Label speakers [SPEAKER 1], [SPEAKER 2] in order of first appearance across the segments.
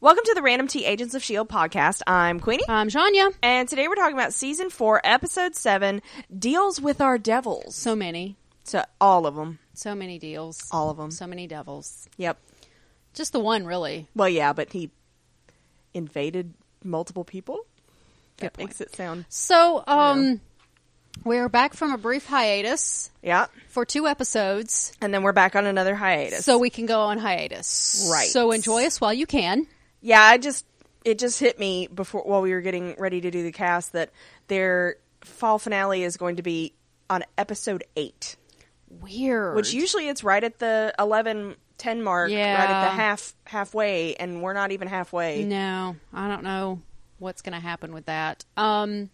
[SPEAKER 1] Welcome to the Random T Agents of S.H.I.E.L.D. E podcast. I'm Queenie.
[SPEAKER 2] I'm Um, Shania.
[SPEAKER 1] And today we're talking about season four, episode seven deals with our devils.
[SPEAKER 2] So many,
[SPEAKER 1] So, all of them.
[SPEAKER 2] so many deals,
[SPEAKER 1] All of 'em.
[SPEAKER 2] so many devils.
[SPEAKER 1] Yep.
[SPEAKER 2] Just the one, really.
[SPEAKER 1] Well, yeah, but he invaded multiple people.
[SPEAKER 2] Good
[SPEAKER 1] that makes it sound.
[SPEAKER 2] So, um, we're back from a brief hiatus
[SPEAKER 1] Yeah.
[SPEAKER 2] for two episodes,
[SPEAKER 1] And then we're back on another hiatus.
[SPEAKER 2] so we can go on hiatus.
[SPEAKER 1] Right.
[SPEAKER 2] So enjoy us while you can.
[SPEAKER 1] yeah, I just it just hit me before while we were getting ready to do the cast that their fall finale is going to be on episode eight.
[SPEAKER 2] Weird.
[SPEAKER 1] which usually it's right at the 11 10 mark right at
[SPEAKER 2] Yeah.
[SPEAKER 1] the half halfway and we're not even halfway
[SPEAKER 2] No, I don't know what's going to happen with that. Um.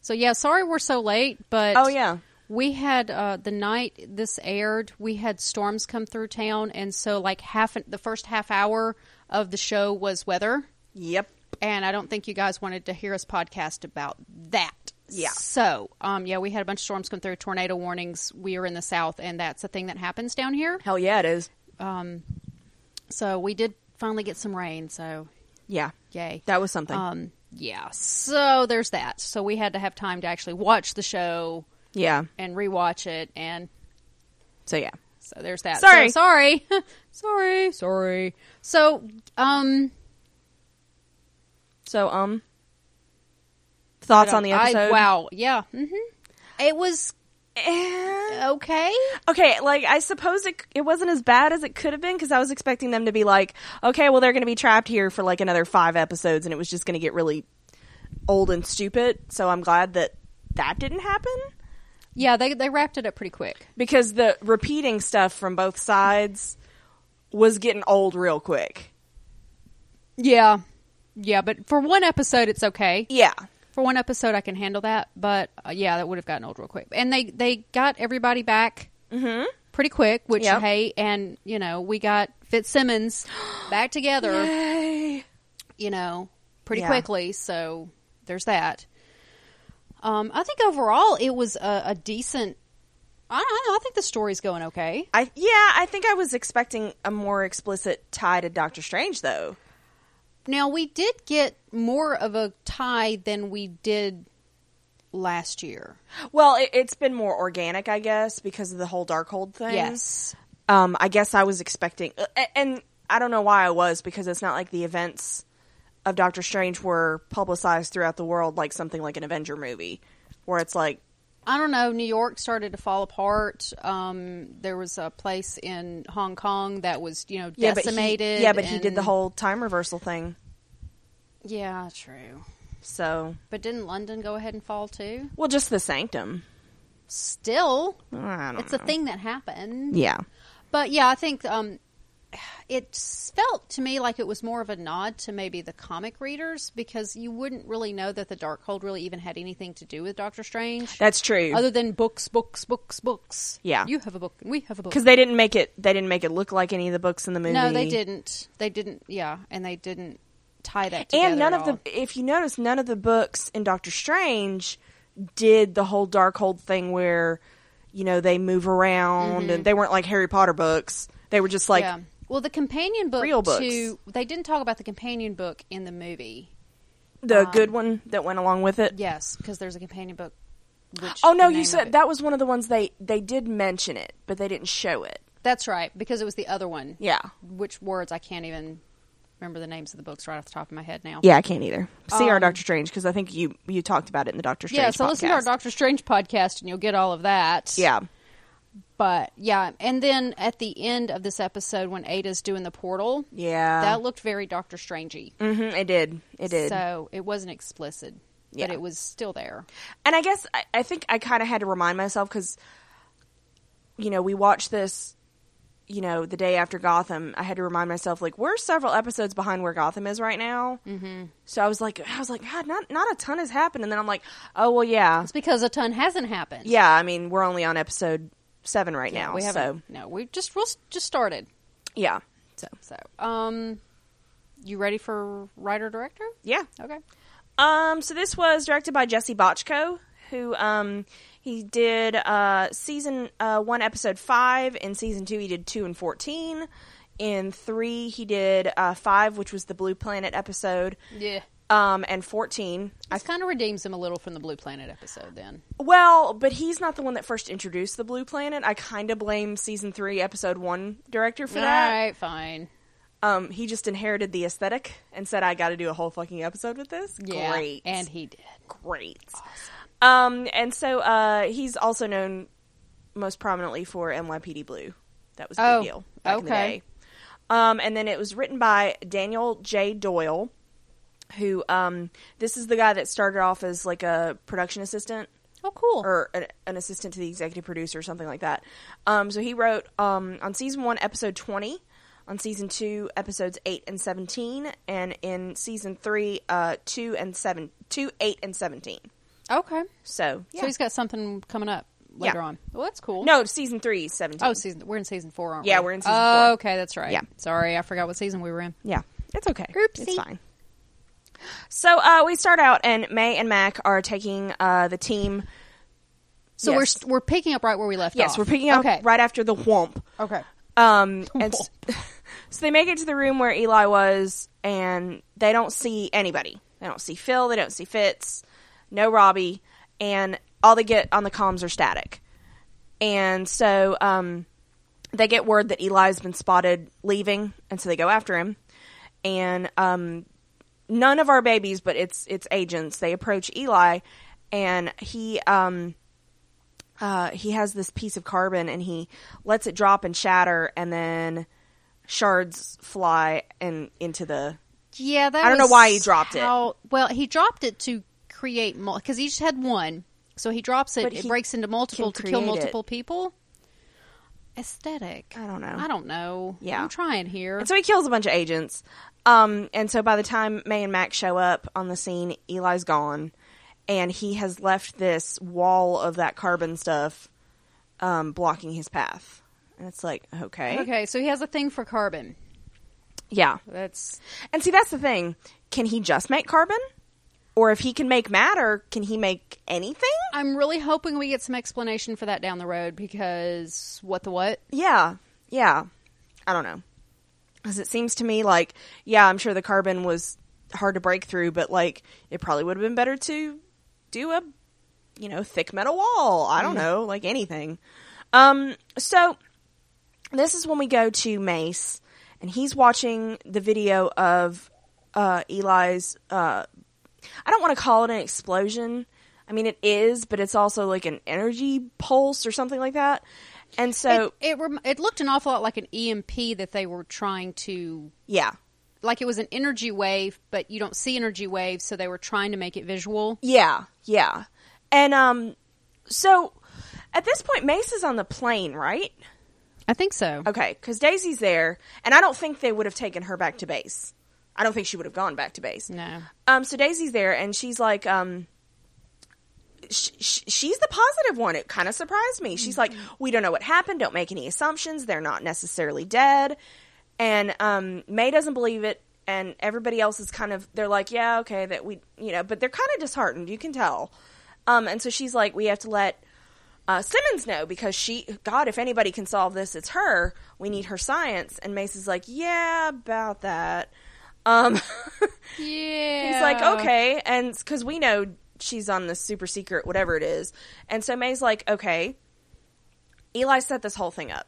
[SPEAKER 2] So yeah, sorry we're so late, but
[SPEAKER 1] oh yeah
[SPEAKER 2] We had uh, the night this aired. We had storms come through town, and so like half the first half hour of the show was weather.
[SPEAKER 1] yep
[SPEAKER 2] And I don't think you guys wanted to hear us podcast about that.
[SPEAKER 1] Yeah.
[SPEAKER 2] So, um, yeah, we had a bunch of storms come through, tornado warnings. We are in the south, and that's a thing that happens down here.
[SPEAKER 1] hell yeah it is
[SPEAKER 2] So we did finally get some rain. So,
[SPEAKER 1] yeah
[SPEAKER 2] yay.
[SPEAKER 1] that was something
[SPEAKER 2] um, yeah. So there's that. So we had to have time to actually watch the show
[SPEAKER 1] yeah
[SPEAKER 2] and rewatch it, and
[SPEAKER 1] so yeah
[SPEAKER 2] So there's that.
[SPEAKER 1] Sorry.
[SPEAKER 2] So, sorry. sorry. Sorry. So, um,
[SPEAKER 1] so um thoughts
[SPEAKER 2] I
[SPEAKER 1] on the
[SPEAKER 2] don't- I-
[SPEAKER 1] episode
[SPEAKER 2] wow. Yeah. hmm It was
[SPEAKER 1] Eh,
[SPEAKER 2] okay.
[SPEAKER 1] okay like i suppose it, it wasn't as bad as it could have been because i was expecting them to be like okay well they're gonna be trapped here for like another five episodes and it was just gonna get really old and stupid so i'm glad that that didn't happen
[SPEAKER 2] Yeah. They, they wrapped it up pretty quick.
[SPEAKER 1] because the repeating stuff from both sides was getting old real quick.
[SPEAKER 2] Yeah. Yeah. But for one episode, it's okay.
[SPEAKER 1] Yeah.
[SPEAKER 2] For one episode, I can handle that. But uh, yeah, that would have gotten old real quick. And they, they got everybody back pretty quick, which,
[SPEAKER 1] Yep.
[SPEAKER 2] hey, and, you know, we got Fitzsimmons back together.
[SPEAKER 1] Yay.
[SPEAKER 2] you know, pretty
[SPEAKER 1] Yeah.
[SPEAKER 2] quickly. So there's that. Um, I think overall it was a, a decent. I don't know. I think the story's going okay.
[SPEAKER 1] I yeah, I think I was expecting a more explicit tie to Doctor Strange though.
[SPEAKER 2] Now we did get more of a tie than we did last year.
[SPEAKER 1] Well, it, it's been more organic, I guess, because of the whole Darkhold thing.
[SPEAKER 2] Yes.
[SPEAKER 1] Um, I guess I was expecting, uh, a- and I don't know why I was because it's not like the events of Doctor Strange were publicized throughout the world like something like an Avenger movie, where it's like,
[SPEAKER 2] I don't know. New York started to fall apart. Um, there was a place in Hong Kong that was, you know,
[SPEAKER 1] yeah,
[SPEAKER 2] decimated.
[SPEAKER 1] but he, yeah, but he did
[SPEAKER 2] and-
[SPEAKER 1] the whole time reversal thing,
[SPEAKER 2] Yeah, true.
[SPEAKER 1] so
[SPEAKER 2] But didn't London go ahead and fall too?
[SPEAKER 1] Well, just the sanctum.
[SPEAKER 2] Still,
[SPEAKER 1] I don't
[SPEAKER 2] it's a thing that happened.
[SPEAKER 1] Yeah.
[SPEAKER 2] But yeah, I think um, it felt to me like it was more of a nod to maybe the comic readers because you wouldn't really know that the Darkhold really even had anything to do with Doctor Strange.
[SPEAKER 1] That's true.
[SPEAKER 2] other than books, books, books, books.
[SPEAKER 1] Yeah.
[SPEAKER 2] you have a book, and we have a book.
[SPEAKER 1] Cuz they didn't make it they didn't make it look like any of the books in the movie.
[SPEAKER 2] no, they didn't. They didn't. Yeah, and they didn't tie that together.
[SPEAKER 1] And none
[SPEAKER 2] at
[SPEAKER 1] of the
[SPEAKER 2] all.
[SPEAKER 1] if you notice none of the books in Doctor Strange did the whole Darkhold thing where you know they move around and they weren't like Harry Potter books. They were just like
[SPEAKER 2] Mm-hmm. yeah. Well, the companion book
[SPEAKER 1] Real books.
[SPEAKER 2] to they didn't talk about the companion book in the movie.
[SPEAKER 1] the
[SPEAKER 2] Um,
[SPEAKER 1] good one that went along with it.
[SPEAKER 2] Yes, because there's a companion book. Which
[SPEAKER 1] Oh no,
[SPEAKER 2] the name
[SPEAKER 1] you
[SPEAKER 2] of
[SPEAKER 1] said
[SPEAKER 2] it-
[SPEAKER 1] that was one of the ones they they did mention it, but they didn't show it.
[SPEAKER 2] That's right, because it was the other one.
[SPEAKER 1] Yeah.
[SPEAKER 2] Which words I can't even remember the names of the books right off the top of my head now.
[SPEAKER 1] Yeah, I can't either. See our Doctor Strange because I think you you talked about it in the Doctor Strange
[SPEAKER 2] Um, Yeah, so listen to our
[SPEAKER 1] podcast.
[SPEAKER 2] Doctor Strange podcast and you'll get all of that.
[SPEAKER 1] Yeah.
[SPEAKER 2] But yeah, and then at the end of this episode when Ada's doing the portal,
[SPEAKER 1] Yeah.
[SPEAKER 2] that looked very Doctor Strangey.
[SPEAKER 1] hmm it did. It did.
[SPEAKER 2] So it wasn't explicit,
[SPEAKER 1] Yeah.
[SPEAKER 2] but it was still there.
[SPEAKER 1] and I guess I, I think I kind of had to remind myself because, you know, we watched this, you know, the day after Gotham. I had to remind myself like we're several episodes behind where Gotham is right now. Mm-hmm. So I was like, I was like, God, not not a ton has happened. And then I'm like, oh well, yeah,
[SPEAKER 2] It's because a ton hasn't happened.
[SPEAKER 1] yeah. I mean, we're only on episode seven right now.
[SPEAKER 2] we
[SPEAKER 1] so
[SPEAKER 2] haven't. No, we just we'll s- just started.
[SPEAKER 1] yeah, so
[SPEAKER 2] So, um, you ready for writer director?
[SPEAKER 1] yeah.
[SPEAKER 2] Okay.
[SPEAKER 1] Um, so this was directed by Jesse Bochco, who um he did uh season uh one episode five. In season two, he did two and fourteen. In three, he did uh, five, which was the Blue Planet episode,
[SPEAKER 2] Yeah.
[SPEAKER 1] um, and fourteen. I,
[SPEAKER 2] This kind of redeems him a little from the Blue Planet episode then.
[SPEAKER 1] well, but he's not the one that first introduced the Blue Planet. I kind of blame season three, episode one director for
[SPEAKER 2] All
[SPEAKER 1] that.
[SPEAKER 2] right, fine.
[SPEAKER 1] Um, he just inherited the aesthetic and said, "I got to do a whole fucking episode with this."
[SPEAKER 2] Yeah.
[SPEAKER 1] Great,
[SPEAKER 2] And he did.
[SPEAKER 1] great. Um, and so uh, he's also known most prominently for NYPD Blue. That was a big
[SPEAKER 2] Oh,
[SPEAKER 1] deal back in the
[SPEAKER 2] okay.
[SPEAKER 1] day. Um, and then it was written by Daniel J. Doyle, who um, this is the guy that started off as like a production assistant
[SPEAKER 2] Oh, cool.
[SPEAKER 1] or an, an assistant to the executive producer or something like that. Um, so he wrote um, on season one, episode 20, on season two, episodes 8 and 17, and in season three, uh, 2 and 7, 2, 8 and 17.
[SPEAKER 2] okay.
[SPEAKER 1] So, yeah.
[SPEAKER 2] So he's got something coming up later on. Well, that's cool.
[SPEAKER 1] no, season three is 17.
[SPEAKER 2] Oh, season. We're in season four, aren't we?
[SPEAKER 1] Yeah, we're in season
[SPEAKER 2] oh,
[SPEAKER 1] four.
[SPEAKER 2] Okay, that's right.
[SPEAKER 1] Yeah.
[SPEAKER 2] Sorry, I forgot what season we were in.
[SPEAKER 1] Yeah, it's okay. It's
[SPEAKER 2] Oopsie.
[SPEAKER 1] fine. So uh, we start out, and May and Mac are taking uh, the team.
[SPEAKER 2] So
[SPEAKER 1] Yes.
[SPEAKER 2] we're st- we're picking up right where we left
[SPEAKER 1] Yes,
[SPEAKER 2] off.
[SPEAKER 1] we're picking up
[SPEAKER 2] Okay.
[SPEAKER 1] right after the whomp.
[SPEAKER 2] Okay.
[SPEAKER 1] Um, and s- so they make it to the room where Eli was, and they don't see anybody. They don't see Phil. They don't see Fitz. No Robbie, and all they get on the comms are static. And so um, they get word that Eli's been spotted leaving, and so they go after him. And um, none of our babies, but it's it's agents. They approach Eli, and he um, uh, he has this piece of carbon and he lets it drop and shatter, and then shards fly and into the.
[SPEAKER 2] Yeah, that
[SPEAKER 1] I don't know
[SPEAKER 2] was
[SPEAKER 1] why he dropped it.
[SPEAKER 2] how- Well, he dropped it to create because he just had one, so he drops it.
[SPEAKER 1] But
[SPEAKER 2] It
[SPEAKER 1] he
[SPEAKER 2] breaks into multiple to
[SPEAKER 1] can
[SPEAKER 2] kill
[SPEAKER 1] create it.
[SPEAKER 2] multiple people. Aesthetic.
[SPEAKER 1] I don't know.
[SPEAKER 2] I don't know.
[SPEAKER 1] Yeah.
[SPEAKER 2] I'm trying here.
[SPEAKER 1] And so he kills a bunch of agents. Um, and so by the time May and Mac show up on the scene, Eli's gone, and he has left this wall of that carbon stuff um, blocking his path. And it's like, okay,
[SPEAKER 2] okay, so he has a thing for carbon.
[SPEAKER 1] yeah.
[SPEAKER 2] That's
[SPEAKER 1] And see, that's the thing. Can he just make carbon? Or if he can make matter, can he make anything?
[SPEAKER 2] I'm really hoping we get some explanation for that down the road because what the what?
[SPEAKER 1] Yeah. Yeah. I don't know. Because it seems to me like, yeah, I'm sure the carbon was hard to break through, but like, it probably would have been better to do a, you know, thick metal wall. I don't know, like anything. Um, so this is when we go to Mace, and he's watching the video of uh, Eli's. Uh, I don't want to call it an explosion. I mean, it is, but it's also like an energy pulse or something like that. And so,
[SPEAKER 2] it it, rem- it looked an awful lot like an EMP that they were trying to
[SPEAKER 1] yeah,
[SPEAKER 2] like it was an energy wave, but you don't see energy waves, so they were trying to make it visual.
[SPEAKER 1] yeah, yeah. And um, so at this point, Mace is on the plane, right?
[SPEAKER 2] I think so.
[SPEAKER 1] Okay, because Daisy's there, and I don't think they would have taken her back to base. I don't think she would have gone back to base.
[SPEAKER 2] No.
[SPEAKER 1] Um, so Daisy's there, and she's like, um, sh- sh- she's the positive one. It kind of surprised me. She's like, we don't know what happened. Don't make any assumptions. They're not necessarily dead. And um, May doesn't believe it, and everybody else is kind of they're like, yeah, okay, that we, you know, but they're kind of disheartened. You can tell. Um, and so she's like, we have to let uh, Simmons know because she, God, if anybody can solve this, it's her. We need her science. And Mace is like, yeah, about that. Um,
[SPEAKER 2] Yeah.
[SPEAKER 1] He's like, okay, and because we know she's on the super secret, whatever it is, and so May's like, okay. Eli set this whole thing up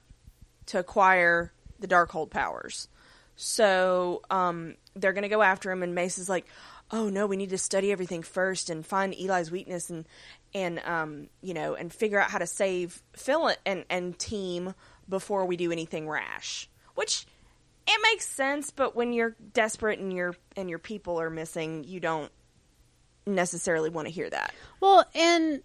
[SPEAKER 1] to acquire the Darkhold powers, so um, they're gonna go after him. And Mace is like, oh no, we need to study everything first and find Eli's weakness and and um, you know and figure out how to save Phil and and team before we do anything rash, which it makes sense but when you're desperate and your and your people are missing you don't necessarily want to hear that
[SPEAKER 2] Well, and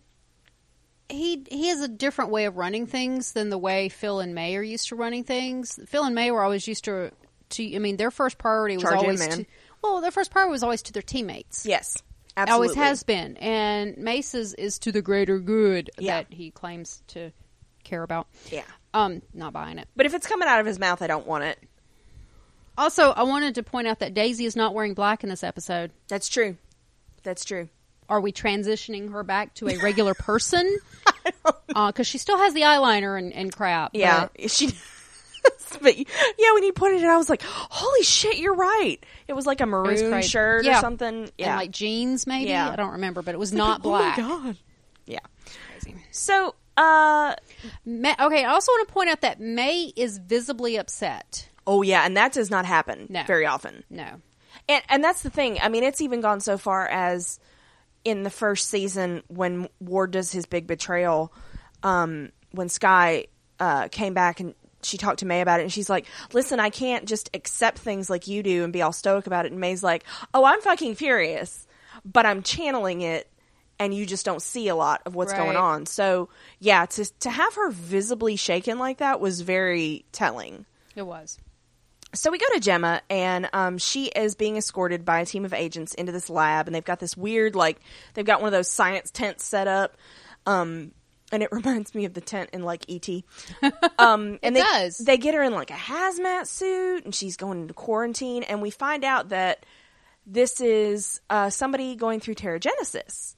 [SPEAKER 2] he he has a different way of running things than the way Phil and May are used to running things. Phil and May were always used to to I mean their first priority was
[SPEAKER 1] Charge in,
[SPEAKER 2] always
[SPEAKER 1] man.
[SPEAKER 2] to well, their first priority was always to their teammates.
[SPEAKER 1] yes
[SPEAKER 2] It
[SPEAKER 1] absolutely
[SPEAKER 2] always has been. And Mace's is to the greater good
[SPEAKER 1] Yeah.
[SPEAKER 2] that he claims to care about.
[SPEAKER 1] yeah
[SPEAKER 2] Um, not buying it.
[SPEAKER 1] but if it's coming out of his mouth i don't want it
[SPEAKER 2] Also, I wanted to point out that Daisy is not wearing black in this episode.
[SPEAKER 1] that's true that's true
[SPEAKER 2] Are we transitioning her back to a regular Uh, person? Because she still has the eyeliner and, and crap.
[SPEAKER 1] yeah
[SPEAKER 2] but
[SPEAKER 1] she it's but yeah, when you put it, in, I was like, "Holy shit, you're right." It was like a
[SPEAKER 2] was
[SPEAKER 1] maroon
[SPEAKER 2] crazy.
[SPEAKER 1] shirt
[SPEAKER 2] Yeah.
[SPEAKER 1] or something. Yeah,
[SPEAKER 2] and like jeans maybe
[SPEAKER 1] Yeah.
[SPEAKER 2] i don't remember but it was not
[SPEAKER 1] Oh
[SPEAKER 2] black
[SPEAKER 1] my god. Yeah.
[SPEAKER 2] Crazy.
[SPEAKER 1] So, uh,
[SPEAKER 2] Ma- okay i also want to point out that may is visibly upset
[SPEAKER 1] oh yeah, and that does not happen
[SPEAKER 2] No.
[SPEAKER 1] very often.
[SPEAKER 2] no
[SPEAKER 1] And and that's the thing. I mean, it's even gone so far as in the first season when Ward does his big betrayal, um, when Sky uh, came back and she talked to May about it, and she's like, "Listen, I can't just accept things like you do and be all stoic about it." And May's like, "Oh, I'm fucking furious, but I'm channeling it." And you just don't see a lot of what's
[SPEAKER 2] Right.
[SPEAKER 1] going on. So, yeah, to, to have her visibly shaken like that was very telling.
[SPEAKER 2] it was
[SPEAKER 1] So we go to Gemma, and um, she is being escorted by a team of agents into this lab, and they've got this weird, like, they've got one of those science tents set up, um, and it reminds me of the tent in like ET. Um, and
[SPEAKER 2] It
[SPEAKER 1] they
[SPEAKER 2] does.
[SPEAKER 1] they get her in like a hazmat suit, and she's going into quarantine, and we find out that this is uh, somebody going through pterogenesis,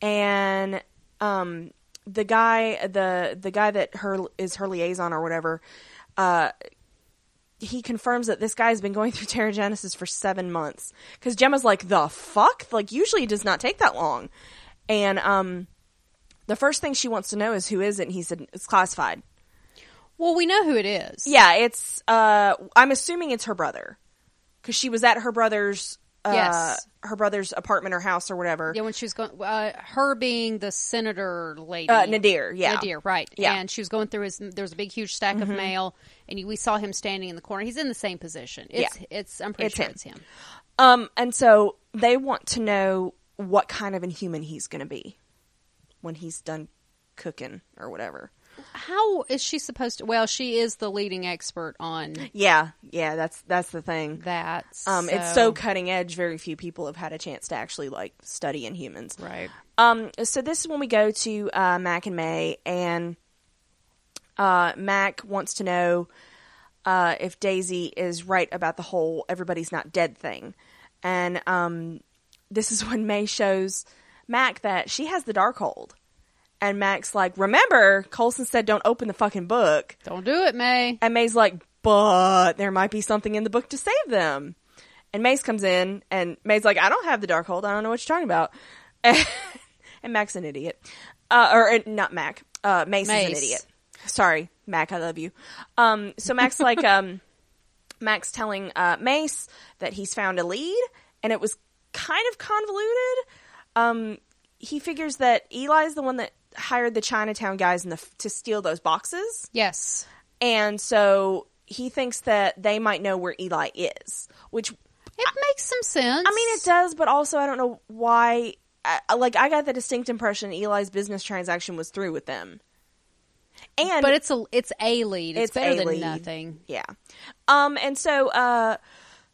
[SPEAKER 1] and um, the guy the the guy that her is her liaison or whatever. Uh, he confirms that this guy's been going through pterogenesis for seven months because Gemma's like the fuck like usually it does not take that long, and um, the first thing she wants to know is who is it. And he said it's classified.
[SPEAKER 2] well we know who it is
[SPEAKER 1] Yeah, it's uh, I'm assuming it's her brother because she was at her brother's uh,
[SPEAKER 2] Yes.
[SPEAKER 1] her brother's apartment or house or whatever.
[SPEAKER 2] yeah when she was going uh, her being the senator lady
[SPEAKER 1] Uh, Nadir, yeah,
[SPEAKER 2] Nadir, right.
[SPEAKER 1] Yeah. Mm-hmm.
[SPEAKER 2] And she was going through his, there was a big, huge stack of mail, and you- we saw him standing in the corner. He's in the same position. It's,
[SPEAKER 1] Yeah.
[SPEAKER 2] it's, I'm pretty
[SPEAKER 1] It's
[SPEAKER 2] sure
[SPEAKER 1] him.
[SPEAKER 2] it's him.
[SPEAKER 1] Um, and so they want to know what kind of inhuman he's going to be when he's done cooking or whatever.
[SPEAKER 2] How is she supposed to, well, she is the leading expert on
[SPEAKER 1] Yeah, yeah, that's that's the thing.
[SPEAKER 2] that.
[SPEAKER 1] Um, It's so cutting edge. Very few people have had a chance to actually like study in humans.
[SPEAKER 2] Right.
[SPEAKER 1] Um, so this is when we go to uh, Mac and May, and uh, Mac wants to know uh, if Daisy is right about the whole "everybody's not dead" thing, and um, this is when May shows Mac that she has the dark hold, and Mac's like, "Remember, Colson said don't open the fucking book."
[SPEAKER 2] Don't do it, May.
[SPEAKER 1] And May's like, but there might be something in the book to save them. And Mace comes in, and May's like, I don't have the dark hold. I don't know what you're talking about. And, Mac's an idiot. Uh, or uh, not Mac. Uh, Mace, is
[SPEAKER 2] Mace.
[SPEAKER 1] an idiot. Sorry, Mac, I love you. Um, so Mac's like, um, Mac's telling uh, Mace that he's found a lead, and it was kind of convoluted. Um, he figures that Eli's the one that hired the Chinatown guys in the f- to steal those boxes.
[SPEAKER 2] Yes.
[SPEAKER 1] And so he thinks that they might know where Eli is, which
[SPEAKER 2] It makes some sense.
[SPEAKER 1] I mean it does, but also I don't know why. I, I- like I got the distinct impression Eli's business transaction was through with them. And
[SPEAKER 2] but it's a, it's a lead. It's,
[SPEAKER 1] It's
[SPEAKER 2] better
[SPEAKER 1] a
[SPEAKER 2] than
[SPEAKER 1] lead.
[SPEAKER 2] nothing.
[SPEAKER 1] yeah. Um and so uh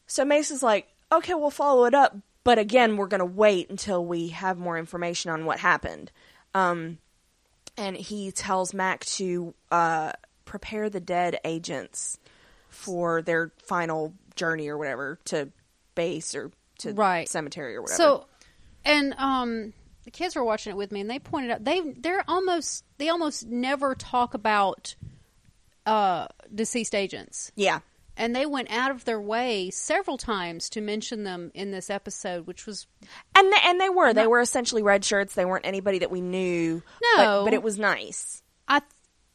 [SPEAKER 1] so Mace is like, "Okay, we'll follow it up, but again, we're going to wait until we have more information on what happened." Um and he tells Mac to uh prepare the dead agents for their final journey or whatever to base or to
[SPEAKER 2] Right.
[SPEAKER 1] cemetery or whatever.
[SPEAKER 2] So, and, um, the kids were watching it with me and they pointed out they they're almost they almost never talk about uh deceased agents
[SPEAKER 1] yeah.
[SPEAKER 2] and they went out of their way several times to mention them in this episode, which was
[SPEAKER 1] And they, and they were they were essentially red shirts. They weren't anybody that we knew.
[SPEAKER 2] No.
[SPEAKER 1] but, but it was nice.
[SPEAKER 2] I,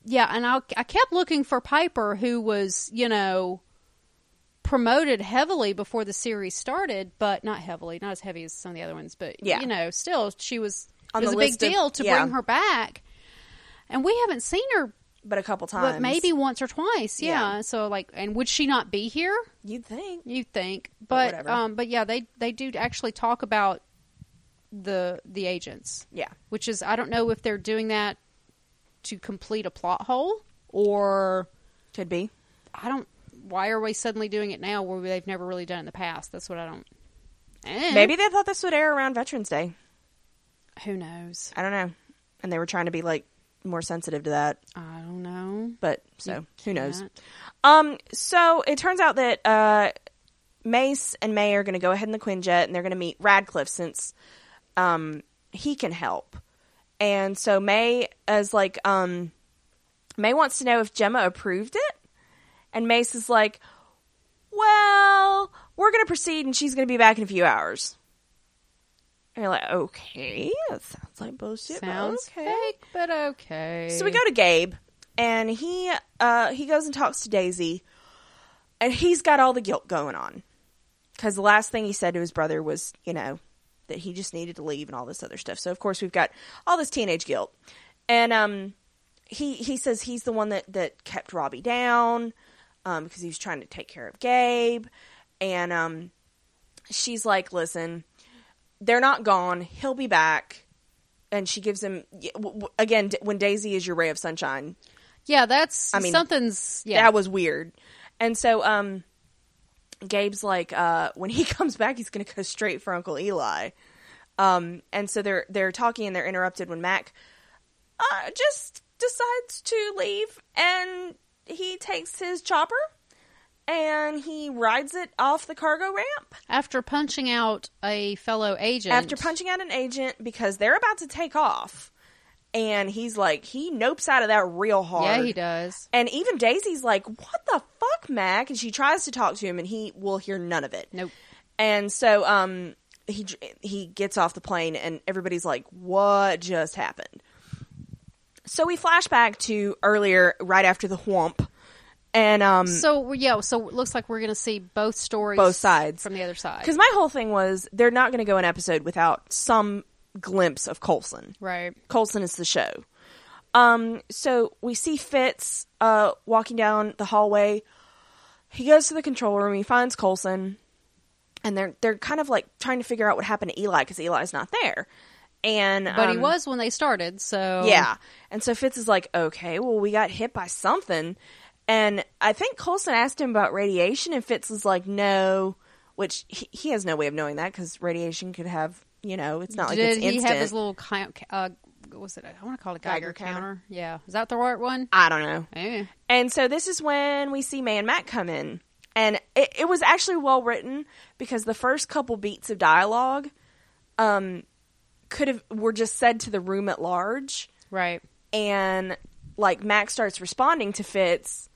[SPEAKER 2] yeah, and I I kept looking for Piper, who was you know promoted heavily before the series started, but not heavily, not as heavy as some of the other ones, but
[SPEAKER 1] Yeah.
[SPEAKER 2] you know, still she was
[SPEAKER 1] On
[SPEAKER 2] it was
[SPEAKER 1] the
[SPEAKER 2] a big
[SPEAKER 1] list of-
[SPEAKER 2] deal to
[SPEAKER 1] yeah.
[SPEAKER 2] bring her back, and we haven't seen her.
[SPEAKER 1] But a couple times,
[SPEAKER 2] But maybe once or twice, yeah.
[SPEAKER 1] Yeah.
[SPEAKER 2] So like, and would she not be here?
[SPEAKER 1] you'd think.
[SPEAKER 2] You think, but
[SPEAKER 1] whatever.
[SPEAKER 2] um, but yeah, they they do actually talk about the the agents,
[SPEAKER 1] Yeah.
[SPEAKER 2] which is I don't know if they're doing that to complete a plot hole or
[SPEAKER 1] Could be.
[SPEAKER 2] I don't. Why are we suddenly doing it now where they've never really done it in the past? That's what I don't. Eh,
[SPEAKER 1] Maybe they thought this would air around Veterans Day.
[SPEAKER 2] who knows?
[SPEAKER 1] I don't know. And they were trying to be like more sensitive to that,
[SPEAKER 2] I don't know.
[SPEAKER 1] but so who knows?
[SPEAKER 2] can't.
[SPEAKER 1] Um, so it turns out that uh, Mace and May are going to go ahead in the Quinjet and they're going to meet Radcliffe since um, he can help. And so May is like, um, May wants to know if Gemma approved it. And Mace is like, well, we're going to proceed and she's going to be back in a few hours. And you're like, okay, that sounds like bullshit. but
[SPEAKER 2] Sounds
[SPEAKER 1] okay.
[SPEAKER 2] fake, but okay.
[SPEAKER 1] So we go to Gabe, and he uh, he goes and talks to Daisy, and he's got all the guilt going on because the last thing he said to his brother was, you know, that he just needed to leave and all this other stuff. So of course we've got all this teenage guilt, and um, he he says he's the one that that kept Robbie down um, because he was trying to take care of Gabe, and um, she's like, listen, they're not gone. He'll be back. And she gives him y- w- w- again d- when Daisy is your ray of sunshine.
[SPEAKER 2] Yeah, that's.
[SPEAKER 1] I
[SPEAKER 2] I
[SPEAKER 1] mean,
[SPEAKER 2] mean, something's. Yeah,
[SPEAKER 1] That was weird. And so um Gabe's like uh when he comes back he's going to go straight for Uncle Eli. Um and so they're they're talking and they're interrupted when Mac uh just decides to leave and he takes his chopper and he rides it off the cargo ramp.
[SPEAKER 2] after punching out a fellow agent.
[SPEAKER 1] after punching out an agent because they're about to take off and he's like he nopes out of that real hard
[SPEAKER 2] Yeah, he does.
[SPEAKER 1] and even daisy's like what the fuck mac and she tries to talk to him and he will hear none of it
[SPEAKER 2] Nope.
[SPEAKER 1] and so um he dr- he gets off the plane and everybody's like what just happened so we flash back to earlier right after the whomp and um
[SPEAKER 2] So yeah, so it looks like we're going to see both stories,
[SPEAKER 1] Both sides.
[SPEAKER 2] from the other side,
[SPEAKER 1] because my whole thing was they're not going to go an episode without some glimpse of colson
[SPEAKER 2] right?
[SPEAKER 1] Colson is the show. Um, so we see Fitz uh, walking down the hallway. He goes to the control room. He finds Colson, and they're they're kind of like trying to figure out what happened to Eli because Eli's not there. And
[SPEAKER 2] But he
[SPEAKER 1] um,
[SPEAKER 2] was when they started, so
[SPEAKER 1] yeah. And so Fitz is like, okay, well, we got hit by something. And I think Colson asked him about radiation, and Fitz was like, no, which he, he has no way of knowing that because radiation could have, you know, it's not like
[SPEAKER 2] Did
[SPEAKER 1] it's
[SPEAKER 2] he
[SPEAKER 1] instant.
[SPEAKER 2] have his little ki- uh, what was it? I want to call it a Geiger,
[SPEAKER 1] Geiger
[SPEAKER 2] counter.
[SPEAKER 1] counter.
[SPEAKER 2] Yeah, is that the right one?
[SPEAKER 1] I don't know.
[SPEAKER 2] Eh.
[SPEAKER 1] And so this is when we see May and Matt come in. And it, it was actually well written because the first couple beats of dialogue um, could have were just said to the room at large.
[SPEAKER 2] Right.
[SPEAKER 1] And like Mac starts responding to Fitz,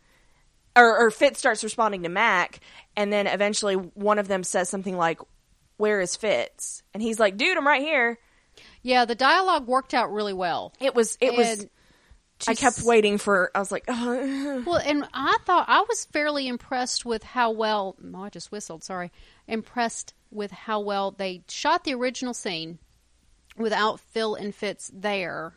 [SPEAKER 1] or, or Fitz starts responding to Mac, and then eventually one of them says something like, "Where is Fitz?" And he's like, "Dude, I'm right here."
[SPEAKER 2] Yeah, the dialogue worked out really well.
[SPEAKER 1] It was it was.
[SPEAKER 2] And
[SPEAKER 1] I kept waiting for. I was like,
[SPEAKER 2] Well, and I thought I was fairly impressed with how well. Oh, I just whistled. Sorry. Impressed with how well they shot the original scene without Phil and Fitz there,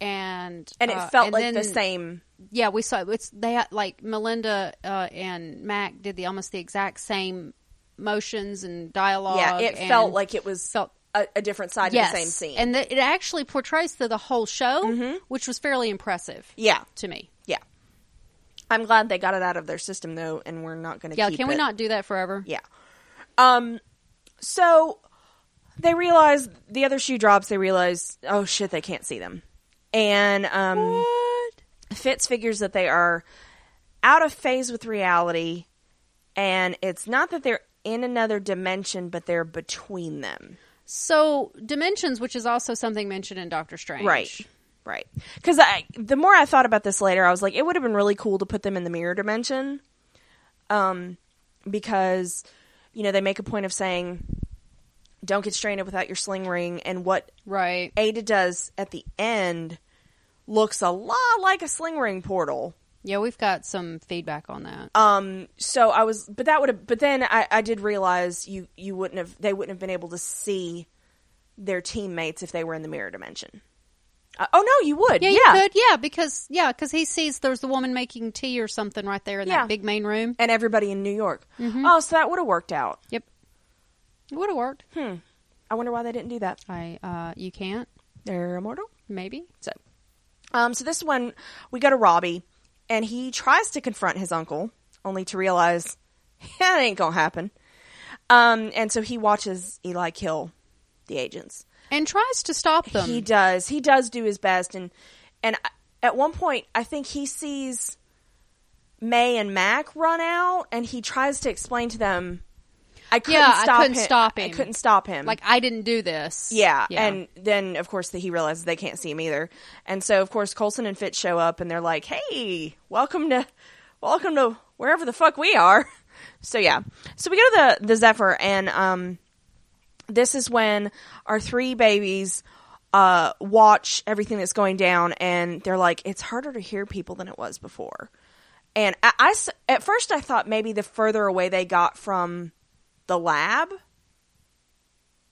[SPEAKER 2] and
[SPEAKER 1] and it
[SPEAKER 2] uh,
[SPEAKER 1] felt
[SPEAKER 2] and
[SPEAKER 1] like the
[SPEAKER 2] then-
[SPEAKER 1] same.
[SPEAKER 2] Yeah, we saw it's they had, like Melinda uh, and Mac did the almost the exact same motions and dialogue.
[SPEAKER 1] Yeah, it
[SPEAKER 2] and-
[SPEAKER 1] felt like it was
[SPEAKER 2] felt-
[SPEAKER 1] a, a different side
[SPEAKER 2] yes,
[SPEAKER 1] of the same scene. Mm-hmm.
[SPEAKER 2] and the, it actually portrays the, the whole show, which was fairly impressive
[SPEAKER 1] yeah,
[SPEAKER 2] to me.
[SPEAKER 1] yeah. I'm glad they got it out of their system though, and we're not going to.
[SPEAKER 2] Yeah, can we not do that forever?
[SPEAKER 1] Yeah. Um. So they realize the other shoe drops. They realize, oh shit, they can't see them, and um, Fitz figures that they are out of phase with reality, and it's not that they're in another dimension, but they're between them.
[SPEAKER 2] So dimensions, which is also something mentioned in Doctor Strange,
[SPEAKER 1] Right. Right. Because I, the more I thought about this later, I was like, it would have been really cool to put them in the mirror dimension. Um, because, you know, they make a point of saying, don't get stranded without your sling ring. And what
[SPEAKER 2] Right.
[SPEAKER 1] Ada does at the end looks a lot like a sling ring portal.
[SPEAKER 2] Yeah, we've got some feedback on that.
[SPEAKER 1] Um, so I was, but that would have, but then I, I did realize you, you wouldn't have, they wouldn't have been able to see their teammates if they were in the mirror dimension. Uh, oh no, you would.
[SPEAKER 2] yeah,
[SPEAKER 1] Yeah.
[SPEAKER 2] you could. Yeah, because yeah, because he sees there's the woman making tea or something right there in
[SPEAKER 1] Yeah.
[SPEAKER 2] that big main room.
[SPEAKER 1] and everybody in New York.
[SPEAKER 2] Mm-hmm.
[SPEAKER 1] Oh, so that would have worked out.
[SPEAKER 2] Yep, it would have worked.
[SPEAKER 1] I wonder why they didn't do that.
[SPEAKER 2] I uh, you can't
[SPEAKER 1] They're immortal.
[SPEAKER 2] maybe.
[SPEAKER 1] So, um, so this one we go to Robbie, and he tries to confront his uncle, only to realize that ain't gonna happen. Um, and so he watches Eli kill the agents.
[SPEAKER 2] and tries to stop them.
[SPEAKER 1] He does. He does do his best, and and I- at one point, I think he sees May and Mac run out, and he tries to explain to them, "I couldn't
[SPEAKER 2] Yeah, I
[SPEAKER 1] stop
[SPEAKER 2] couldn't
[SPEAKER 1] him.
[SPEAKER 2] stop
[SPEAKER 1] I
[SPEAKER 2] him."
[SPEAKER 1] couldn't stop him."
[SPEAKER 2] like I didn't do this.
[SPEAKER 1] yeah, and then of course that he realizes they can't see him either, and so of course Colson and Fitz show up, and they're like, "Hey, welcome to." welcome to wherever the fuck we are. So yeah, so we go to the the Zephyr, and um, this is when our three babies uh watch everything that's going down, and they're like, it's harder to hear people than it was before. And I, I s- at first I thought maybe the further away they got from the lab,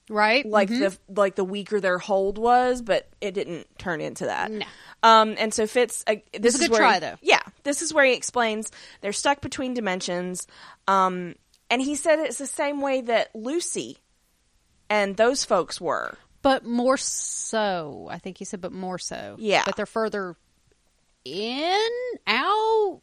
[SPEAKER 2] right?
[SPEAKER 1] like the like the weaker their hold was, but it didn't turn into that.
[SPEAKER 2] No.
[SPEAKER 1] Um, and so Fitz, uh, this
[SPEAKER 2] a
[SPEAKER 1] is
[SPEAKER 2] good
[SPEAKER 1] where
[SPEAKER 2] try,
[SPEAKER 1] he-
[SPEAKER 2] though.
[SPEAKER 1] Yeah, this is where he explains they're stuck between dimensions. Um, and he said it's the same way that Lucy and those folks were.
[SPEAKER 2] but more so. I think he said, but more so.
[SPEAKER 1] Yeah.
[SPEAKER 2] but they're further in, out,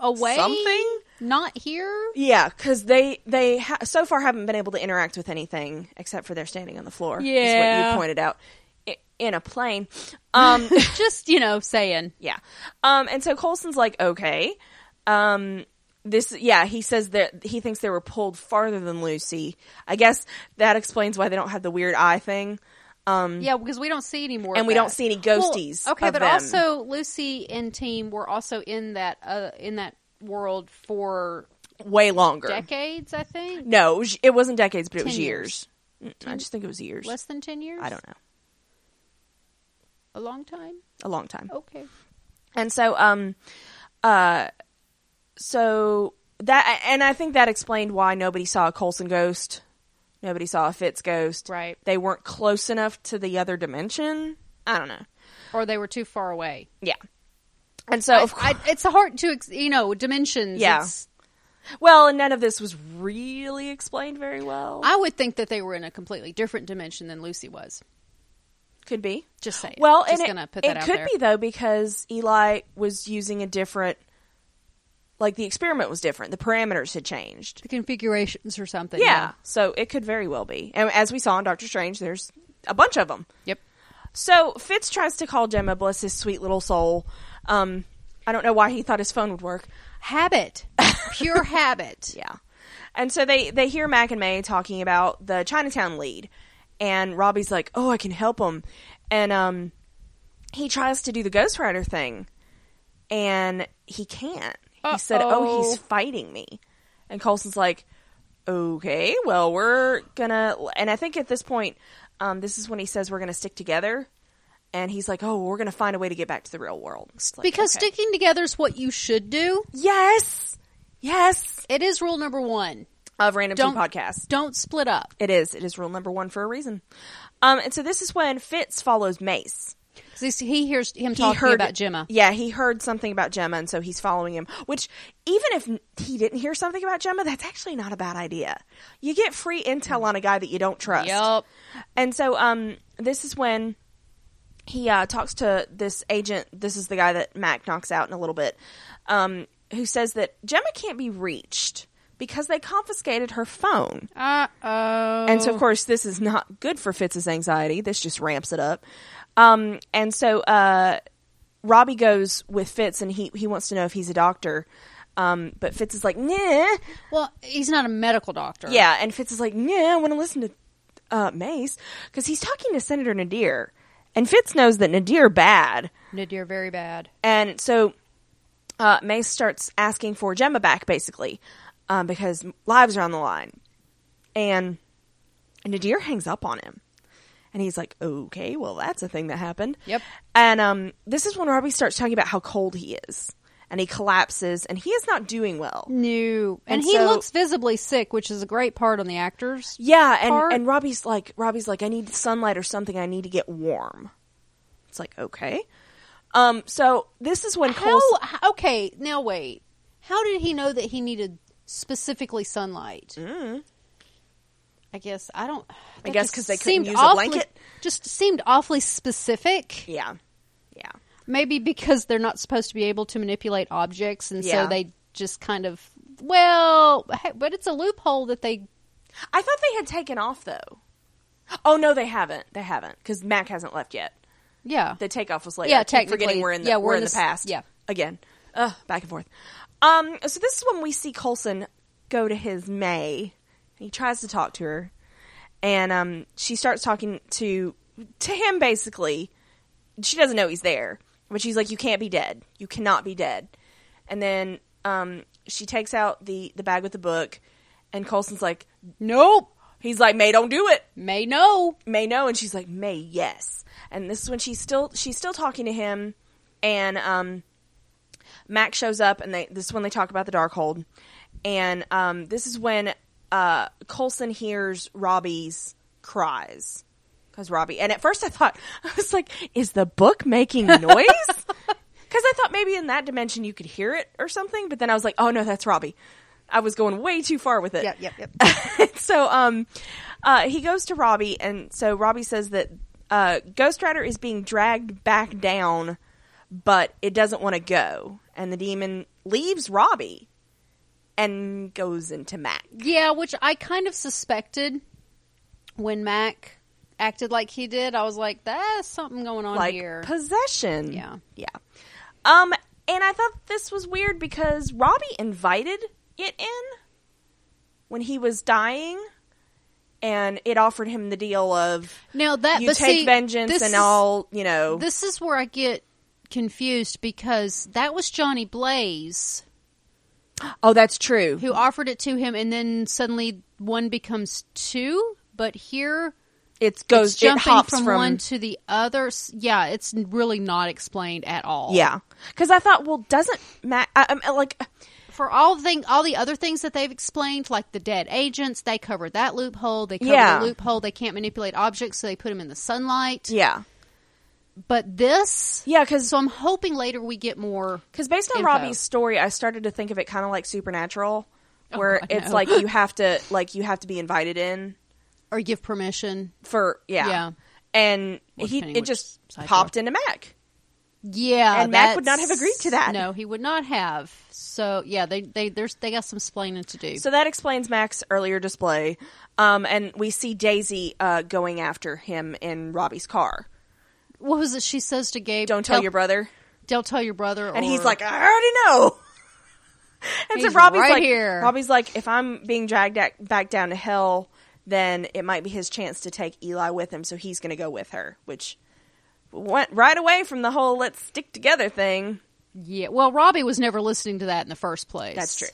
[SPEAKER 2] away,
[SPEAKER 1] Something?
[SPEAKER 2] not here.
[SPEAKER 1] Yeah, because they they ha- so far haven't been able to interact with anything except for they're standing on the floor. is what
[SPEAKER 2] Yeah.
[SPEAKER 1] you pointed out I- in a plane. Um,
[SPEAKER 2] Just you know, saying
[SPEAKER 1] Yeah. Um, and so Colson's like, okay, um, this, yeah, he says that he thinks they were pulled farther than Lucy. I guess that explains why they don't have the weird eye thing.
[SPEAKER 2] Yeah, because we don't see any more,
[SPEAKER 1] And
[SPEAKER 2] of
[SPEAKER 1] we don't
[SPEAKER 2] that.
[SPEAKER 1] see any
[SPEAKER 2] Well,
[SPEAKER 1] ghosties
[SPEAKER 2] okay,
[SPEAKER 1] of
[SPEAKER 2] but
[SPEAKER 1] them.
[SPEAKER 2] also Lucy and team were also in that uh, in that world for
[SPEAKER 1] Way longer.
[SPEAKER 2] decades. I think
[SPEAKER 1] no, it was- it wasn't decades, but it
[SPEAKER 2] Ten
[SPEAKER 1] was years.
[SPEAKER 2] years.
[SPEAKER 1] Mm, I just think it was years.
[SPEAKER 2] less than ten years.
[SPEAKER 1] I don't know.
[SPEAKER 2] A long time.
[SPEAKER 1] A long time.
[SPEAKER 2] Okay.
[SPEAKER 1] And so, um, uh, so that, and I think that explained why nobody saw a Colson ghost. Nobody saw a Fitz ghost.
[SPEAKER 2] Right.
[SPEAKER 1] They weren't close enough to the other dimension. I don't know.
[SPEAKER 2] Or they were too far away.
[SPEAKER 1] Yeah. And so,
[SPEAKER 2] I-
[SPEAKER 1] of course,
[SPEAKER 2] I, it's hard to ex- you know dimensions.
[SPEAKER 1] Yeah.
[SPEAKER 2] It's-
[SPEAKER 1] well, and none of this was really explained very well.
[SPEAKER 2] I would think that they were in a completely different dimension than Lucy was.
[SPEAKER 1] could be.
[SPEAKER 2] Just saying.
[SPEAKER 1] Well,
[SPEAKER 2] just
[SPEAKER 1] and
[SPEAKER 2] gonna
[SPEAKER 1] it,
[SPEAKER 2] put
[SPEAKER 1] it
[SPEAKER 2] that out
[SPEAKER 1] could
[SPEAKER 2] there.
[SPEAKER 1] be though because Eli was using a different, like the experiment was different. The parameters had changed.
[SPEAKER 2] the configurations or something.
[SPEAKER 1] Yeah. So it could very well be. And as we saw in Doctor Strange, there's a bunch of them.
[SPEAKER 2] Yep.
[SPEAKER 1] So Fitz tries to call Gemma, bless his sweet little soul. Um, I don't know why he thought his phone would work.
[SPEAKER 2] Habit. Pure habit.
[SPEAKER 1] Yeah. And so they they hear Mac and May talking about the Chinatown lead, and Robbie's like, "Oh, I can help him," and um, he tries to do the Ghost Rider thing, and he can't. He said, "Oh,
[SPEAKER 2] Uh-oh.
[SPEAKER 1] he's fighting me," and Colson's like, "Okay, well, we're gonna," and I think at this point, um, this is when he says, "We're gonna stick together." And he's like, "Oh, we're gonna find a way to get back to the real world." It's like,
[SPEAKER 2] Because
[SPEAKER 1] okay.
[SPEAKER 2] sticking together is what you should do.
[SPEAKER 1] yes, yes,
[SPEAKER 2] It is rule number one.
[SPEAKER 1] of random Two
[SPEAKER 2] Don't
[SPEAKER 1] podcast.
[SPEAKER 2] Don't split up.
[SPEAKER 1] It is. It is rule number one for a reason. Um, and so this is when Fitz follows Mace.
[SPEAKER 2] 'Cause he's- He hears him talking about Gemma.
[SPEAKER 1] Yeah, he heard something about Gemma, and so he's following him. Which, even if n- he didn't hear something about Gemma, that's actually not a bad idea. You get free intel on a guy that you don't trust.
[SPEAKER 2] Mm. Yup.
[SPEAKER 1] And so, um, this is when he uh, talks to this agent. This is the guy that Mac knocks out in a little bit, um, who says that Gemma can't be reached because they confiscated her phone.
[SPEAKER 2] Uh oh.
[SPEAKER 1] And so, of course, this is not good for Fitz's anxiety. This just ramps it up. Um, and so, uh, Robbie goes with Fitz, and he he wants to know if he's a doctor. Um, but Fitz is like, nah,
[SPEAKER 2] well, he's not a medical doctor.
[SPEAKER 1] yeah. And Fitz is like, nah, I want to listen to uh, Mace because he's talking to Senator Nadir, and Fitz knows that Nadir bad.
[SPEAKER 2] Nadir, very bad.
[SPEAKER 1] And so uh, Mace starts asking for Gemma back, basically, um, because lives are on the line. And Nadir hangs up on him. And he's like, okay, well, that's a thing that happened.
[SPEAKER 2] Yep.
[SPEAKER 1] And um, this is when Robbie starts talking about how cold he is. And he collapses, and he is not doing well.
[SPEAKER 2] No. And,
[SPEAKER 1] And
[SPEAKER 2] he
[SPEAKER 1] so-
[SPEAKER 2] looks visibly sick, which is a great part on the actors.
[SPEAKER 1] Yeah, and,
[SPEAKER 2] part.
[SPEAKER 1] and Robbie's like Robbie's like, I need sunlight or something, I need to get warm. It's like, okay. Um, so this is when
[SPEAKER 2] How?
[SPEAKER 1] Cole
[SPEAKER 2] h- Okay, now wait. How did he know that he needed specifically sunlight? Mm. I guess I don't. that
[SPEAKER 1] guess
[SPEAKER 2] just
[SPEAKER 1] 'cause they couldn't
[SPEAKER 2] seemed
[SPEAKER 1] use a
[SPEAKER 2] awfully-
[SPEAKER 1] blanket.
[SPEAKER 2] Just seemed awfully specific.
[SPEAKER 1] Yeah. Yeah.
[SPEAKER 2] Maybe because they're not supposed to be able to manipulate objects, and
[SPEAKER 1] Yeah.
[SPEAKER 2] so they just kind of well, he- but it's a loophole that they.
[SPEAKER 1] I thought they had taken off though. Oh no, they haven't. They haven't because Mac hasn't left yet.
[SPEAKER 2] Yeah,
[SPEAKER 1] The takeoff was later.
[SPEAKER 2] Yeah,
[SPEAKER 1] I keep forgetting
[SPEAKER 2] technically.
[SPEAKER 1] we're in the
[SPEAKER 2] Yeah,
[SPEAKER 1] we're, in the,
[SPEAKER 2] s-
[SPEAKER 1] past.
[SPEAKER 2] yeah.
[SPEAKER 1] again, Ugh, back and forth. Um, so this is when we see Colson go to his May. He tries to talk to her, and um, she starts talking to to him. Basically, she doesn't know he's there, but she's like, "You can't be dead. You cannot be dead." And then um, she takes out the the bag with the book, and Colson's like,
[SPEAKER 2] Nope.
[SPEAKER 1] he's like, May, don't do it.
[SPEAKER 2] May no.
[SPEAKER 1] May no, and she's like, May, yes. And this is when she's still she's still talking to him, and um, Mac shows up, and they this is when they talk about the Darkhold, and um, this is when uh, Colson hears Robbie's cries. Because Robbie, and at first I thought I was like, "Is the book making noise?" Because I thought maybe in that dimension you could hear it or something. But then I was like, "Oh no, that's Robbie." I was going way too far with it.
[SPEAKER 2] Yep, yep, yep.
[SPEAKER 1] so um uh he goes to Robbie and so Robbie says that uh Ghost Rider is being dragged back down but it doesn't want to go and the demon leaves Robbie and goes into Mac.
[SPEAKER 2] Yeah, which I kind of suspected when Mac acted like he did. I was like, that's something going on
[SPEAKER 1] Like
[SPEAKER 2] here.
[SPEAKER 1] possession.
[SPEAKER 2] Yeah.
[SPEAKER 1] Yeah. Um and I thought this was weird because Robbie invited it in when he was dying and it offered him the deal of
[SPEAKER 2] now that
[SPEAKER 1] you
[SPEAKER 2] Uh, but
[SPEAKER 1] take
[SPEAKER 2] see,
[SPEAKER 1] vengeance
[SPEAKER 2] this
[SPEAKER 1] and
[SPEAKER 2] is-
[SPEAKER 1] all you know
[SPEAKER 2] This is where I get confused because that was Johnny Blaze
[SPEAKER 1] oh that's true
[SPEAKER 2] who offered it to him, and then suddenly one becomes two. But here,
[SPEAKER 1] it goes
[SPEAKER 2] it's
[SPEAKER 1] it
[SPEAKER 2] jumping
[SPEAKER 1] hops
[SPEAKER 2] from,
[SPEAKER 1] from,
[SPEAKER 2] one to the other. S- Yeah, it's really not explained at all.
[SPEAKER 1] yeah because i thought well doesn't matt I, I'm uh, like
[SPEAKER 2] for all thing all the other things that they've explained, like the dead agents, they covered that loophole. They covered
[SPEAKER 1] Yeah.
[SPEAKER 2] the loophole. They can't manipulate objects, so they put them in the sunlight.
[SPEAKER 1] yeah
[SPEAKER 2] But this,
[SPEAKER 1] yeah because
[SPEAKER 2] so I'm hoping later we get more.
[SPEAKER 1] based on
[SPEAKER 2] Info.
[SPEAKER 1] robbie's story i started to think of it kind of like supernatural where
[SPEAKER 2] God,
[SPEAKER 1] it's
[SPEAKER 2] no.
[SPEAKER 1] like you have to like you have to be invited in
[SPEAKER 2] Or give permission.
[SPEAKER 1] for yeah,
[SPEAKER 2] Yeah.
[SPEAKER 1] and
[SPEAKER 2] Well,
[SPEAKER 1] he
[SPEAKER 2] depending
[SPEAKER 1] it
[SPEAKER 2] which
[SPEAKER 1] just
[SPEAKER 2] side you
[SPEAKER 1] popped into mac
[SPEAKER 2] Yeah,
[SPEAKER 1] And Mac would not have
[SPEAKER 2] that's-
[SPEAKER 1] agreed to that.
[SPEAKER 2] No, he would not have. So yeah, they they there's they got some explaining to do.
[SPEAKER 1] so that explains mac's earlier display um, and we see daisy uh, going after him in robbie's car
[SPEAKER 2] what was it she says to Gabe?
[SPEAKER 1] don't tell
[SPEAKER 2] "Don't-
[SPEAKER 1] your brother
[SPEAKER 2] Don't tell your brother.
[SPEAKER 1] And he's
[SPEAKER 2] or-
[SPEAKER 1] like, I already know. and
[SPEAKER 2] He's
[SPEAKER 1] so Robbie's
[SPEAKER 2] right
[SPEAKER 1] like,
[SPEAKER 2] here.
[SPEAKER 1] Robbie's like, if I'm being dragged ac- back down to hell, then it might be his chance to take Eli with him. So he's going to go with her, which went right away from the whole let's stick together thing.
[SPEAKER 2] yeah. Well, Robbie was never listening to that in the first place.
[SPEAKER 1] That's true.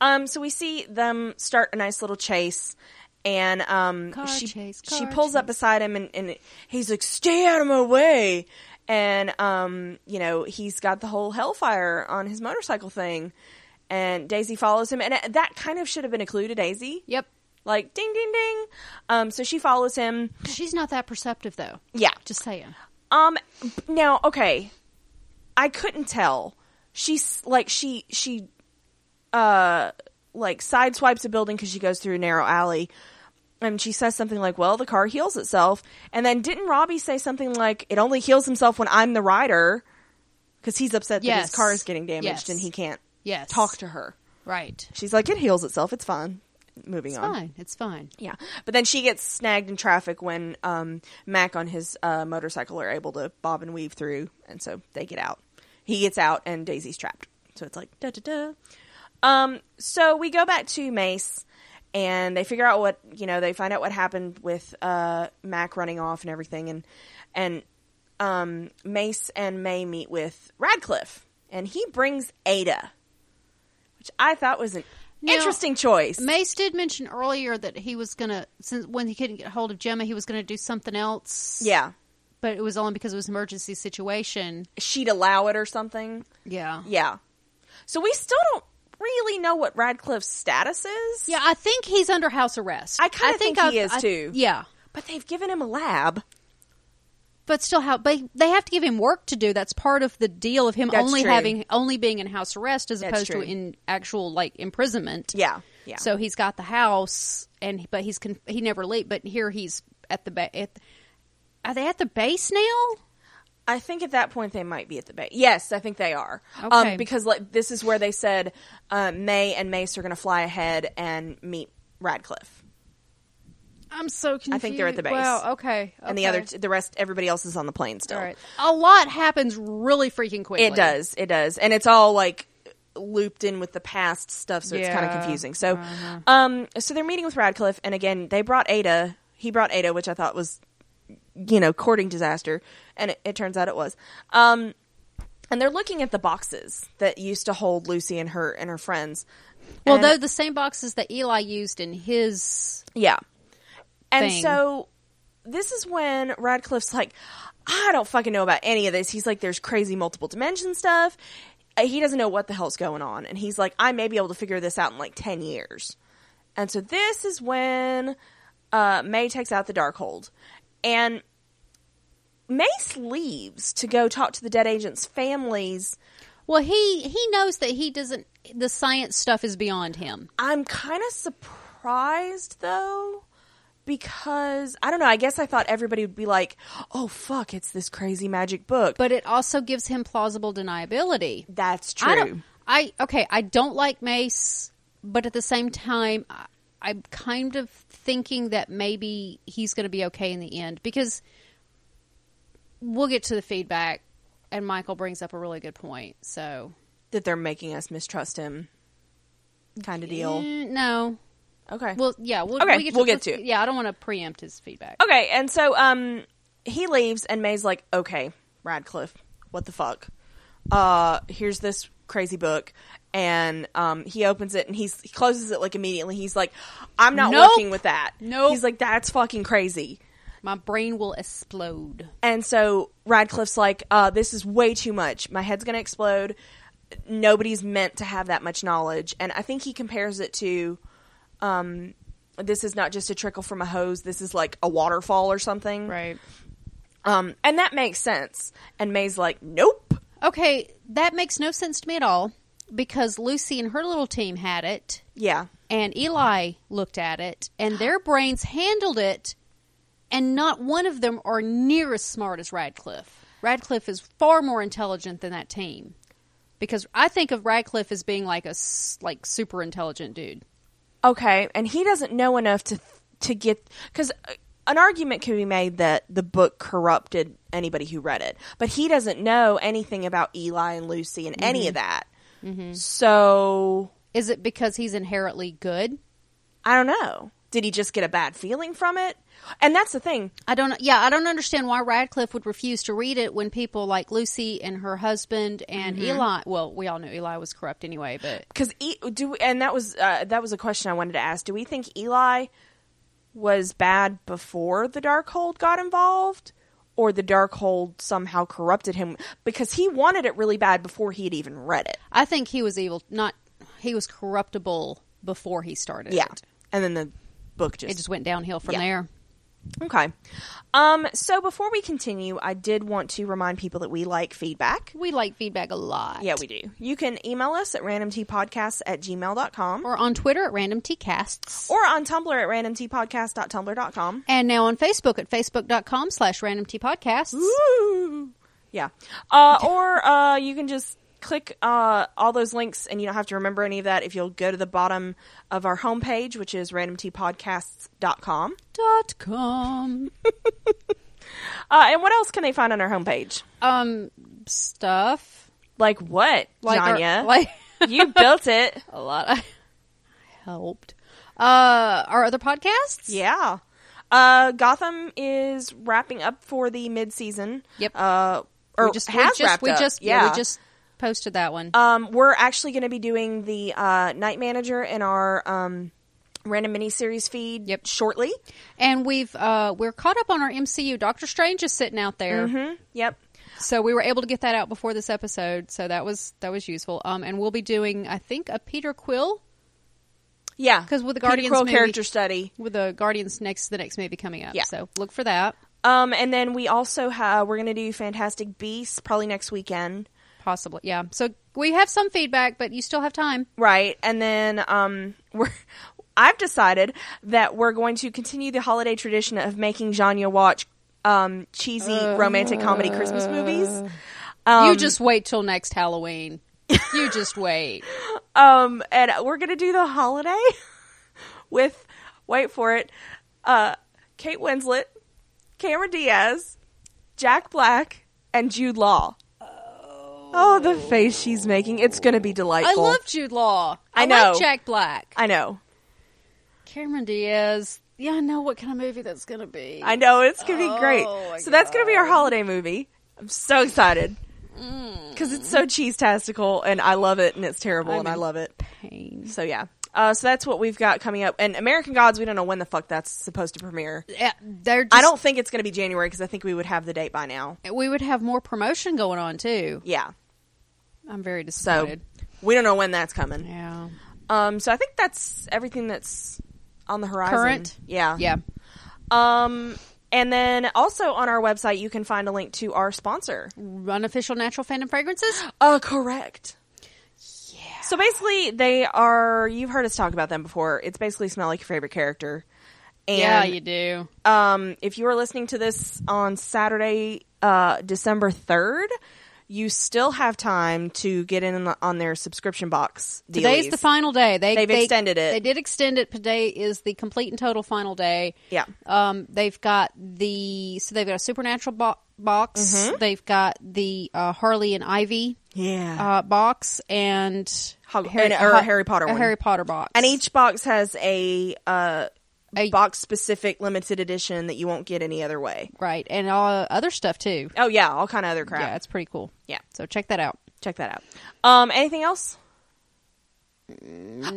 [SPEAKER 1] Um, so we see them start a nice little chase. And um,
[SPEAKER 2] Car
[SPEAKER 1] she
[SPEAKER 2] chase,
[SPEAKER 1] she
[SPEAKER 2] car
[SPEAKER 1] pulls up beside him, and, and he's like, "Stay out of my way!" And um, you know, he's got the whole hellfire on his motorcycle thing, and Daisy follows him, and it- that kind of should have been a clue to Daisy.
[SPEAKER 2] Yep.
[SPEAKER 1] Like ding, ding, ding. Um, so she follows him.
[SPEAKER 2] She's not that perceptive though.
[SPEAKER 1] Yeah.
[SPEAKER 2] Just saying.
[SPEAKER 1] Um. Now, okay, I couldn't tell. She's like she she, uh, like sideswipes a building because she goes through a narrow alley, and she says something like, "Well, the car heals itself." And then didn't Robbie say something like, "It only heals himself when I'm the rider," because he's upset that
[SPEAKER 2] Yes.
[SPEAKER 1] his car is getting damaged
[SPEAKER 2] Yes.
[SPEAKER 1] and he can't
[SPEAKER 2] Yes.
[SPEAKER 1] talk to her.
[SPEAKER 2] Right.
[SPEAKER 1] She's like, "It heals itself. It's fine." Moving on.
[SPEAKER 2] Fine. It's fine.
[SPEAKER 1] Yeah, but then she gets snagged in traffic when um, Mac on his uh, motorcycle are able to bob and weave through, and so they get out. He gets out, and Daisy's trapped. So it's like da da da. Um, so we go back to Mace, and they figure out what you know. They find out what happened with uh, Mac running off and everything, and and um, Mace and May meet with Radcliffe, and he brings Ada, which I thought was an
[SPEAKER 2] Now-
[SPEAKER 1] interesting choice.
[SPEAKER 2] Mace did mention earlier that he was gonna since when he couldn't get hold of Gemma, he was gonna do something else.
[SPEAKER 1] yeah.
[SPEAKER 2] But it was only because it was an emergency situation.
[SPEAKER 1] she'd allow it or something.
[SPEAKER 2] Yeah.
[SPEAKER 1] Yeah. So we still don't really know what Radcliffe's status is.
[SPEAKER 2] Yeah, I think he's under house arrest.
[SPEAKER 1] I kinda think he
[SPEAKER 2] I've-
[SPEAKER 1] is, too.
[SPEAKER 2] Yeah.
[SPEAKER 1] But they've given him a lab.
[SPEAKER 2] But still, how but they have to give him work to do. That's part of the deal of him
[SPEAKER 1] That's
[SPEAKER 2] only
[SPEAKER 1] true.
[SPEAKER 2] having only being in house arrest as
[SPEAKER 1] That's
[SPEAKER 2] opposed
[SPEAKER 1] true.
[SPEAKER 2] to in actual like imprisonment.
[SPEAKER 1] Yeah. Yeah.
[SPEAKER 2] So he's got the house, and but he's con- he never leave. But here he's at the ba- at. Are they at the base now?
[SPEAKER 1] I think at that point they might be at the base. Yes, I think they are.
[SPEAKER 2] Okay.
[SPEAKER 1] Um, because like this is where they said uh, May and Mace are going to fly ahead and meet Radcliffe,
[SPEAKER 2] I'm so confused.
[SPEAKER 1] think they're at the base.
[SPEAKER 2] Wow. Okay.
[SPEAKER 1] and the other, the rest, everybody else is on the plane still.
[SPEAKER 2] All right. A lot happens really freaking quickly.
[SPEAKER 1] It does. It does. And it's all like looped in with the past stuff, so it's kind of
[SPEAKER 2] Yeah.
[SPEAKER 1] confusing. So, um, so they're meeting with Radcliffe, and again, they brought Ada. He brought Ada, which I thought was, you know, courting disaster, and it, it turns out it was. Um, And they're looking at the boxes that used to hold Lucy and her and her friends.
[SPEAKER 2] Well,
[SPEAKER 1] And-
[SPEAKER 2] though the same boxes that Eli used in his
[SPEAKER 1] Yeah. And
[SPEAKER 2] thing.
[SPEAKER 1] so this is when Radcliffe's like, I don't fucking know about any of this. He's like, there's crazy multiple dimension stuff. Uh, He doesn't know what the hell's going on. And he's like, I may be able to figure this out in like 10 years. And so this is when uh, May takes out the Darkhold. And Mace leaves to go talk to the dead agent's families.
[SPEAKER 2] Well, he he knows that he doesn't. The science stuff is beyond him.
[SPEAKER 1] I'm kind of surprised though because I don't know. I guess I thought everybody would be like, "Oh fuck, it's this crazy magic book."
[SPEAKER 2] But it also gives him plausible deniability.
[SPEAKER 1] that's
[SPEAKER 2] I
[SPEAKER 1] true.
[SPEAKER 2] don't. I okay. I don't like Mace, but at the same time, I, I'm kind of thinking that maybe he's going to be okay in the end because we'll get to the feedback, and Michael brings up a really good point. So
[SPEAKER 1] That they're making us mistrust him, kind of deal.
[SPEAKER 2] Mm, no.
[SPEAKER 1] Okay.
[SPEAKER 2] Well, yeah. We'll,
[SPEAKER 1] Okay,
[SPEAKER 2] we
[SPEAKER 1] we'll get to it.
[SPEAKER 2] Yeah, I don't want to preempt his feedback.
[SPEAKER 1] okay, and so um, he leaves, and May's like, "Okay, Radcliffe, what the fuck? Uh, here's this crazy book." And um, he opens it and he's, he closes it like immediately. He's like, "I'm not
[SPEAKER 2] Nope.
[SPEAKER 1] working with that."
[SPEAKER 2] Nope.
[SPEAKER 1] He's like, "That's fucking crazy."
[SPEAKER 2] My brain will explode.
[SPEAKER 1] And so Radcliffe's like, uh, this is way too much. My head's going to explode. Nobody's meant to have that much knowledge. And I think he compares it to um, this is not just a trickle from a hose, this is like a waterfall or something.
[SPEAKER 2] Right.
[SPEAKER 1] Um, and that makes sense. And May's like, nope.
[SPEAKER 2] Okay, that makes no sense to me at all because Lucy and her little team had it,
[SPEAKER 1] Yeah.
[SPEAKER 2] and Eli looked at it, and their brains handled it, and not one of them are near as smart as Radcliffe. Radcliffe is far more intelligent than that team because I think of Radcliffe as being like a s- like super intelligent dude.
[SPEAKER 1] Okay. And he doesn't know enough to, to get. Because an argument can be made that the book corrupted anybody who read it. But he doesn't know anything about Eli and Lucy and any of that. So.
[SPEAKER 2] Is it because he's inherently good?
[SPEAKER 1] I don't know. Did he just get a bad feeling from it? And that's the thing.
[SPEAKER 2] I don't. Yeah, I don't understand why Radcliffe would refuse to read it when people like Lucy and her husband and Eli. Well, we all knew Eli was corrupt anyway, but
[SPEAKER 1] Because e- do and that was uh, that was a question I wanted to ask. Do we think Eli was bad before the Darkhold got involved, or the Darkhold somehow corrupted him? Because he wanted it really bad before he had even read it.
[SPEAKER 2] I think he was evil. Not he was corruptible before he started. it.
[SPEAKER 1] and then the book
[SPEAKER 2] it just went downhill from there.
[SPEAKER 1] okay. Um, so before we continue, I did want to remind people that we like feedback.
[SPEAKER 2] We like feedback a lot.
[SPEAKER 1] Yeah, we do. You can email us at randomtpodcasts at gmail.com.
[SPEAKER 2] Or on Twitter at Random Tea Casts.
[SPEAKER 1] or on Tumblr at randomtpodcast.tumblr.com.
[SPEAKER 2] and now on Facebook at facebook.com slash random tea podcasts.
[SPEAKER 1] Yeah. Uh, or uh, you can just click uh, all those links and you don't have to remember any of that if you'll go to the bottom of our homepage, which is randomtpodcasts.com.
[SPEAKER 2] Dot com.
[SPEAKER 1] Uh, and what else can they find on our homepage?
[SPEAKER 2] um, stuff.
[SPEAKER 1] Like what,
[SPEAKER 2] Like, our-
[SPEAKER 1] Janya?
[SPEAKER 2] like,
[SPEAKER 1] you built it.
[SPEAKER 2] a lot of helped. Uh, our other podcasts.
[SPEAKER 1] Yeah. Uh, Gotham is wrapping up for the mid-season.
[SPEAKER 2] Yep.
[SPEAKER 1] Uh, or
[SPEAKER 2] we just we
[SPEAKER 1] has
[SPEAKER 2] just,
[SPEAKER 1] wrapped
[SPEAKER 2] we
[SPEAKER 1] up.
[SPEAKER 2] just yeah. we just posted that one.
[SPEAKER 1] Um, we're actually going to be doing the uh, Night Manager in our um, random miniseries feed
[SPEAKER 2] Yep.
[SPEAKER 1] shortly.
[SPEAKER 2] and we've uh we're caught up on our MCU. Doctor Strange is sitting out there.
[SPEAKER 1] hmm Yep.
[SPEAKER 2] So we were able to get that out before this episode. So that was that was useful. Um and we'll be doing I think a Peter Quill
[SPEAKER 1] Yeah.
[SPEAKER 2] 'Cause with the
[SPEAKER 1] Peter
[SPEAKER 2] Guardians
[SPEAKER 1] Quill
[SPEAKER 2] movie-
[SPEAKER 1] character study.
[SPEAKER 2] with the Guardians next the next movie coming up.
[SPEAKER 1] Yeah.
[SPEAKER 2] So look for that
[SPEAKER 1] Um, and then we also have we're going to do Fantastic Beasts probably next weekend,
[SPEAKER 2] possibly. Yeah. So we have some feedback, but you still have time.
[SPEAKER 1] right? And then um, we're. I've decided that we're going to continue the holiday tradition of making Janya watch um, cheesy
[SPEAKER 2] Uh,
[SPEAKER 1] romantic comedy Christmas movies.
[SPEAKER 2] you just wait till next Halloween. you just wait.
[SPEAKER 1] Um, and we're gonna do the holiday with wait for it, uh, Kate Winslet, Cameron Diaz, Jack Black, and Jude Law. Oh, the face she's making! It's gonna be
[SPEAKER 2] I
[SPEAKER 1] delightful.
[SPEAKER 2] love Jude Law.
[SPEAKER 1] I
[SPEAKER 2] I,
[SPEAKER 1] know.
[SPEAKER 2] like Jack Black.
[SPEAKER 1] I know.
[SPEAKER 2] Cameron Diaz. Yeah, I know what kind of movie that's going to be.
[SPEAKER 1] I know. It's gonna be great.
[SPEAKER 2] Oh, my
[SPEAKER 1] so that's gonna be our holiday movie. I'm so excited.
[SPEAKER 2] Mm.
[SPEAKER 1] because it's so cheese tastical, and I love it, and it's terrible,
[SPEAKER 2] I'm
[SPEAKER 1] and I
[SPEAKER 2] in
[SPEAKER 1] love it.
[SPEAKER 2] Pain.
[SPEAKER 1] So yeah. Uh, so that's what we've got coming up, and American Gods. We don't know when the fuck that's supposed to premiere.
[SPEAKER 2] Yeah, They're just,
[SPEAKER 1] I don't think it's going to be January because I think we would have the date by now.
[SPEAKER 2] We would have more promotion going on too.
[SPEAKER 1] Yeah.
[SPEAKER 2] I'm very
[SPEAKER 1] So
[SPEAKER 2] disappointed.
[SPEAKER 1] we don't know when that's coming.
[SPEAKER 2] yeah.
[SPEAKER 1] Um. So I think that's everything that's on the horizon.
[SPEAKER 2] Current?
[SPEAKER 1] Yeah.
[SPEAKER 2] Yeah.
[SPEAKER 1] Um. And then also on our website, you can find a link to our sponsor.
[SPEAKER 2] Unofficial natural fandom fragrances.
[SPEAKER 1] Uh, correct. Yeah. So basically, they are. You've heard us talk about them before. It's basically smell like your favorite character. And
[SPEAKER 2] yeah, you do.
[SPEAKER 1] um, if you are listening to this on Saturday, uh, December 3rd, you still have time to get in on their subscription box.
[SPEAKER 2] Today's
[SPEAKER 1] dealies.
[SPEAKER 2] the final day. They,
[SPEAKER 1] They've
[SPEAKER 2] they-
[SPEAKER 1] extended it.
[SPEAKER 2] They did extend it. Today is the complete and total final day.
[SPEAKER 1] Yeah.
[SPEAKER 2] Um, they've got the so they've got a supernatural bo- box.
[SPEAKER 1] Mm-hmm.
[SPEAKER 2] They've got the uh, Harley and Ivy
[SPEAKER 1] Yeah.
[SPEAKER 2] uh, box and
[SPEAKER 1] Hog- and her
[SPEAKER 2] Ho-
[SPEAKER 1] Harry Potter
[SPEAKER 2] a
[SPEAKER 1] one.
[SPEAKER 2] Harry Potter box.
[SPEAKER 1] and each box has a, uh,
[SPEAKER 2] A-
[SPEAKER 1] box specific limited edition that you won't get any other way.
[SPEAKER 2] right and all other stuff too.
[SPEAKER 1] Oh, yeah. All kind of other crap.
[SPEAKER 2] Yeah, it's pretty cool.
[SPEAKER 1] Yeah.
[SPEAKER 2] So check that out.
[SPEAKER 1] Check that out. Um, anything else?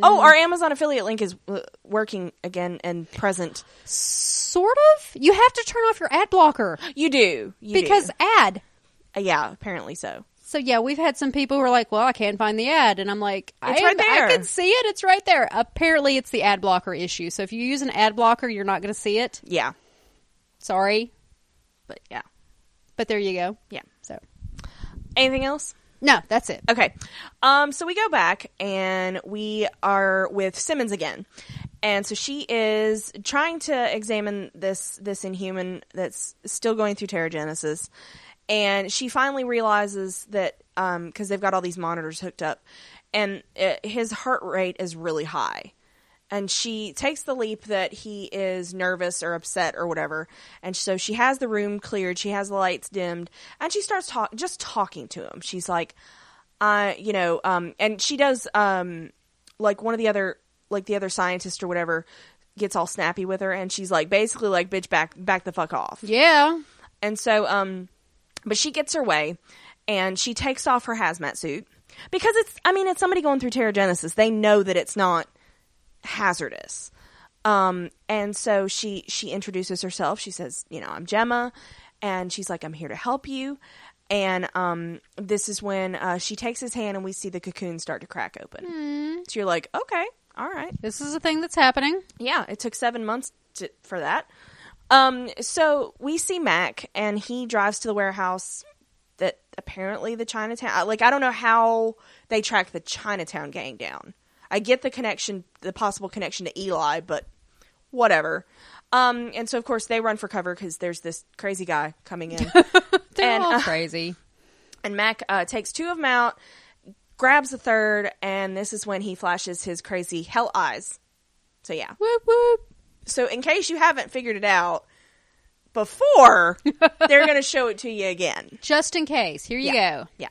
[SPEAKER 1] Oh, our Amazon affiliate link is uh, working again and present.
[SPEAKER 2] Sort of. You have to turn off your ad blocker
[SPEAKER 1] You do. You do.
[SPEAKER 2] because ad.
[SPEAKER 1] Uh, yeah, apparently so.
[SPEAKER 2] So yeah, we've had some people who are like, "Well, I can't find the ad," and I'm like,
[SPEAKER 1] It's
[SPEAKER 2] I,
[SPEAKER 1] right there.
[SPEAKER 2] I can see it. It's right there." Apparently, it's the ad blocker issue. So if you use an ad blocker, you're not going to see it.
[SPEAKER 1] Yeah.
[SPEAKER 2] Sorry,
[SPEAKER 1] But yeah.
[SPEAKER 2] but there you go.
[SPEAKER 1] Yeah.
[SPEAKER 2] So
[SPEAKER 1] Anything else?
[SPEAKER 2] no, that's it.
[SPEAKER 1] Okay. Um, so we go back and we are with Simmons again. And so she is trying to examine this this inhuman that's still going through pterogenesis. And she finally realizes that because they've got all these monitors hooked up, and uh his heart rate is really high. and she takes the leap that he is nervous or upset or whatever and so she has the room cleared she has the lights dimmed and she starts talk just talking to him she's like uh you know um and she does um like one of the other like the other scientist or whatever gets all snappy with her and she's like basically like bitch back back the fuck off
[SPEAKER 2] Yeah,
[SPEAKER 1] and so, um, but she gets her way and she takes off her hazmat suit because it's, I mean, it's somebody going through pterogenesis. They know that it's not hazardous. Um, and so she, she introduces herself. She says, you know, I'm Gemma. And she's like, I'm here to help you. And, um, this is when, uh, she takes his hand and we see the cocoon start to crack open. So you're like, okay, all right.
[SPEAKER 2] this is a thing that's happening.
[SPEAKER 1] Yeah, it took seven months to, for that. Um, so we see Mac, and he drives to the warehouse that apparently the Chinatown. I- Like, I don't know how they track the Chinatown gang down. I get the connection, the possible connection to Eli, but whatever. Um, and so of course they run for cover because there's this crazy guy coming in,
[SPEAKER 2] They're
[SPEAKER 1] And,
[SPEAKER 2] all
[SPEAKER 1] uh,
[SPEAKER 2] crazy.
[SPEAKER 1] and Mac uh, takes two of them out, grabs the third, and this is when he flashes his crazy hell eyes. So yeah,
[SPEAKER 2] Whoop whoop.
[SPEAKER 1] so in case you haven't figured it out before, they're going to show it to you again.
[SPEAKER 2] Just in case, here you go.
[SPEAKER 1] Yeah.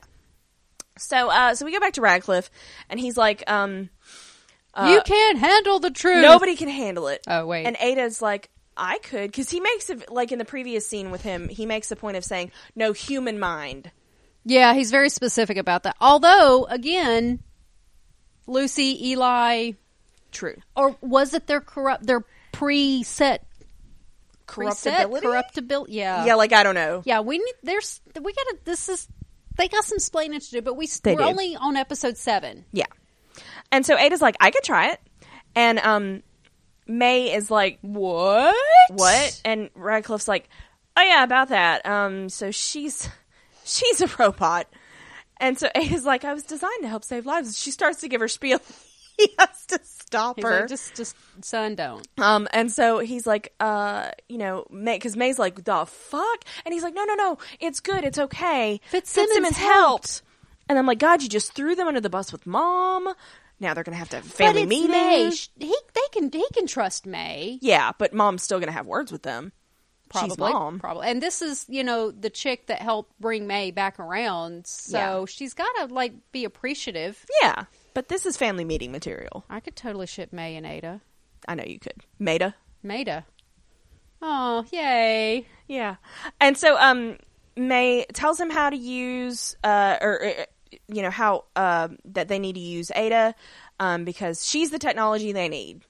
[SPEAKER 1] So uh so we go back to Radcliffe and he's like um
[SPEAKER 2] you can't handle the truth.
[SPEAKER 1] nobody can handle it.
[SPEAKER 2] Hmm. Oh, wait.
[SPEAKER 1] And Ada's like I could cuz he makes a, like in the previous scene with him, he makes a point of saying no human mind.
[SPEAKER 2] Yeah, he's very specific about that. Although, again, Lucy, Eli,
[SPEAKER 1] True.
[SPEAKER 2] or was it their corrupt their preset
[SPEAKER 1] Corruptibility.
[SPEAKER 2] corruptibility yeah
[SPEAKER 1] yeah, like I don't know.
[SPEAKER 2] yeah we need there's we gotta this is they got some splaining to do but we
[SPEAKER 1] They
[SPEAKER 2] we're
[SPEAKER 1] do.
[SPEAKER 2] only on episode seven
[SPEAKER 1] Yeah. And so Ada's like I could try it. And um May is like
[SPEAKER 2] what
[SPEAKER 1] what? And Radcliffe's like, oh yeah, about that. Um, so she's she's a robot, and so Ada's like, I was designed to help save lives. She starts to give her spiel. he has to stop
[SPEAKER 2] He's
[SPEAKER 1] her.
[SPEAKER 2] like, just just son don't
[SPEAKER 1] Um, and so he's like, uh, you know, May, cause May's like, the fuck? And he's like, no, no, no, it's good, it's okay.
[SPEAKER 2] Fitzsimmons
[SPEAKER 1] helped. And I'm like, God, you just threw them under the bus with mom. Now they're gonna have to have a
[SPEAKER 2] but
[SPEAKER 1] family
[SPEAKER 2] it's
[SPEAKER 1] meeting.
[SPEAKER 2] May Sh- he they can he can trust May
[SPEAKER 1] Yeah, but mom's still gonna have words with them.
[SPEAKER 2] probably
[SPEAKER 1] She's mom.
[SPEAKER 2] probably and this is you know the chick that helped bring May back around so
[SPEAKER 1] Yeah.
[SPEAKER 2] she's gotta like be appreciative
[SPEAKER 1] Yeah, but this is family meeting material.
[SPEAKER 2] I could totally ship May and Ada
[SPEAKER 1] I know you could. Maida.
[SPEAKER 2] Maida oh yay
[SPEAKER 1] Yeah. And so um May tells him how to use, uh, or uh, you know how uh, that they need to use Ada um, because she's the technology they need.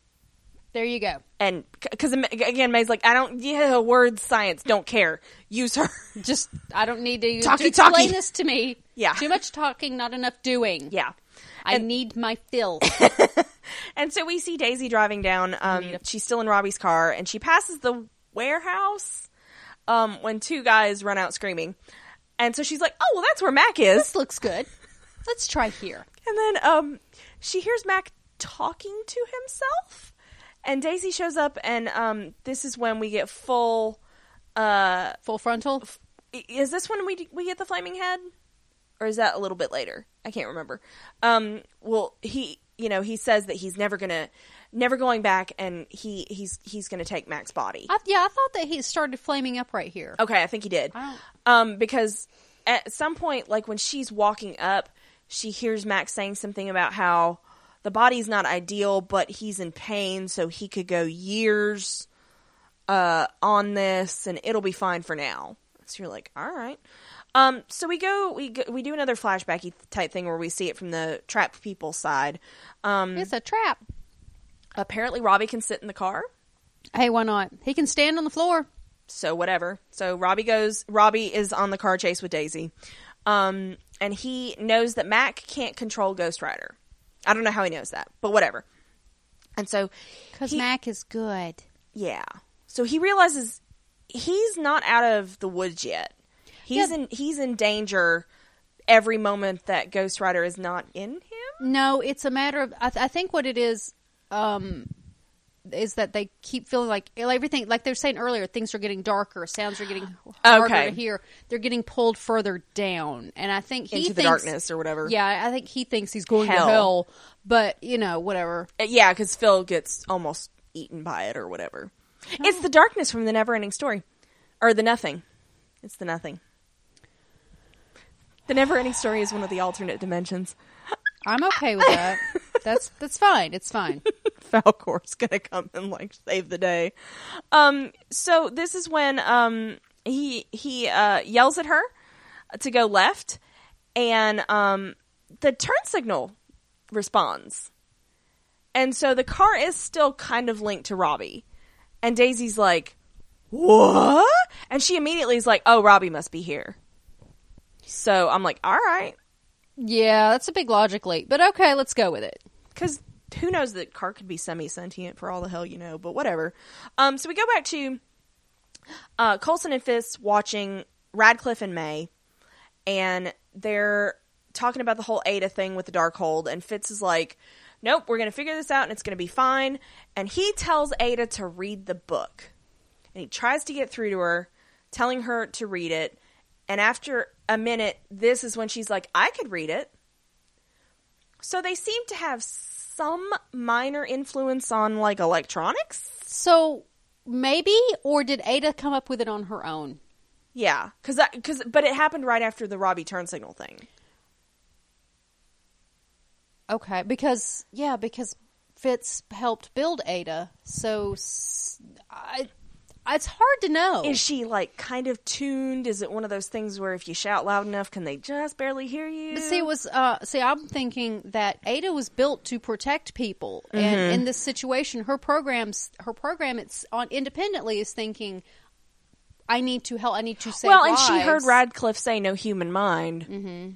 [SPEAKER 2] There you go.
[SPEAKER 1] And because again, May's like, I don't, yeah, words, science, don't care. Use her.
[SPEAKER 2] Just I don't need to,
[SPEAKER 1] Talky,
[SPEAKER 2] to explain
[SPEAKER 1] talky.
[SPEAKER 2] this to me.
[SPEAKER 1] Yeah.
[SPEAKER 2] Too much talking, not enough doing.
[SPEAKER 1] yeah.
[SPEAKER 2] I need my fill.
[SPEAKER 1] And so we see Daisy driving down. Um, she's still in Robbie's car, and she passes the warehouse um, when two guys run out screaming. And so she's like, "Oh, well, that's where Mac is."
[SPEAKER 2] this looks good. Let's try here.
[SPEAKER 1] And then um, she hears Mac talking to himself, and Daisy shows up, and um, this is when we get full. Uh,
[SPEAKER 2] Full frontal.
[SPEAKER 1] i- is this when we we get the flaming head, or is that a little bit later? I can't remember. Um, well, he you know he says that he's never gonna never going back, and he he's he's gonna take Mac's body.
[SPEAKER 2] I, yeah, I thought that he started flaming up right here.
[SPEAKER 1] Okay, I think he did.
[SPEAKER 2] I don't-
[SPEAKER 1] Um, because at some point, like when she's walking up, she hears Max saying something about how the body's not ideal, but he's in pain, so he could go years uh, on this, and it'll be fine for now. So you're like, all right. Um, so we go, we go, we do another flashbacky type thing where we see it from the trapped people side. Um,
[SPEAKER 2] It's a trap.
[SPEAKER 1] apparently, Robbie can sit in the car.
[SPEAKER 2] Hey, why not? He can stand on the floor.
[SPEAKER 1] so whatever. So Robbie goes. Robbie is on the car chase with Daisy, um, and he knows that Mac can't control Ghost Rider. I don't know how he knows that, but whatever. And so,
[SPEAKER 2] Because
[SPEAKER 1] He-
[SPEAKER 2] Mac is good.
[SPEAKER 1] yeah. So he realizes he's not out of the woods yet. He's
[SPEAKER 2] Yeah.
[SPEAKER 1] in he's in danger every moment that Ghost Rider is not in him.
[SPEAKER 2] No, it's a matter of. I, th- I think what it is um, is that they keep feeling like everything, like they were saying earlier, things are getting darker, sounds are getting harder
[SPEAKER 1] Okay.
[SPEAKER 2] to hear. They're getting pulled further down, and I think he
[SPEAKER 1] Into the
[SPEAKER 2] thinks,
[SPEAKER 1] darkness or whatever.
[SPEAKER 2] Yeah, I think he thinks he's going
[SPEAKER 1] Hell.
[SPEAKER 2] to hell, but you know, whatever.
[SPEAKER 1] Uh, Yeah, because Phil gets almost eaten by it or whatever. It's the darkness from the never ending story. Or the nothing. It's the nothing. The never ending story is one of the alternate dimensions.
[SPEAKER 2] I'm okay with that. that's that's fine. It's fine.
[SPEAKER 1] Falcor's gonna come and like save the day. Um so this is when um he he uh yells at her to go left and um the turn signal responds. And so the car is still kind of linked to Robbie. And Daisy's like, What? And she immediately is like, Oh, Robbie must be here. So I'm like, All right.
[SPEAKER 2] Yeah, that's a big logic leap, but okay, let's go with it.
[SPEAKER 1] because who knows that car could be semi sentient for all the hell you know, but whatever. Um, so we go back to uh, Colson and Fisk watching Radcliffe and May, and they're talking about the whole Ada thing with the Darkhold, and Fitz is like, "Nope, we're gonna figure this out, and it's gonna be fine." And he tells Ada to read the book, and he tries to get through to her, telling her to read it. And after a minute, this is when she's like, "I could read it." So they seem to have some minor influence on like electronics.
[SPEAKER 2] So maybe, or did Ada come up with it on her own?
[SPEAKER 1] Yeah, because because but it happened right after the Robbie turn signal thing.
[SPEAKER 2] Okay, because yeah, because Fitz helped build Ada, so s- I, it's hard to know.
[SPEAKER 1] Is she like kind of tuned? Is it one of those things where if you shout loud enough, can they just barely hear you?
[SPEAKER 2] But see, it was uh, see, I'm thinking that Ada was built to protect people,
[SPEAKER 1] Mm-hmm.
[SPEAKER 2] and in this situation, her programs, her program, it's on independently is thinking, I need to help, I need to save.
[SPEAKER 1] well, and she
[SPEAKER 2] lives."
[SPEAKER 1] heard Radcliffe say, "No human mind."
[SPEAKER 2] Mm-hmm.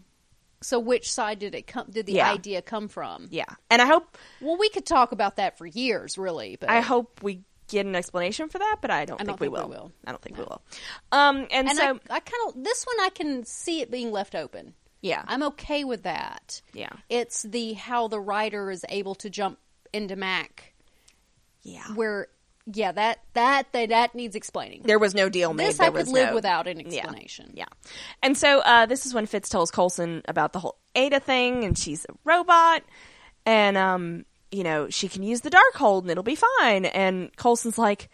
[SPEAKER 2] So, which side did it come? Did the
[SPEAKER 1] Yeah.
[SPEAKER 2] idea come from?
[SPEAKER 1] Yeah, and I hope
[SPEAKER 2] Well, we could talk about that for years, really. But
[SPEAKER 1] I hope we get an explanation for that, but I don't,
[SPEAKER 2] I don't
[SPEAKER 1] think, we,
[SPEAKER 2] think we
[SPEAKER 1] will.
[SPEAKER 2] will.
[SPEAKER 1] I don't think we will. Um, and,
[SPEAKER 2] and
[SPEAKER 1] so
[SPEAKER 2] I, I kind of this one I can see it being left open.
[SPEAKER 1] Yeah.
[SPEAKER 2] I'm okay with that.
[SPEAKER 1] Yeah.
[SPEAKER 2] it's the how the writer is able to jump into Mac
[SPEAKER 1] yeah,
[SPEAKER 2] where yeah that that that, that needs explaining.
[SPEAKER 1] there was no deal made.
[SPEAKER 2] this
[SPEAKER 1] there
[SPEAKER 2] I could
[SPEAKER 1] was
[SPEAKER 2] live
[SPEAKER 1] no-
[SPEAKER 2] without an
[SPEAKER 1] Yeah.
[SPEAKER 2] explanation.
[SPEAKER 1] Yeah. And so uh, this is when Fitz tells Colson about the whole Ada thing, and she's a robot, and um, you know she can use the dark hold, and it'll be fine. And Colson's like,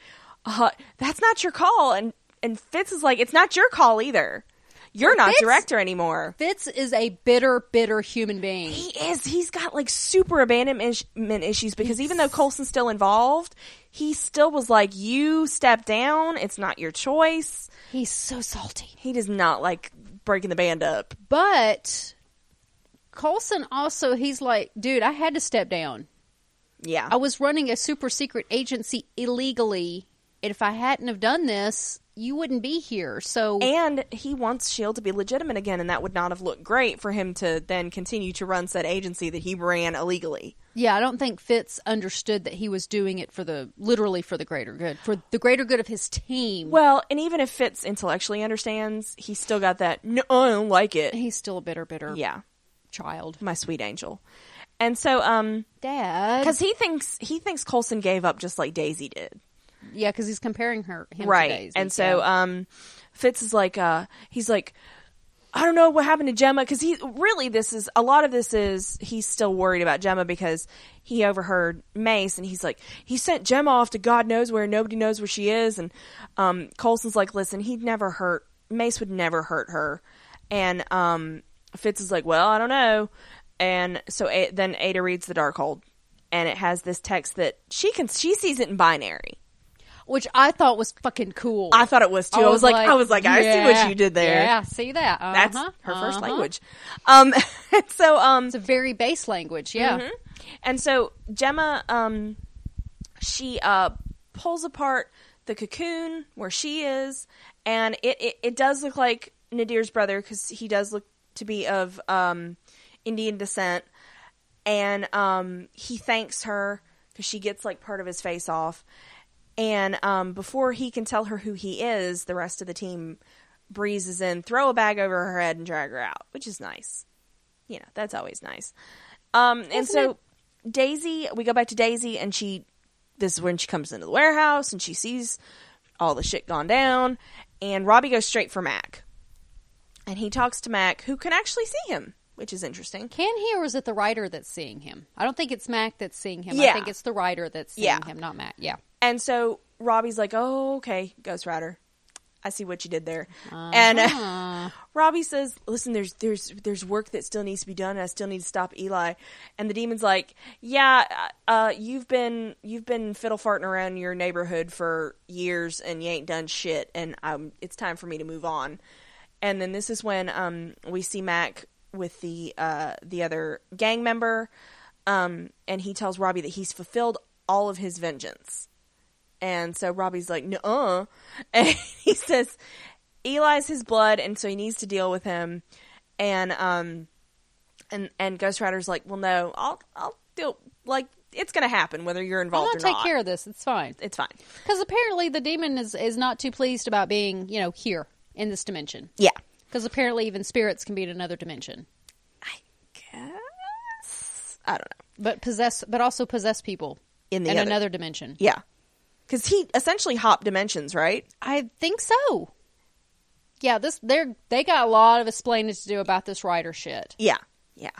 [SPEAKER 1] uh, "That's not your call," and and Fitz is like, "It's not your call either. You're not
[SPEAKER 2] Fitz-
[SPEAKER 1] director anymore."
[SPEAKER 2] Fitz is a bitter, bitter human being.
[SPEAKER 1] He is. He's got like super abandonment issues because even though Colson's still involved, he still was like, "You step down. It's not your choice."
[SPEAKER 2] He's so salty.
[SPEAKER 1] He does not like breaking the band up.
[SPEAKER 2] But Colson also, he's like, dude, I had to step down.
[SPEAKER 1] Yeah,
[SPEAKER 2] I was running a super secret agency illegally. And if I hadn't have done this, you wouldn't be here. So
[SPEAKER 1] and he wants Shield E to be legitimate again, and that would not have looked great for him to then continue to run said agency that he ran illegally.
[SPEAKER 2] yeah, I don't think Fitz understood that he was doing it for the literally for the greater good, for the greater good of his team.
[SPEAKER 1] Well, and even if Fitz intellectually understands, he's still got that. No, I don't like it.
[SPEAKER 2] he's still a bitter, bitter
[SPEAKER 1] Yeah,
[SPEAKER 2] child.
[SPEAKER 1] my sweet angel. And so, um,
[SPEAKER 2] Dad,
[SPEAKER 1] because he thinks he thinks Colson gave up just like Daisy did.
[SPEAKER 2] yeah, because he's comparing her him to
[SPEAKER 1] right
[SPEAKER 2] Daisy,
[SPEAKER 1] and so um fitz is like uh he's like i don't know what happened to gemma because he really this is a lot of this is he's still worried about gemma because he overheard mace and he's like he sent gemma off to god knows where nobody knows where she is and um colson's like listen he'd never hurt mace would never hurt her and um fitz is like well i don't know and so a- then ada reads the dark hold and it has this text that she can she sees it in binary
[SPEAKER 2] which I thought was fucking cool.
[SPEAKER 1] I thought it was too. I was, like, I was like, I see
[SPEAKER 2] yeah,
[SPEAKER 1] what you did there.
[SPEAKER 2] Yeah, see that? Uh-huh,
[SPEAKER 1] That's her 1st
[SPEAKER 2] uh-huh.
[SPEAKER 1] language. Um, and so, um,
[SPEAKER 2] It's a very base language. Yeah,
[SPEAKER 1] Mm-hmm. and so Gemma, um, she uh pulls apart the cocoon where she is, and it it, it does look like Nadir's brother because he does look to be of um Indian descent, and um he thanks her because she gets like part of his face off, and um before he can tell her who he is, the rest of the team breezes in, throw a bag over her head, and drag her out, which is nice you know, that's always nice. Um, and so Daisy, we go back to Daisy, and she, this is when she comes into the warehouse and she sees all the shit gone down. And Robbie goes straight for Mac. And he talks to Mac, who can actually see him, which is interesting.
[SPEAKER 2] Can he, or is it the writer that's seeing him? I don't think it's Mac that's seeing him. I
[SPEAKER 1] Yeah.
[SPEAKER 2] think it's the writer that's seeing
[SPEAKER 1] Yeah.
[SPEAKER 2] him, not Mac. Yeah.
[SPEAKER 1] And so Robbie's like, "Oh, okay, Ghost Rider, I see what you did there." And uh, Robbie says, "Listen, there's there's there's work that still needs to be done. And I still need to stop Eli." And the demon's like, "Yeah, uh, you've been you've been fiddle farting around your neighborhood for years, and you ain't done shit. And um, it's time for me to move on." And then this is when um, we see Mac with the uh, the other gang member, um, and he tells Robbie that he's fulfilled all of his vengeance. And so Robbie's like, "Nuh," and he says, "Eli's his blood, and so he needs to deal with him." And um, and and Ghost Rider's like, "Well, no, I'll I'll deal. Like, it's gonna happen whether you're
[SPEAKER 2] I'm
[SPEAKER 1] involved
[SPEAKER 2] going
[SPEAKER 1] or
[SPEAKER 2] to take
[SPEAKER 1] not.
[SPEAKER 2] care of this. It's fine.
[SPEAKER 1] It's fine."
[SPEAKER 2] Because apparently the demon is, is not too pleased about being, you know, here in this dimension.
[SPEAKER 1] Yeah,
[SPEAKER 2] Because apparently even spirits can be in another dimension.
[SPEAKER 1] I guess I don't know.
[SPEAKER 2] But possess, but also possess people
[SPEAKER 1] In the other-
[SPEAKER 2] another dimension.
[SPEAKER 1] Yeah, because he essentially hopped dimensions, right?
[SPEAKER 2] I think so. Yeah, this they're they got a lot of explaining to do about this writer shit.
[SPEAKER 1] Yeah, yeah.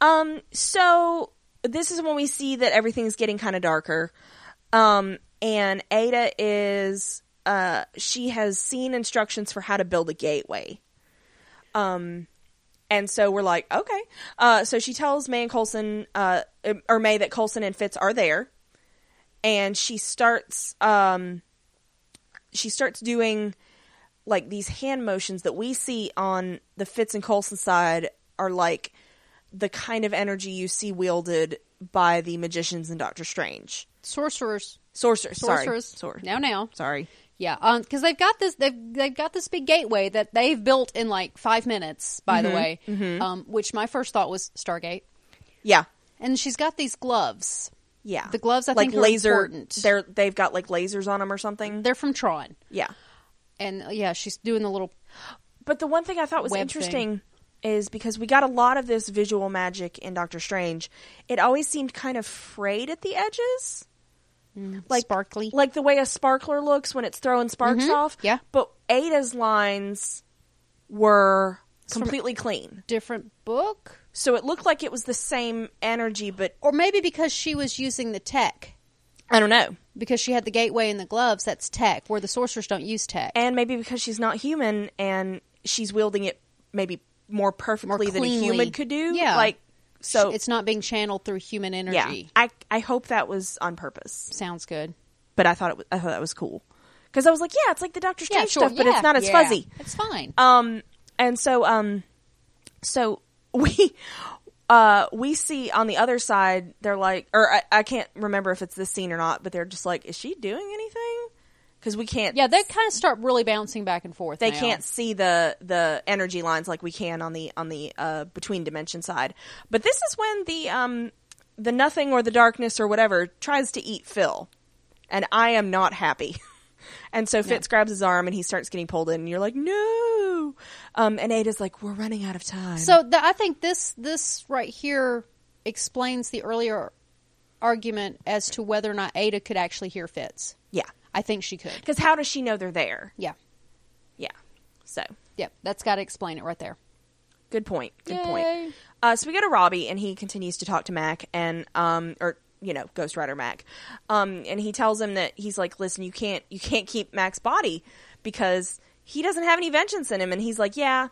[SPEAKER 1] Um, so this is when we see that everything's getting kind of darker. Um, and Ada is uh, she has seen instructions for how to build a gateway. Um, and so we're like, okay. Uh, so she tells May and Colson, uh, or May that Colson and Fitz are there, and she starts, um, she starts doing like these hand motions that we see on the Fitz and Colson side are like the kind of energy you see wielded by the magicians and Doctor Strange,
[SPEAKER 2] Sorcerers,
[SPEAKER 1] sorcerers,
[SPEAKER 2] sorcerers.
[SPEAKER 1] sorry, sorcerers.
[SPEAKER 2] Now, now,
[SPEAKER 1] Sorry.
[SPEAKER 2] Yeah, because they've got this they've they've got this big gateway that they've built in like five minutes. By
[SPEAKER 1] Mm-hmm.
[SPEAKER 2] the way, Um, which my first thought was Stargate,
[SPEAKER 1] Yeah.
[SPEAKER 2] and she's got these gloves.
[SPEAKER 1] Yeah.
[SPEAKER 2] The gloves, I
[SPEAKER 1] like
[SPEAKER 2] think, are
[SPEAKER 1] laser,
[SPEAKER 2] important.
[SPEAKER 1] They're they've got like lasers on them or something.
[SPEAKER 2] They're from Tron,
[SPEAKER 1] yeah.
[SPEAKER 2] and uh, yeah, she's doing the little
[SPEAKER 1] But the one thing I thought was
[SPEAKER 2] Web
[SPEAKER 1] interesting is because we got a lot of this visual magic in Doctor Strange, it always seemed kind of frayed at the edges,
[SPEAKER 2] like sparkly.
[SPEAKER 1] like the way a sparkler looks when it's throwing sparks off.
[SPEAKER 2] Yeah.
[SPEAKER 1] But Ada's lines were completely clean.
[SPEAKER 2] different book,
[SPEAKER 1] So it looked like it was the same energy, but
[SPEAKER 2] or maybe because she was using the tech.
[SPEAKER 1] I don't know.
[SPEAKER 2] Because she had the gateway and the gloves, that's tech. Where the sorcerers don't use tech.
[SPEAKER 1] and maybe because she's not human and she's wielding it maybe more perfectly than a
[SPEAKER 2] cleanly.
[SPEAKER 1] human could do.
[SPEAKER 2] Yeah.
[SPEAKER 1] Like so
[SPEAKER 2] it's not being channeled through human energy.
[SPEAKER 1] yeah. I I hope that was on purpose.
[SPEAKER 2] Sounds good.
[SPEAKER 1] but I thought it was, I thought that was cool because I was like, yeah, it's like the Doctor Strange
[SPEAKER 2] yeah, sure,
[SPEAKER 1] stuff, but
[SPEAKER 2] yeah,
[SPEAKER 1] it's not as
[SPEAKER 2] yeah.
[SPEAKER 1] fuzzy.
[SPEAKER 2] It's fine.
[SPEAKER 1] Um, and so, um, so we, uh, we see on the other side, they're like, or I, I can't remember if it's this scene or not, but they're just like, is she doing anything? Because we can't.
[SPEAKER 2] yeah, they kind of start really bouncing back and forth.
[SPEAKER 1] They
[SPEAKER 2] now.
[SPEAKER 1] can't see the the energy lines like we can on the on the uh, between dimension side. But this is when the um the nothing or the darkness or whatever tries to eat Phil, and I am not happy. and so Fitz grabs his arm and he starts getting pulled in, and you're like, no. Um, and Ada's like, we're running out of time.
[SPEAKER 2] So th I think this this right here explains the earlier argument as to whether or not Ada could actually hear Fitz.
[SPEAKER 1] yeah,
[SPEAKER 2] I think she could.
[SPEAKER 1] because how does she know they're there?
[SPEAKER 2] Yeah.
[SPEAKER 1] Yeah, so
[SPEAKER 2] Yep. That's got to explain it right there.
[SPEAKER 1] Good point. Good
[SPEAKER 2] Yay.
[SPEAKER 1] point. Uh, so we go to Robbie, and he continues to talk to Mac, and um, or you know, Ghost Rider Mac, um, and he tells him that he's like, listen, you can't, you can't keep Mac's body because he doesn't have any vengeance in him, and he's like, yeah,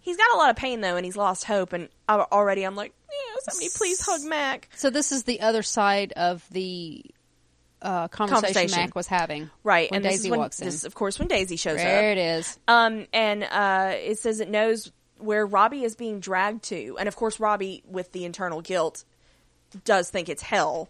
[SPEAKER 1] he's got a lot of pain though, and he's lost hope, and I, already I'm like, yeah, somebody please hug Mac,
[SPEAKER 2] So this is the other side of the uh, conversation,
[SPEAKER 1] Conversation.
[SPEAKER 2] Mac was having.
[SPEAKER 1] right?
[SPEAKER 2] When
[SPEAKER 1] and
[SPEAKER 2] Daisy
[SPEAKER 1] this is when,
[SPEAKER 2] walks in.
[SPEAKER 1] this is, of course, when Daisy shows up.
[SPEAKER 2] there it is.
[SPEAKER 1] Um, and uh, it says it knows where Robbie is being dragged to, and of course, Robbie, with the internal guilt, does think it's hell.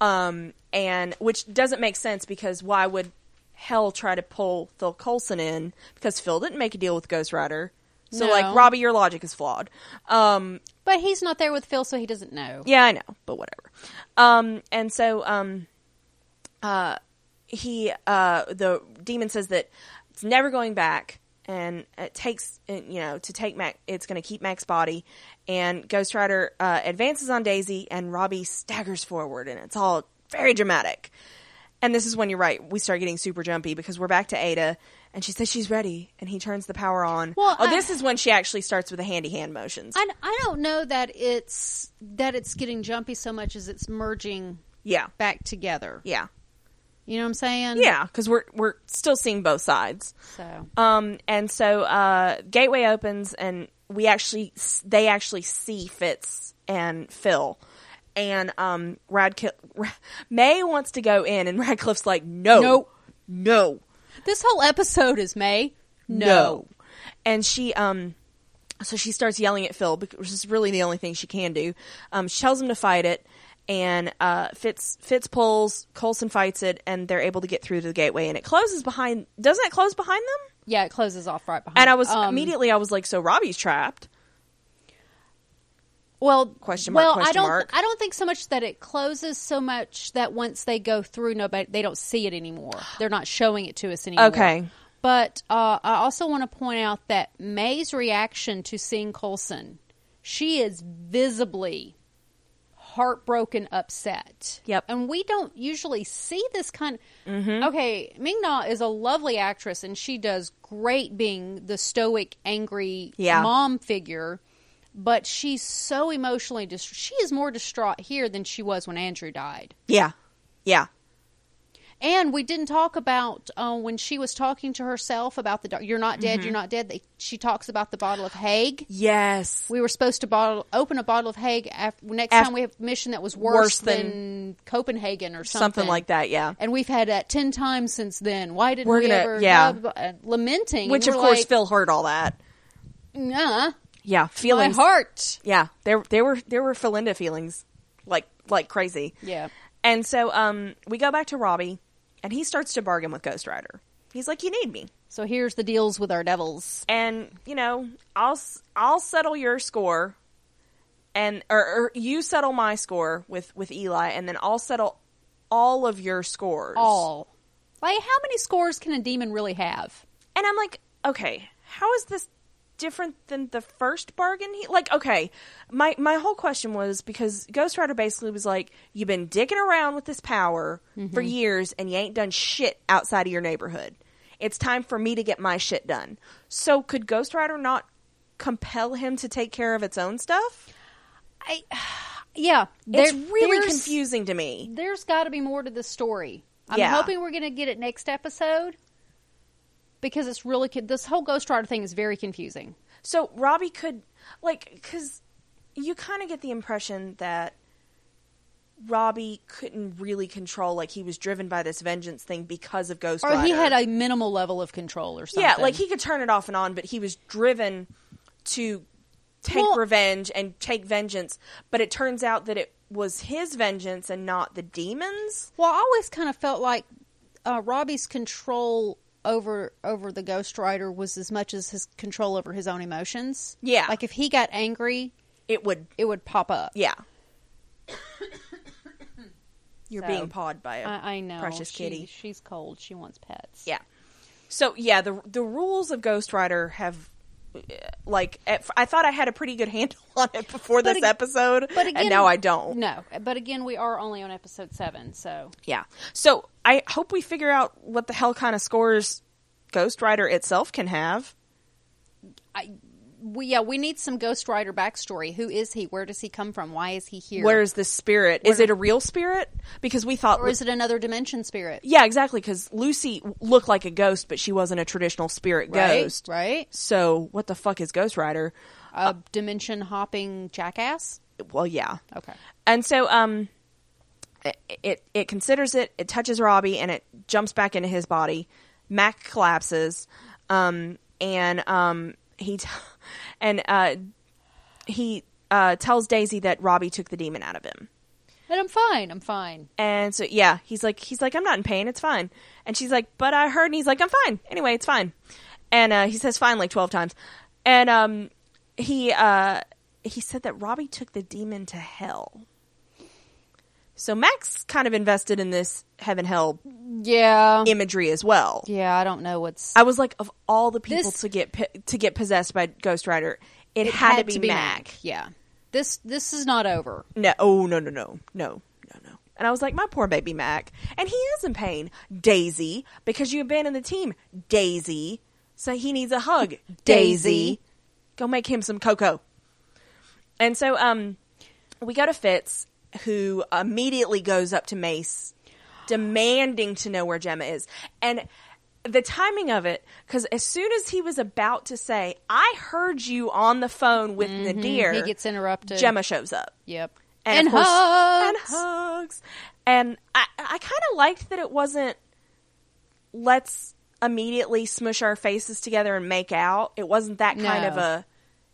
[SPEAKER 1] Um, and which doesn't make sense because why would hell try to pull Phil Coulson in? Because Phil didn't make a deal with Ghost Rider, so
[SPEAKER 2] No.
[SPEAKER 1] like Robbie, your logic is flawed. Um,
[SPEAKER 2] But he's not there with Phil, so he doesn't know.
[SPEAKER 1] yeah, I know, but whatever. Um, and so, um, uh, he, uh, the demon says that it's never going back, and it takes, uh, you know, to take Mac, it's going to keep Mac's body. And Ghost Rider uh, advances on Daisy, and Robbie staggers forward, and it's all very dramatic. And this is when you're right. We start getting super jumpy because we're back to Ada, and she says she's ready, and he turns the power on.
[SPEAKER 2] Well,
[SPEAKER 1] oh,
[SPEAKER 2] I-
[SPEAKER 1] this is when she actually starts with the handy hand motions.
[SPEAKER 2] I, I don't know that it's that it's getting jumpy so much as it's merging
[SPEAKER 1] yeah,
[SPEAKER 2] back together.
[SPEAKER 1] yeah.
[SPEAKER 2] You know what I'm saying?
[SPEAKER 1] Yeah, because we're we're still seeing both sides.
[SPEAKER 2] So
[SPEAKER 1] Um, and so uh, gateway opens, and we actually they actually see Fitz and Phil, and um, Radcliffe May wants to go in, and Radcliffe's like, no,
[SPEAKER 2] No.
[SPEAKER 1] no,
[SPEAKER 2] this whole episode is May.
[SPEAKER 1] no,
[SPEAKER 2] No.
[SPEAKER 1] and she um. So she starts yelling at Phil, bec- which is really the only thing she can do. Um, she tells him to fight it, and uh, Fitz Fitz pulls. Colson fights it, and they're able to get through to the gateway. And it closes behind. Doesn't it close behind them?
[SPEAKER 2] Yeah, it closes off right behind.
[SPEAKER 1] And I was
[SPEAKER 2] um,
[SPEAKER 1] immediately, I was like, so Robbie's trapped.
[SPEAKER 2] well
[SPEAKER 1] Question mark,
[SPEAKER 2] Well, I
[SPEAKER 1] question
[SPEAKER 2] don't.
[SPEAKER 1] mark.
[SPEAKER 2] I don't think so much that it closes so much that once they go through, nobody they don't see it anymore. They're not showing it to us anymore.
[SPEAKER 1] Okay.
[SPEAKER 2] But uh, I also want to point out that May's reaction to seeing Colson, she is visibly heartbroken, upset.
[SPEAKER 1] Yep. Mm-hmm.
[SPEAKER 2] And we don't usually see this kind. Okay, Ming Na is a lovely actress, and she does great being the stoic, angry
[SPEAKER 1] Yeah.
[SPEAKER 2] mom figure. But she's so emotionally dis- she is more distraught here than she was when Andrew died.
[SPEAKER 1] Yeah. Yeah.
[SPEAKER 2] And we didn't talk about uh, when she was talking to herself about the do- you're not dead,
[SPEAKER 1] Mm-hmm.
[SPEAKER 2] you're not dead. They, she talks about the bottle of Haig.
[SPEAKER 1] Yes.
[SPEAKER 2] We were supposed to bottle open a bottle of Haig af- next
[SPEAKER 1] Af-
[SPEAKER 2] time we have a mission that was worse,
[SPEAKER 1] Worse
[SPEAKER 2] than,
[SPEAKER 1] than-
[SPEAKER 2] Copenhagen or
[SPEAKER 1] Something,
[SPEAKER 2] something.
[SPEAKER 1] like that. Yeah.
[SPEAKER 2] And we've had that ten times since then. Why didn't
[SPEAKER 1] We're
[SPEAKER 2] we
[SPEAKER 1] gonna-
[SPEAKER 2] ever?
[SPEAKER 1] yeah.
[SPEAKER 2] blah, blah, blah, and lamenting, and
[SPEAKER 1] Which of
[SPEAKER 2] we're
[SPEAKER 1] course
[SPEAKER 2] like,
[SPEAKER 1] Phil heard all that.
[SPEAKER 2] Nah,
[SPEAKER 1] Yeah.
[SPEAKER 2] my
[SPEAKER 1] Feelings.
[SPEAKER 2] heart.
[SPEAKER 1] Yeah. There, there were, there were Philinda feelings like, like crazy.
[SPEAKER 2] Yeah.
[SPEAKER 1] And so, um, we go back to Robbie and he starts to bargain with Ghost Rider. He's like, you need me.
[SPEAKER 2] So here's the deals with our devils.
[SPEAKER 1] and you know i'll s- i'll settle your score and or, or you settle my score with with eli and then i'll settle all of your scores
[SPEAKER 2] All. Like, how many scores can a demon really have?
[SPEAKER 1] and i'm like okay how is this different than the first bargain he like okay my my whole question was because ghost rider basically was like you've been dicking around with this power
[SPEAKER 2] Mm-hmm.
[SPEAKER 1] for years and you ain't done shit outside of your neighborhood it's time for me to get my shit done so could ghost rider not compel him to take care of its own stuff
[SPEAKER 2] I, yeah,
[SPEAKER 1] it's
[SPEAKER 2] there-
[SPEAKER 1] really
[SPEAKER 2] there's-
[SPEAKER 1] confusing to me
[SPEAKER 2] There's got to be more to this story. I'm
[SPEAKER 1] Yeah.
[SPEAKER 2] hoping we're going to get it next episode because it's really con- this whole Ghost Rider thing is very confusing.
[SPEAKER 1] So Robbie could like cuz you kind of get the impression that Robbie couldn't really control. Like he was driven by this vengeance thing because of Ghost
[SPEAKER 2] or
[SPEAKER 1] Rider.
[SPEAKER 2] he had a minimal level of control or something.
[SPEAKER 1] yeah, like he could turn it off and on, but he was driven to take
[SPEAKER 2] Well-
[SPEAKER 1] revenge and take vengeance. But it turns out that it was his vengeance and not the demons.
[SPEAKER 2] Well, I always kind of felt like uh, Robbie's control over over the Ghost Rider was as much as his control over his own emotions.
[SPEAKER 1] Yeah.
[SPEAKER 2] like if he got angry,
[SPEAKER 1] It would,
[SPEAKER 2] it would pop up.
[SPEAKER 1] yeah. You're
[SPEAKER 2] So,
[SPEAKER 1] being pawed by a
[SPEAKER 2] I, I know.
[SPEAKER 1] precious
[SPEAKER 2] She-
[SPEAKER 1] kitty.
[SPEAKER 2] She's cold. She wants pets.
[SPEAKER 1] Yeah. So yeah, the the rules of Ghost Rider have uh, like at, I thought I had a pretty good handle on it before
[SPEAKER 2] But
[SPEAKER 1] this
[SPEAKER 2] ag-
[SPEAKER 1] episode,
[SPEAKER 2] but again,
[SPEAKER 1] and now I don't.
[SPEAKER 2] No, but again, we are only on episode seven, so
[SPEAKER 1] Yeah. So I hope we figure out what the hell kind of scores Ghost Rider itself can have.
[SPEAKER 2] we yeah we need some Ghost Rider backstory. Who is he? Where does he come from? Why is he here?
[SPEAKER 1] Where is the spirit? Is it a real spirit? Because we thought
[SPEAKER 2] or is it another dimension spirit?
[SPEAKER 1] Yeah, exactly cuz Lucy looked like a ghost but she wasn't a traditional spirit
[SPEAKER 2] Right?
[SPEAKER 1] ghost. Uh,
[SPEAKER 2] right?
[SPEAKER 1] So what the fuck is Ghost Rider?
[SPEAKER 2] A dimension hopping jackass.
[SPEAKER 1] Well, yeah.
[SPEAKER 2] Okay.
[SPEAKER 1] And so um it, it it considers it, it touches Robbie and it jumps back into his body. Mac collapses um and um he t- and uh he uh tells Daisy that Robbie took the demon out of him.
[SPEAKER 2] But I'm fine. I'm fine.
[SPEAKER 1] And so yeah, he's like he's like I'm not in pain, it's fine. And she's like, "But I heard." And he's like, "I'm fine. Anyway, it's fine." And uh he says fine like 12 times. And um he uh he said that Robbie took the demon to hell. So Max kind of invested in this heaven hell
[SPEAKER 2] Yeah.
[SPEAKER 1] imagery as well.
[SPEAKER 2] yeah, I don't know what's.
[SPEAKER 1] I was like of all the people
[SPEAKER 2] This-
[SPEAKER 1] to get pi- to get possessed by Ghost Rider, it, had, to be, Mac.
[SPEAKER 2] Yeah. This this is not over.
[SPEAKER 1] No, oh no, no, no, no, no, no. And I was like, my poor baby Mac, and he is in pain, Daisy, because you abandoned the team, Daisy. So he needs a hug, Daisy.
[SPEAKER 2] Daisy.
[SPEAKER 1] Go make him some cocoa. And so, um, we go to Fitz, who immediately goes up to Mace, demanding to know where Gemma is, and. The timing of it, because as soon as he was about to say, "I heard you on the phone with Nadir,"
[SPEAKER 2] Mm-hmm. He gets interrupted.
[SPEAKER 1] Gemma shows up
[SPEAKER 2] Yep.
[SPEAKER 1] and,
[SPEAKER 2] And,
[SPEAKER 1] of course-
[SPEAKER 2] hugs.
[SPEAKER 1] and hugs. And I, I kind of liked that it wasn't. Let's immediately smush our faces together and make out. It wasn't that kind
[SPEAKER 2] No.
[SPEAKER 1] of
[SPEAKER 2] Mm-hmm.
[SPEAKER 1] a.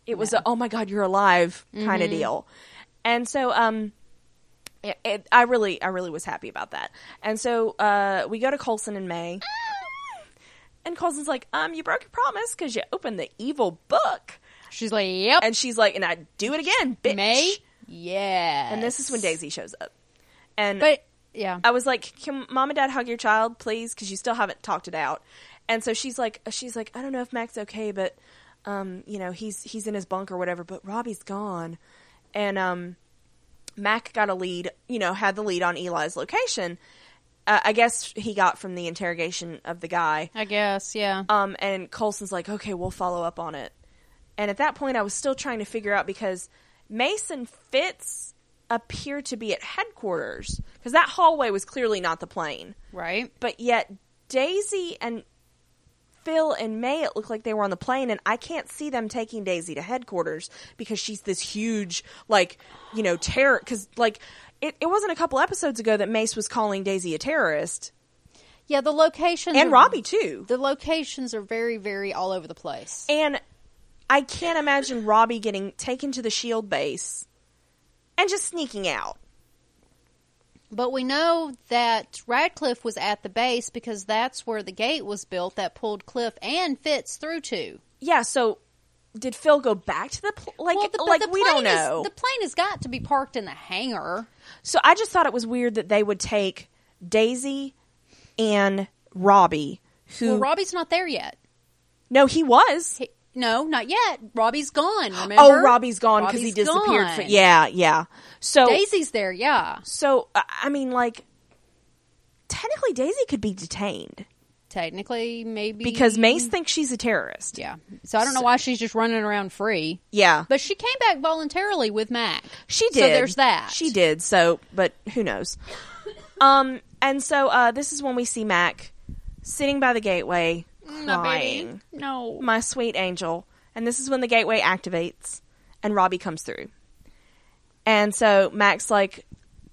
[SPEAKER 1] It was a oh my god you're alive kind of deal, and so um, it, it, I really I really was happy about that. And so uh, we go to Colson in May, and Colson's like um you broke your promise because you opened the evil book,
[SPEAKER 2] She's like, yep.
[SPEAKER 1] and she's like and I do it again bitch.
[SPEAKER 2] May. Yeah.
[SPEAKER 1] And this is when Daisy shows up. And
[SPEAKER 2] But yeah.
[SPEAKER 1] I was like, "Can mom and dad hug your child, please? Because you still haven't talked it out." And so she's like, "She's like, I don't know if Mac's okay, but um, you know, he's he's in his bunk or whatever. But Robbie's gone, and um, Mac got a lead. You know, had the lead on Eli's location. Uh, I guess he got from the interrogation of the guy.
[SPEAKER 2] I guess. Yeah.
[SPEAKER 1] Um, and Colson's like, okay, we'll follow up on it. And at that point, I was still trying to figure out because Mason Fitz appear to be at headquarters because that hallway was clearly not the plane.
[SPEAKER 2] right.
[SPEAKER 1] But yet, Daisy and Phil and May, it looked like they were on the plane, and I can't see them taking Daisy to headquarters because she's this huge, like, you know, terror. Because, like, it, it wasn't a couple episodes ago that Mace was calling Daisy a terrorist,
[SPEAKER 2] Yeah. The locations
[SPEAKER 1] and
[SPEAKER 2] are-
[SPEAKER 1] Robbie, too.
[SPEAKER 2] The locations are very, very all over the place.
[SPEAKER 1] And I can't imagine Robbie getting taken to the shield base and just sneaking out.
[SPEAKER 2] But we know that Radcliffe was at the base because that's where the gate was built that pulled Cliff and Fitz through to.
[SPEAKER 1] Yeah, so did Phil go back to the pl- like
[SPEAKER 2] the,
[SPEAKER 1] like
[SPEAKER 2] the
[SPEAKER 1] we don't
[SPEAKER 2] plane is-
[SPEAKER 1] know.
[SPEAKER 2] the plane has got to be parked in the hangar.
[SPEAKER 1] so I just thought it was weird that they would take Daisy and Robbie who
[SPEAKER 2] Well, Robbie's not there yet.
[SPEAKER 1] No, he was.
[SPEAKER 2] He- no, not yet. Robbie's gone. Remember?
[SPEAKER 1] Oh, Robbie's gone cuz he
[SPEAKER 2] Robbie's
[SPEAKER 1] disappeared for
[SPEAKER 2] gone.
[SPEAKER 1] Yeah, Oh. yeah. So
[SPEAKER 2] Daisy's there. Yeah,
[SPEAKER 1] so I- I mean like technically Daisy could be detained
[SPEAKER 2] technically, maybe
[SPEAKER 1] because Mace thinks she's a terrorist.
[SPEAKER 2] Yeah, so I don't know why she's just running around free.
[SPEAKER 1] yeah.
[SPEAKER 2] But she came back voluntarily with Mac.
[SPEAKER 1] She did.
[SPEAKER 2] So there's that.
[SPEAKER 1] She did. So, but who knows? um, and so uh, this is when we see Mac sitting by the gateway,
[SPEAKER 2] Mm, My baby.
[SPEAKER 1] crying,
[SPEAKER 2] No.
[SPEAKER 1] my sweet angel. And this is when the gateway activates, and Robbie comes through. And so Mac's like,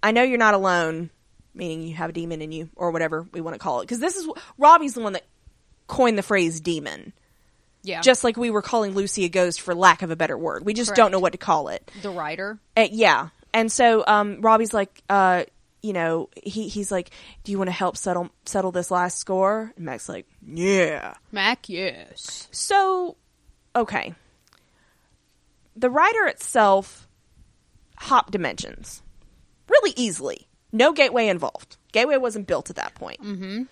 [SPEAKER 1] I know you're not alone, meaning you have a demon in you or whatever we want to call it. Because this is Robbie's the one that coined the phrase demon.
[SPEAKER 2] Yeah.
[SPEAKER 1] Just like we were calling Lucy a ghost for lack of a better word, we just don't
[SPEAKER 2] Correct.
[SPEAKER 1] know what to call it.
[SPEAKER 2] the writer.
[SPEAKER 1] Uh, yeah. And so um, Robbie's like, uh, you know, he, he's like, do you want to help settle settle this last score? And Mac's like, yeah.
[SPEAKER 2] Mac, yes.
[SPEAKER 1] So, okay. The writer itself hopped dimensions really easily. No gateway involved. Gateway wasn't built at that point. Mm-hmm.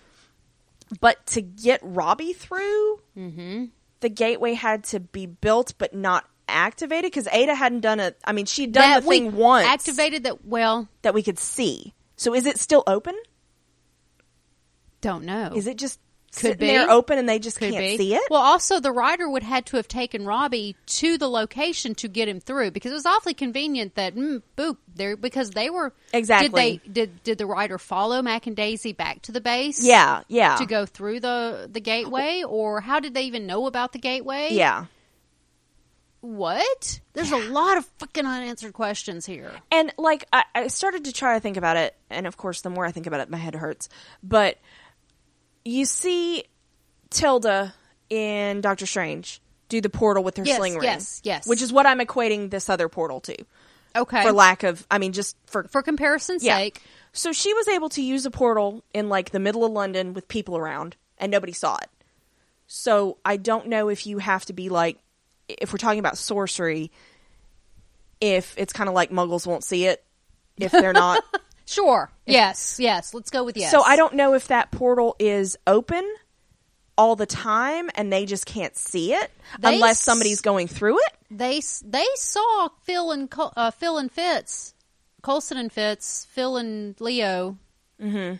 [SPEAKER 1] But to get Robbie through, the gateway had to be built but not activated because Ada hadn't done it. I mean, she'd done the
[SPEAKER 2] we
[SPEAKER 1] thing once
[SPEAKER 2] Activated that. Well,
[SPEAKER 1] that we could see. So is it still open?
[SPEAKER 2] don't know.
[SPEAKER 1] Is it just
[SPEAKER 2] Could
[SPEAKER 1] sitting there
[SPEAKER 2] be.
[SPEAKER 1] open and they just
[SPEAKER 2] Could
[SPEAKER 1] can't
[SPEAKER 2] be.
[SPEAKER 1] see it?
[SPEAKER 2] Well, also the writer would had to have taken Robbie to the location to get him through because it was awfully convenient that mm, boop there because they were
[SPEAKER 1] Exactly.
[SPEAKER 2] Did they did did the writer follow Mac and Daisy back to the base?
[SPEAKER 1] yeah, yeah.
[SPEAKER 2] to go through the the gateway, or how did they even know about the gateway?
[SPEAKER 1] Yeah.
[SPEAKER 2] what? There's a lot of fucking unanswered questions here.
[SPEAKER 1] And like I, I started to try to think about it, and of course, the more I think about it, my head hurts. But you see Tilda in Doctor Strange do the portal with her
[SPEAKER 2] Yes,
[SPEAKER 1] sling ring,
[SPEAKER 2] yes, yes.
[SPEAKER 1] which is what I'm equating this other portal to,
[SPEAKER 2] Okay,
[SPEAKER 1] for lack of, I mean, just for
[SPEAKER 2] for comparison's
[SPEAKER 1] yeah.
[SPEAKER 2] sake,
[SPEAKER 1] So she was able to use a portal in like the middle of London with people around, and nobody saw it. So I don't know if you have to be like, if we're talking about sorcery, if it's kind of like muggles won't see it if they're not.
[SPEAKER 2] sure. Yes, yes. Let's go with yes.
[SPEAKER 1] So I don't know if that portal is open all the time and they just can't see it
[SPEAKER 2] They
[SPEAKER 1] unless
[SPEAKER 2] s-
[SPEAKER 1] somebody's going through it.
[SPEAKER 2] They s- they saw Phil and Col- uh, Phil and Fitz, Colson and Fitz, Phil and Leo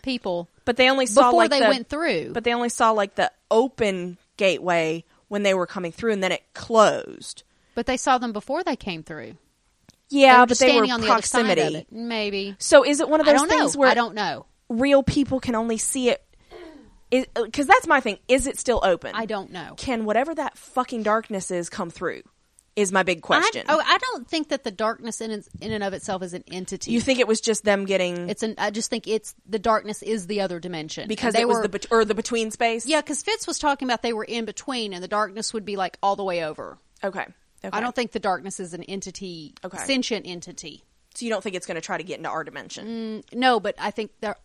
[SPEAKER 2] people
[SPEAKER 1] But they only Mm-hmm. saw
[SPEAKER 2] before
[SPEAKER 1] like
[SPEAKER 2] they
[SPEAKER 1] the,
[SPEAKER 2] went through.
[SPEAKER 1] But they only saw like the open gateway when they were coming through and then it closed.
[SPEAKER 2] but they saw them before they came through.
[SPEAKER 1] Yeah,
[SPEAKER 2] were
[SPEAKER 1] but
[SPEAKER 2] just
[SPEAKER 1] they were
[SPEAKER 2] standing on the other side of
[SPEAKER 1] proximity.
[SPEAKER 2] it. Maybe
[SPEAKER 1] So is it one of
[SPEAKER 2] I
[SPEAKER 1] those
[SPEAKER 2] don't know.
[SPEAKER 1] things where
[SPEAKER 2] I don't know.
[SPEAKER 1] real people can only see it? Because that's my thing. Is it still open?
[SPEAKER 2] I don't know.
[SPEAKER 1] Can whatever that fucking darkness is come through? Is my big
[SPEAKER 2] I,
[SPEAKER 1] question.
[SPEAKER 2] oh, I don't think that the darkness in its- in and of itself is an entity.
[SPEAKER 1] you think it was just them getting
[SPEAKER 2] it's an. I just think it's the darkness is the other dimension
[SPEAKER 1] because
[SPEAKER 2] And they
[SPEAKER 1] it was
[SPEAKER 2] were
[SPEAKER 1] the bet- or the between space?
[SPEAKER 2] yeah. Because Fitz was talking about they were in between, and the darkness would be like all the way over.
[SPEAKER 1] Okay. okay.
[SPEAKER 2] I don't think the darkness is an entity,
[SPEAKER 1] Okay.
[SPEAKER 2] sentient entity.
[SPEAKER 1] So you don't think it's going to try to get into our
[SPEAKER 2] Mm.
[SPEAKER 1] dimension?
[SPEAKER 2] No, but I think that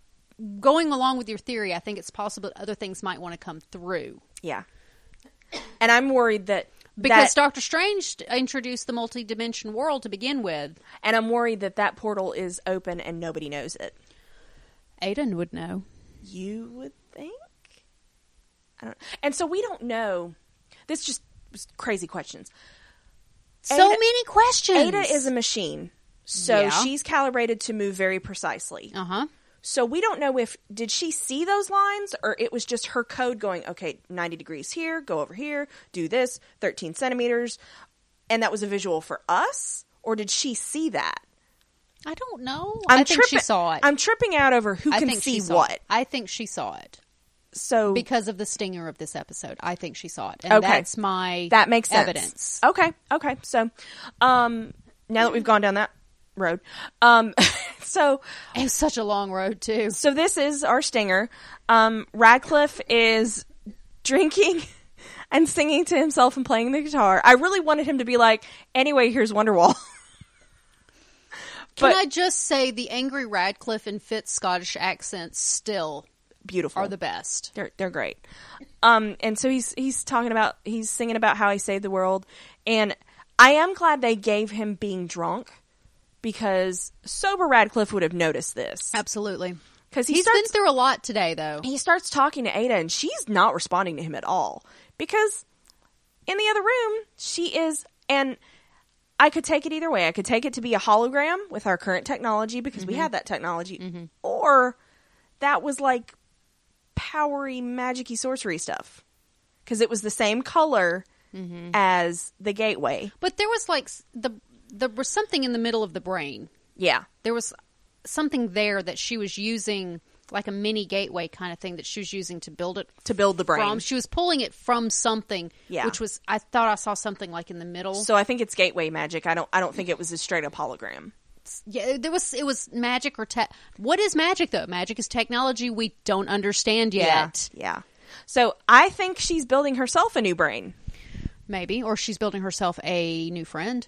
[SPEAKER 2] going along with your theory, I think it's possible that other things might want to come through
[SPEAKER 1] Yeah. And I'm worried that
[SPEAKER 2] because
[SPEAKER 1] that-
[SPEAKER 2] Doctor Strange introduced the multi-dimension world to begin with.
[SPEAKER 1] and I'm worried that that portal is open and nobody knows it.
[SPEAKER 2] Aiden would know.
[SPEAKER 1] you would think. I don't, and so we don't know. This just was crazy questions.
[SPEAKER 2] So
[SPEAKER 1] Ada-
[SPEAKER 2] many questions.
[SPEAKER 1] Ada is a machine, so
[SPEAKER 2] Yeah.
[SPEAKER 1] she's calibrated to move very precisely.
[SPEAKER 2] uh huh.
[SPEAKER 1] So we don't know if did she see those lines or it was just her code going, okay, ninety degrees here, go over here, do this, thirteen centimeters, and that was a visual for us, or did she see that?
[SPEAKER 2] I don't know.
[SPEAKER 1] I'm
[SPEAKER 2] I think she
[SPEAKER 1] tripping-
[SPEAKER 2] saw it.
[SPEAKER 1] I'm tripping out over who
[SPEAKER 2] I
[SPEAKER 1] can
[SPEAKER 2] think
[SPEAKER 1] see
[SPEAKER 2] she saw
[SPEAKER 1] what.
[SPEAKER 2] It. I think she saw it
[SPEAKER 1] So
[SPEAKER 2] because of the stinger of this episode. I think she saw it, and
[SPEAKER 1] Okay.
[SPEAKER 2] that's my
[SPEAKER 1] that makes sense.
[SPEAKER 2] evidence.
[SPEAKER 1] Okay, okay. So, um, now that we've gone down that road, um, so
[SPEAKER 2] It was such a long road too.
[SPEAKER 1] so this is our stinger. Um, Radcliffe is drinking and singing to himself and playing the guitar. I really wanted him to be like, anyway, here's Wonderwall.
[SPEAKER 2] Can
[SPEAKER 1] but-
[SPEAKER 2] I just say the angry Radcliffe and Fitz Scottish accents still
[SPEAKER 1] Beautiful.
[SPEAKER 2] are the best.
[SPEAKER 1] They're they're great. Um, and so he's he's talking about he's singing about how he saved the world, and I am glad they gave him being drunk because sober Radcliffe would have noticed this
[SPEAKER 2] Absolutely.
[SPEAKER 1] because he
[SPEAKER 2] He's
[SPEAKER 1] starts
[SPEAKER 2] been through a lot today, though.
[SPEAKER 1] he starts talking to Ada and she's not responding to him at all because in the other room she is and I could take it either way. I could take it to be a hologram with our current technology because we have that technology or that was like powery magicy sorcery stuff because it was the same color as the gateway.
[SPEAKER 2] But there was like s- the there was something in the middle of the brain.
[SPEAKER 1] Yeah.
[SPEAKER 2] There was something there that she was using, like a mini gateway kind of thing that she was using to build it
[SPEAKER 1] To build the brain.
[SPEAKER 2] from. She was pulling it from something,
[SPEAKER 1] Yeah.
[SPEAKER 2] which was I thought I saw something like in the middle.
[SPEAKER 1] so I think it's gateway magic. I don't I don't think it was a straight up hologram.
[SPEAKER 2] yeah, there was it was magic or tech. What is magic though? Magic is technology we don't understand yet.
[SPEAKER 1] Yeah. Yeah. So I think she's building herself a new brain.
[SPEAKER 2] Maybe, or she's building herself a new friend.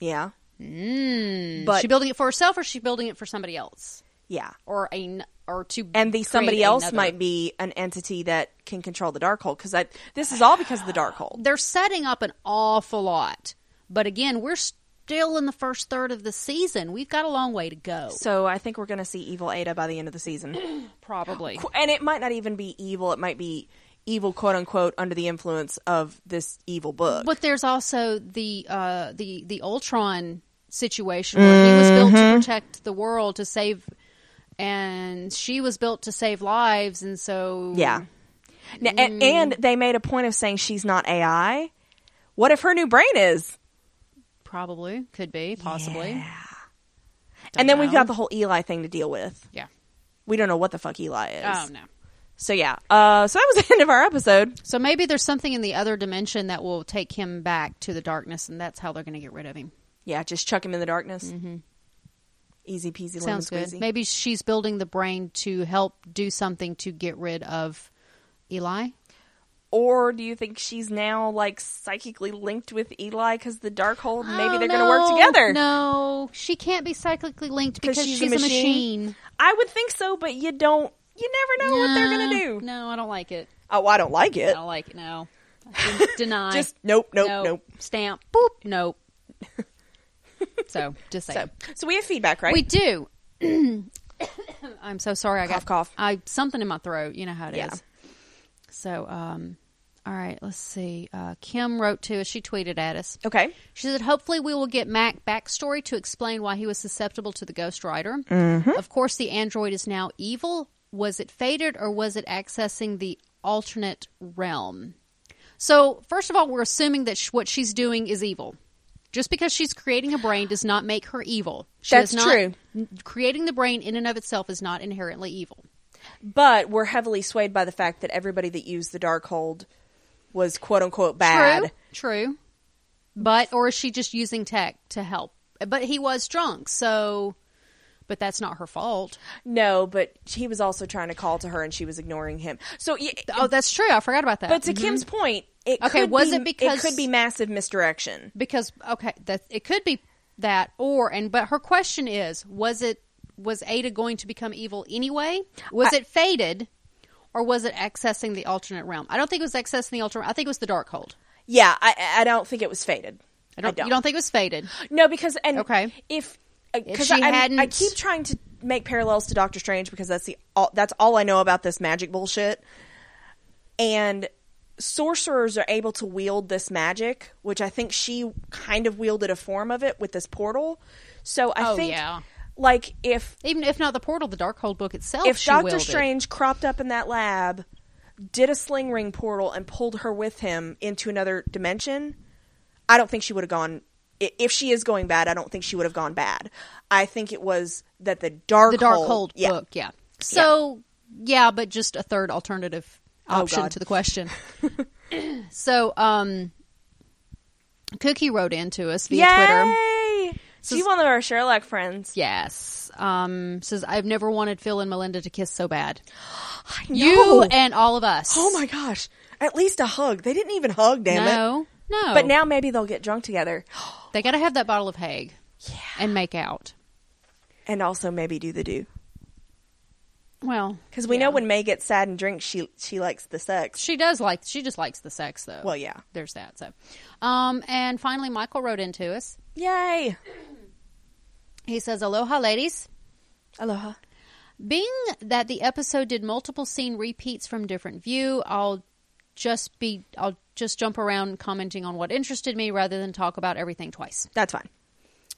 [SPEAKER 1] Yeah.
[SPEAKER 2] Mm.
[SPEAKER 1] But-
[SPEAKER 2] she building it for herself, or she building it for somebody else,
[SPEAKER 1] Yeah.
[SPEAKER 2] or a n- or to
[SPEAKER 1] And the
[SPEAKER 2] create
[SPEAKER 1] somebody else
[SPEAKER 2] another-
[SPEAKER 1] might be an entity that can control the dark hole because this is all because of the dark hole.
[SPEAKER 2] They're setting up an awful lot, but again, we're still in the first third of the season. We've got a long way to go,
[SPEAKER 1] So I think we're going to see evil Ada by the end of the season.
[SPEAKER 2] probably.
[SPEAKER 1] and it might not even be evil, it might be evil quote unquote under the influence of this evil book.
[SPEAKER 2] But there's also the uh, the the Ultron situation where he was built
[SPEAKER 1] Mm-hmm.
[SPEAKER 2] to protect the world to save, and she was built to save lives, and so
[SPEAKER 1] Yeah. N- a- and they made a point of saying she's not AI. What if her new brain is?
[SPEAKER 2] probably could be possibly.
[SPEAKER 1] Yeah. and then we've
[SPEAKER 2] know.
[SPEAKER 1] got the whole Eli thing to deal with.
[SPEAKER 2] Yeah.
[SPEAKER 1] We don't know what the fuck Eli is.
[SPEAKER 2] Oh no.
[SPEAKER 1] So yeah. Uh, so that was the end of our episode.
[SPEAKER 2] So maybe there's something in the other dimension that will take him back to the darkness, and that's how they're going to get rid of him.
[SPEAKER 1] Yeah, just chuck him in the darkness. Easy peasy, lemon
[SPEAKER 2] Mm-hmm. Sounds good.
[SPEAKER 1] squeezy.
[SPEAKER 2] Maybe she's building the brain to help do something to get rid of Eli.
[SPEAKER 1] Or do you think she's now like psychically linked with Eli because the dark hole? Maybe
[SPEAKER 2] Oh,
[SPEAKER 1] they're going to work
[SPEAKER 2] no,
[SPEAKER 1] together.
[SPEAKER 2] No, she can't be cyclically linked because she's, a machine.
[SPEAKER 1] I would think so, but you don't. You never know what they're going to
[SPEAKER 2] No,
[SPEAKER 1] do.
[SPEAKER 2] No, I don't like it.
[SPEAKER 1] Oh, I don't like
[SPEAKER 2] I
[SPEAKER 1] it.
[SPEAKER 2] don't like it. No, Den- deny.
[SPEAKER 1] Just nope, nope,
[SPEAKER 2] no.
[SPEAKER 1] nope.
[SPEAKER 2] Stamp. Boop. Nope. so just say
[SPEAKER 1] So, so we have feedback, right?
[SPEAKER 2] we do. I'm so sorry. I got
[SPEAKER 1] Cough, cough.
[SPEAKER 2] I something in my throat. You know how it is.
[SPEAKER 1] Yeah.
[SPEAKER 2] So, um, all right. Let's see. Uh, Kim wrote to us. She tweeted at us.
[SPEAKER 1] okay.
[SPEAKER 2] She said, hopefully, we will get Mac backstory to explain why he was susceptible to the Ghost Rider.
[SPEAKER 1] Mm-hmm.
[SPEAKER 2] Of course, the android is now evil. Was it fated or was it accessing the alternate realm? So, first of all, we're assuming that sh- what she's doing is evil. Just because she's creating a brain does not make her evil. She
[SPEAKER 1] That's
[SPEAKER 2] is not,
[SPEAKER 1] true.
[SPEAKER 2] n- Creating the brain in and of itself is not inherently evil.
[SPEAKER 1] But we're heavily swayed by the fact that everybody that used the dark hold was quote unquote bad.
[SPEAKER 2] True. True. But or is she just using tech to help? But he was drunk, so but that's not her fault.
[SPEAKER 1] No, but he was also trying to call to her and she was ignoring him. So, yeah,
[SPEAKER 2] Oh, that's true. I forgot about that.
[SPEAKER 1] but to Kim's point, it
[SPEAKER 2] Mm-hmm. Okay,
[SPEAKER 1] could
[SPEAKER 2] was
[SPEAKER 1] be,
[SPEAKER 2] it because-
[SPEAKER 1] could be massive misdirection?
[SPEAKER 2] Mm. because okay, that it could be that or and but her question is, was it was Ada going to become evil anyway? Was it fated or was it accessing the alternate realm? I don't think it was accessing the alternate. I think it was the dark hold.
[SPEAKER 1] Yeah, I, I don't think it was fated.
[SPEAKER 2] I don't, You don't think it was fated?
[SPEAKER 1] No, because and
[SPEAKER 2] Okay.
[SPEAKER 1] if because
[SPEAKER 2] she
[SPEAKER 1] I, I'm- I
[SPEAKER 2] hadn't-
[SPEAKER 1] keep trying to make parallels to Doctor Strange because that's the all, that's all I know about this magic bullshit. And sorcerers are able to wield this magic, which I think she kind of wielded a form of it with this portal. So I
[SPEAKER 2] Oh,
[SPEAKER 1] think,
[SPEAKER 2] yeah.
[SPEAKER 1] like if
[SPEAKER 2] Even if not the portal, the dark hold book itself.
[SPEAKER 1] if
[SPEAKER 2] she
[SPEAKER 1] Doctor
[SPEAKER 2] wielded.
[SPEAKER 1] Strange cropped up in that lab, did a sling ring portal and pulled her with him into another dimension, I don't think she would have gone. i- If she is going bad, I don't think she would have gone bad. I think it was that the dark
[SPEAKER 2] the dark
[SPEAKER 1] hole-
[SPEAKER 2] hold
[SPEAKER 1] yeah.
[SPEAKER 2] book yeah so yeah but just a third alternative
[SPEAKER 1] Oh,
[SPEAKER 2] option
[SPEAKER 1] God.
[SPEAKER 2] to the question so um cookie wrote in to us via twitter
[SPEAKER 1] Yay! She's one of our Sherlock friends.
[SPEAKER 2] yes um says i've never wanted phil and melinda to kiss so bad
[SPEAKER 1] I
[SPEAKER 2] you
[SPEAKER 1] know.
[SPEAKER 2] and all of us
[SPEAKER 1] oh my gosh! At least a hug. They didn't even hug. Damn it!
[SPEAKER 2] no no
[SPEAKER 1] But now maybe they'll get drunk together,
[SPEAKER 2] they gotta have that bottle of haig yeah. and make out
[SPEAKER 1] and also maybe do the do
[SPEAKER 2] well
[SPEAKER 1] because we
[SPEAKER 2] yeah.
[SPEAKER 1] know when May gets sad and drinks, she she likes the sex.
[SPEAKER 2] she does like she just likes the sex though
[SPEAKER 1] Well, yeah.
[SPEAKER 2] there's that so um and finally michael wrote in to us
[SPEAKER 1] Yay!
[SPEAKER 2] He says, Aloha, ladies.
[SPEAKER 1] Aloha.
[SPEAKER 2] Being that the episode did multiple scene repeats from different view, I'll just be I'll just jump around commenting on what interested me rather than talk about everything twice.
[SPEAKER 1] That's fine.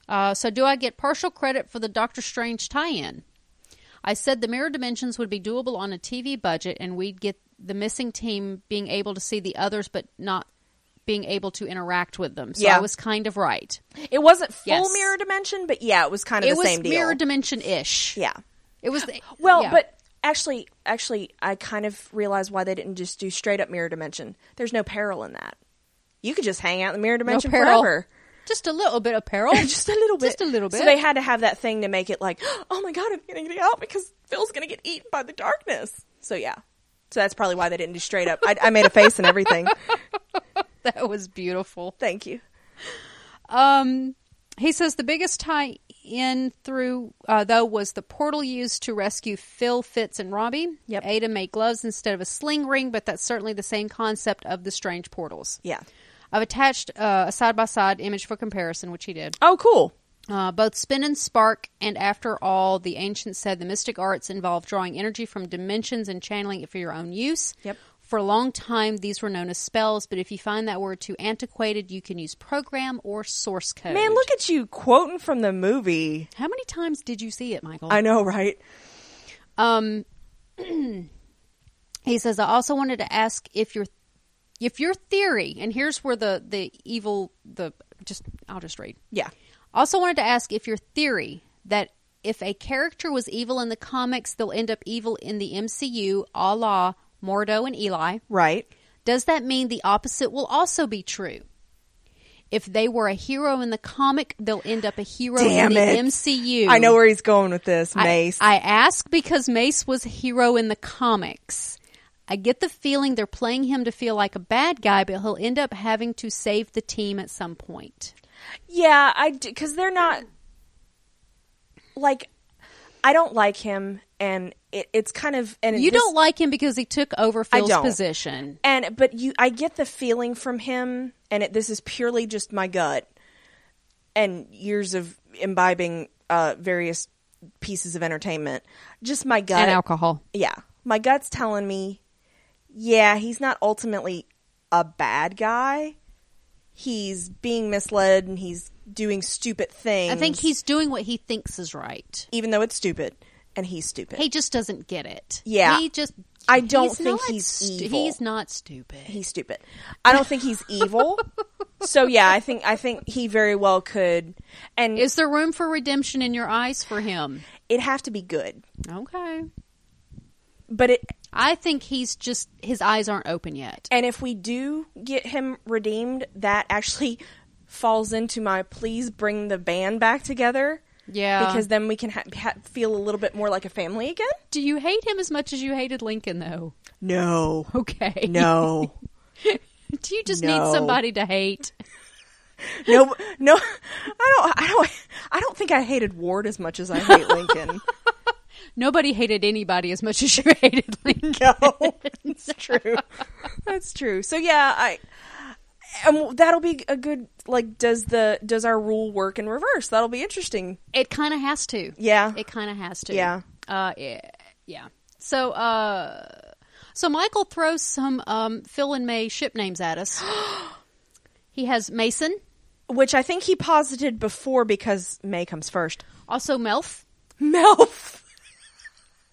[SPEAKER 2] Uh, so do I get partial credit for the Doctor Strange tie-in? I said the mirror dimensions would be doable on a TV budget and we'd get the missing team being able to see the others but not being able to interact with them. So
[SPEAKER 1] Yeah.
[SPEAKER 2] I was kind of right.
[SPEAKER 1] It wasn't full
[SPEAKER 2] Yes.
[SPEAKER 1] mirror dimension, but yeah, it was kind of
[SPEAKER 2] it
[SPEAKER 1] the
[SPEAKER 2] was
[SPEAKER 1] same deal.
[SPEAKER 2] mirror dimension ish.
[SPEAKER 1] yeah.
[SPEAKER 2] It was the-
[SPEAKER 1] Well,
[SPEAKER 2] yeah.
[SPEAKER 1] but actually, actually, I kind of realized why they didn't just do straight up mirror dimension. There's no peril in that. You could just hang out in the mirror dimension
[SPEAKER 2] peril.
[SPEAKER 1] forever.
[SPEAKER 2] Just a little bit of peril.
[SPEAKER 1] just a little bit.
[SPEAKER 2] Just a little bit.
[SPEAKER 1] So they had to have that thing to make it like, oh my god, I'm gonna get out because Phil's gonna get eaten by the darkness. So yeah. So that's probably why they didn't do straight up. I, I made a face and everything.
[SPEAKER 2] that was beautiful.
[SPEAKER 1] Thank you.
[SPEAKER 2] Um, he says the biggest tie in through uh, though was the portal used to rescue Phil, Fitz, and Robbie.
[SPEAKER 1] Yep.
[SPEAKER 2] Ada made gloves instead of a sling ring, but that's certainly the same concept of the strange portals.
[SPEAKER 1] Yeah.
[SPEAKER 2] I've attached uh, a side by side image for comparison, which he did.
[SPEAKER 1] Oh, cool.
[SPEAKER 2] Uh, both spin and spark, and after all, the ancients said the mystic arts involve drawing energy from dimensions and channeling it for your own use.
[SPEAKER 1] Yep.
[SPEAKER 2] For a long time, these were known as spells, but if you find that word too antiquated, you can use program or source code.
[SPEAKER 1] Man, look at you quoting from the movie.
[SPEAKER 2] How many times did you see it, Michael?
[SPEAKER 1] I know, right?
[SPEAKER 2] Um, he says, I also wanted to ask if your if your theory, and here's where the the evil the just I'll just read.
[SPEAKER 1] Yeah.
[SPEAKER 2] Also wanted to ask if your theory that if a character was evil in the comics, they'll end up evil in the MCU, a la Mordo and Eli.
[SPEAKER 1] Right.
[SPEAKER 2] Does that mean the opposite will also be true? If they were a hero in the comic, they'll end up a hero
[SPEAKER 1] Damn
[SPEAKER 2] in the
[SPEAKER 1] it.
[SPEAKER 2] MCU.
[SPEAKER 1] I know where he's going with this,
[SPEAKER 2] I-
[SPEAKER 1] Mace.
[SPEAKER 2] I, ask because Mace was a hero in the comics. I get the feeling they're playing him to feel like a bad guy, but he'll end up having to save the team at some point.
[SPEAKER 1] yeah, I because they're not like I don't like him, and it, it's kind of and
[SPEAKER 2] You
[SPEAKER 1] this-
[SPEAKER 2] don't like him because he took over
[SPEAKER 1] I
[SPEAKER 2] Phil's
[SPEAKER 1] don't.
[SPEAKER 2] position.
[SPEAKER 1] and but you i get the feeling from him and it, this is purely just my gut and years of imbibing uh, various pieces of entertainment just my gut
[SPEAKER 2] and alcohol.
[SPEAKER 1] yeah my gut's telling me yeah he's not ultimately a bad guy he's being misled and he's doing stupid things
[SPEAKER 2] I think he's doing what he thinks is right.
[SPEAKER 1] even though it's stupid and he's stupid
[SPEAKER 2] He just doesn't get it.
[SPEAKER 1] Yeah.
[SPEAKER 2] he just.
[SPEAKER 1] I don't
[SPEAKER 2] he's
[SPEAKER 1] think
[SPEAKER 2] not
[SPEAKER 1] he's
[SPEAKER 2] stu-
[SPEAKER 1] evil.
[SPEAKER 2] He's not stupid.
[SPEAKER 1] he's stupid. I don't think he's evil. so yeah, I think I think he very well could, and
[SPEAKER 2] Is there room for redemption in your eyes for him?
[SPEAKER 1] it'd have to be good.
[SPEAKER 2] Okay.
[SPEAKER 1] But it
[SPEAKER 2] I think he's just his eyes aren't open yet.
[SPEAKER 1] and if we do get him redeemed, that actually falls into my please bring the band back together.
[SPEAKER 2] Yeah.
[SPEAKER 1] because then we can ha- ha- feel a little bit more like a family again.
[SPEAKER 2] Do you hate him as much as you hated Lincoln, though?
[SPEAKER 1] No,
[SPEAKER 2] Okay.
[SPEAKER 1] no,
[SPEAKER 2] Do you just
[SPEAKER 1] No.
[SPEAKER 2] need somebody to hate?
[SPEAKER 1] no, no. I don't. I don't. I don't think I hated Ward as much as I hate Lincoln.
[SPEAKER 2] Nobody hated anybody as much as you hated Lincoln.
[SPEAKER 1] No, it's true. That's true. So yeah, I and that'll be a good like. Does the does our rule work in reverse? That'll be interesting.
[SPEAKER 2] It kind of has to.
[SPEAKER 1] Yeah.
[SPEAKER 2] It kind of has to.
[SPEAKER 1] Yeah.
[SPEAKER 2] Uh, yeah. yeah. So, uh, so Michael throws some um, Phil and May ship names at us. he has Mason,
[SPEAKER 1] Which I think he posited before because May comes first.
[SPEAKER 2] also Melf,
[SPEAKER 1] Melf.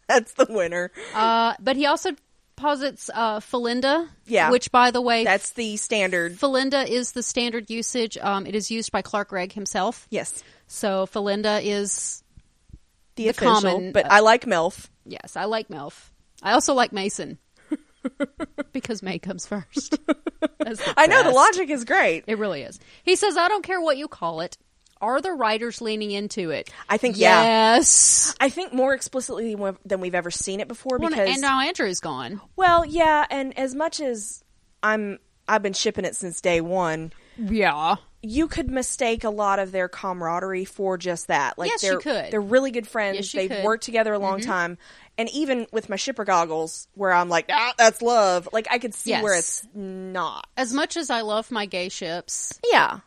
[SPEAKER 1] That's the winner.
[SPEAKER 2] uh, but he also posits uh, Felinda.
[SPEAKER 1] Yeah.
[SPEAKER 2] Which, by the way,
[SPEAKER 1] That's the standard.
[SPEAKER 2] Felinda is the standard usage. Um, it is used by Clark Gregg himself.
[SPEAKER 1] Yes,
[SPEAKER 2] So Felinda is
[SPEAKER 1] the,
[SPEAKER 2] The
[SPEAKER 1] official.
[SPEAKER 2] common,
[SPEAKER 1] but
[SPEAKER 2] uh,
[SPEAKER 1] I like Melf.
[SPEAKER 2] yes. I like Melf. I also like Mason because May comes first. That's the
[SPEAKER 1] I know the
[SPEAKER 2] best.
[SPEAKER 1] logic is great.
[SPEAKER 2] It really is. He says, "I don't care what you call it." Are the writers leaning into it?
[SPEAKER 1] I think yeah.
[SPEAKER 2] yes.
[SPEAKER 1] I think more explicitly than we've- than we've ever seen it before
[SPEAKER 2] Well,
[SPEAKER 1] because
[SPEAKER 2] and now Andrew's gone.
[SPEAKER 1] Well, yeah, and as much as I'm I've been shipping it since day 1,
[SPEAKER 2] Yeah.
[SPEAKER 1] you could mistake a lot of their camaraderie for just that. Like
[SPEAKER 2] Yes, you
[SPEAKER 1] they're
[SPEAKER 2] could.
[SPEAKER 1] they're really good friends.
[SPEAKER 2] Yes, you
[SPEAKER 1] They've
[SPEAKER 2] could. Mm-hmm.
[SPEAKER 1] worked together a long time. And even with my shipper goggles where I'm like, "Ah, that's love." Like I could see where
[SPEAKER 2] Yes.
[SPEAKER 1] it's not.
[SPEAKER 2] As much as I love my gay ships,
[SPEAKER 1] Yeah.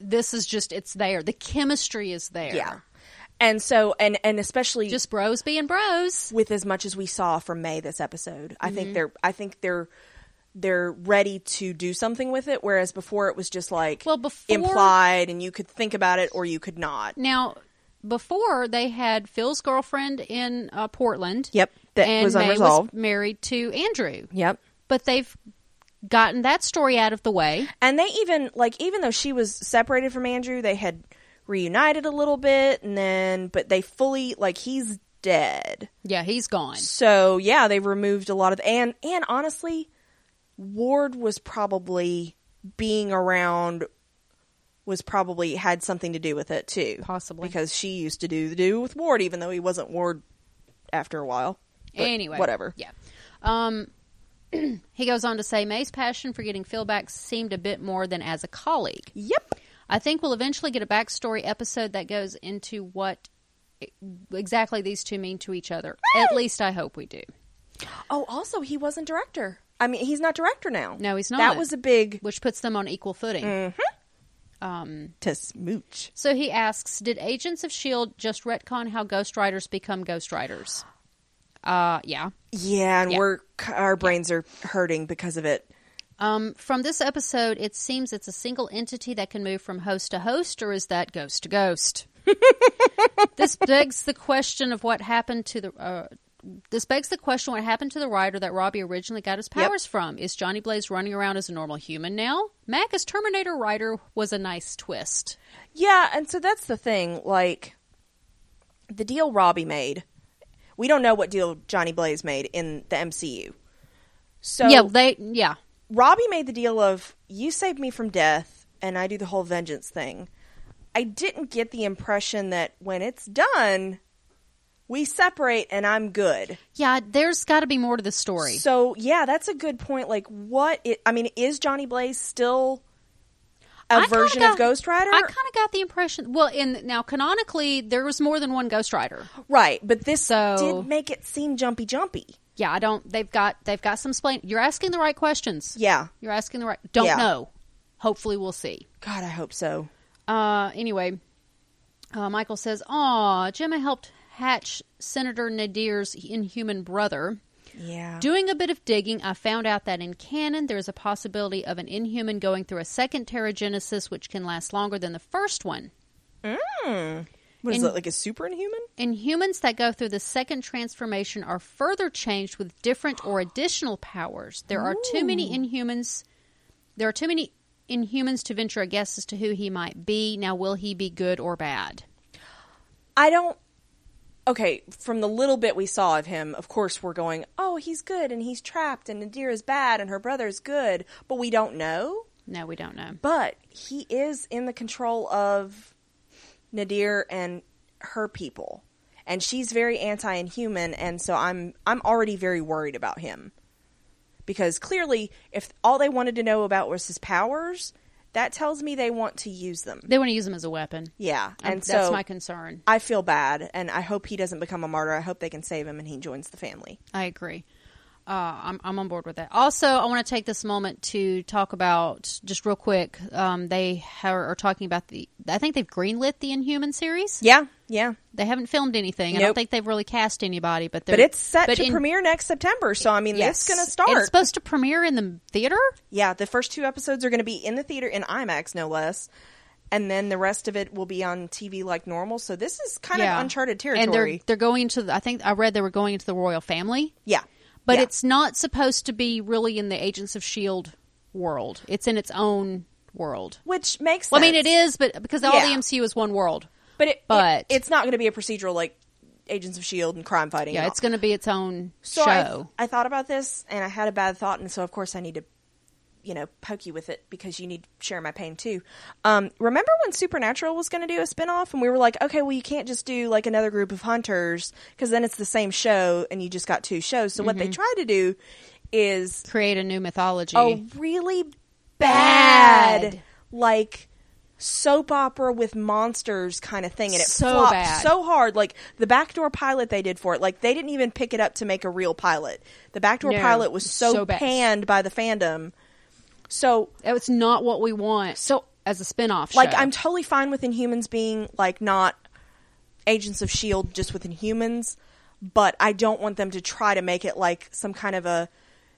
[SPEAKER 2] this is just it's there. The chemistry is there.
[SPEAKER 1] Yeah. And so and and especially
[SPEAKER 2] Just bros being bros.
[SPEAKER 1] with as much as we saw from May this episode. I
[SPEAKER 2] Mm-hmm.
[SPEAKER 1] think they're I think they're they're ready to do something with it, whereas before it was just like
[SPEAKER 2] Well, before-
[SPEAKER 1] implied, and you could think about it or you could not.
[SPEAKER 2] Now, before they had Phil's girlfriend in uh, Portland.
[SPEAKER 1] Yep, that
[SPEAKER 2] and
[SPEAKER 1] was
[SPEAKER 2] May
[SPEAKER 1] unresolved.
[SPEAKER 2] was married to Andrew.
[SPEAKER 1] Yep.
[SPEAKER 2] But they've gotten that story out of the way.
[SPEAKER 1] And they even like even though she was separated from Andrew, they had reunited a little bit, and then but they fully like he's dead.
[SPEAKER 2] Yeah, he's gone.
[SPEAKER 1] So yeah, they removed a lot of and and honestly, Ward was probably being around was probably had something to do with it too.
[SPEAKER 2] Possibly.
[SPEAKER 1] Because she used to do the do with Ward, even though he wasn't Ward after a while. But
[SPEAKER 2] anyway,
[SPEAKER 1] Whatever.
[SPEAKER 2] Yeah. Um, he goes on to say May's passion for getting Phil back seemed a bit more than as a colleague.
[SPEAKER 1] Yep.
[SPEAKER 2] I think we'll eventually get a backstory episode that goes into what e- exactly these two mean to each other. At least I hope we do.
[SPEAKER 1] Oh, also he wasn't director. I mean, he's not director now.
[SPEAKER 2] No, he's not.
[SPEAKER 1] That was a big
[SPEAKER 2] Which puts them on equal footing.
[SPEAKER 1] Mm. to smooch.
[SPEAKER 2] So he asks, did Agents of S.H.I.E.L.D. E just retcon how Ghost Riders become Ghost Riders? Uh, yeah.
[SPEAKER 1] Yeah, and
[SPEAKER 2] Yeah.
[SPEAKER 1] we're our brains are hurting because of it.
[SPEAKER 2] Um, from this episode, it seems it's a single entity that can move from host to host, or is that ghost to ghost? this begs the question of what happened to the. Uh, this begs the question: What happened to the rider that Robbie originally got his powers from? Is Johnny Blaze running around as a normal human now? Mac as Terminator rider was a nice twist.
[SPEAKER 1] Yeah, and so that's the thing. Like the deal Robbie made, we don't know what deal Johnny Blaze made in the MCU. So
[SPEAKER 2] yeah, they yeah
[SPEAKER 1] Robbie made the deal of you saved me from death and I do the whole vengeance thing. I didn't get the impression that when it's done, we separate and I'm good.
[SPEAKER 2] yeah. There's got to be more to the story.
[SPEAKER 1] So yeah, that's a good point. Like what it, I mean, is Johnny Blaze still a
[SPEAKER 2] I kinda
[SPEAKER 1] version
[SPEAKER 2] got-
[SPEAKER 1] of Ghost Rider?
[SPEAKER 2] I kind of got the impression. Well, in now canonically, there was more than one Ghost Rider.
[SPEAKER 1] right, but this
[SPEAKER 2] So-
[SPEAKER 1] did make it seem jumpy jumpy.
[SPEAKER 2] Yeah, I don't. They've got they've got some splain. You're asking the right questions.
[SPEAKER 1] Yeah.
[SPEAKER 2] you're asking the right. Don't
[SPEAKER 1] Yeah.
[SPEAKER 2] know. Hopefully, we'll see.
[SPEAKER 1] God, I hope so.
[SPEAKER 2] Uh, anyway, uh, Michael says, "Aw, Gemma helped hatch Senator Nadir's inhuman brother."
[SPEAKER 1] Yeah.
[SPEAKER 2] Doing a bit of digging, I found out that in canon there is a possibility of an inhuman going through a second pterogenesis, which can last longer than the first one.
[SPEAKER 1] what is
[SPEAKER 2] and-
[SPEAKER 1] it like a superinhuman?
[SPEAKER 2] Inhumans that go through the second transformation are further changed with different or additional powers. There are too many inhumans. There are too many inhumans to venture a guess as to who he might be. Now, will he be good or bad?
[SPEAKER 1] I don't. Okay, from the little bit we saw of him, of course we're going, oh, he's good and he's trapped and Nadir is bad and her brother's good, but we don't know.
[SPEAKER 2] No, we don't know.
[SPEAKER 1] But he is in the control of Nadir and her people. And she's very anti inhuman and so I'm I'm already very worried about him. Because clearly if all they wanted to know about was his powers, that tells me they want to use them.
[SPEAKER 2] They want to use him as a weapon.
[SPEAKER 1] Yeah.
[SPEAKER 2] Um,
[SPEAKER 1] And
[SPEAKER 2] that's
[SPEAKER 1] so
[SPEAKER 2] my concern.
[SPEAKER 1] I feel bad, and I hope he doesn't become a martyr. I hope they can save him and he joins the family.
[SPEAKER 2] I agree. Uh, I'm, I'm on board with that. Also, I want to take this moment to talk about just real quick. Um, they ha- are talking about the. I think they've greenlit the Inhuman series.
[SPEAKER 1] Yeah, yeah.
[SPEAKER 2] They haven't filmed anything. I don't
[SPEAKER 1] Nope.
[SPEAKER 2] think they've really cast anybody, but they're,
[SPEAKER 1] But it's set
[SPEAKER 2] but
[SPEAKER 1] to
[SPEAKER 2] in-
[SPEAKER 1] premiere next September, so I mean,
[SPEAKER 2] Yes.
[SPEAKER 1] that's going to start.
[SPEAKER 2] It's supposed to premiere in the theater.
[SPEAKER 1] yeah, the first two episodes are going to be in the theater in IMAX, no less, and then the rest of it will be on TV like normal. So this is kind of uncharted territory.
[SPEAKER 2] And they're they're going into. The, I think I read they were going into the royal family,
[SPEAKER 1] yeah,
[SPEAKER 2] but
[SPEAKER 1] Yeah.
[SPEAKER 2] it's not supposed to be really in the Agents of Shield E world. It's in its own world.
[SPEAKER 1] which makes.
[SPEAKER 2] Well, I mean,
[SPEAKER 1] sense.
[SPEAKER 2] it is, but because all
[SPEAKER 1] Yeah.
[SPEAKER 2] the MCU is one world.
[SPEAKER 1] but it,
[SPEAKER 2] but-
[SPEAKER 1] it- it's not going to be a procedural like Agents of Shield E and crime fighting.
[SPEAKER 2] Yeah,
[SPEAKER 1] and all.
[SPEAKER 2] it's going to be its own
[SPEAKER 1] So I,
[SPEAKER 2] show.
[SPEAKER 1] I thought about this and I had a bad thought, and so of course I need to, you know, poke you with it because you need to share my pain too. Um, remember when Supernatural was going to do a spinoff and we were like, okay, well, you can't just do like another group of hunters because then it's the same show and you just got two shows. So what they tried to do is
[SPEAKER 2] Create a new mythology.
[SPEAKER 1] a really bad,
[SPEAKER 2] Bad.
[SPEAKER 1] like soap opera with monsters kind of thing and it
[SPEAKER 2] So
[SPEAKER 1] flopped
[SPEAKER 2] bad.
[SPEAKER 1] so hard like the backdoor pilot they did for it like they didn't even pick it up to make a real pilot the backdoor
[SPEAKER 2] No,
[SPEAKER 1] pilot was so,
[SPEAKER 2] so bad.
[SPEAKER 1] panned by the fandom so
[SPEAKER 2] it's not what we want. So as a spinoff, show.
[SPEAKER 1] like i'm totally fine with inhumans being like not agents of shield E just with inhumans but i don't want them to try to make it like some kind of a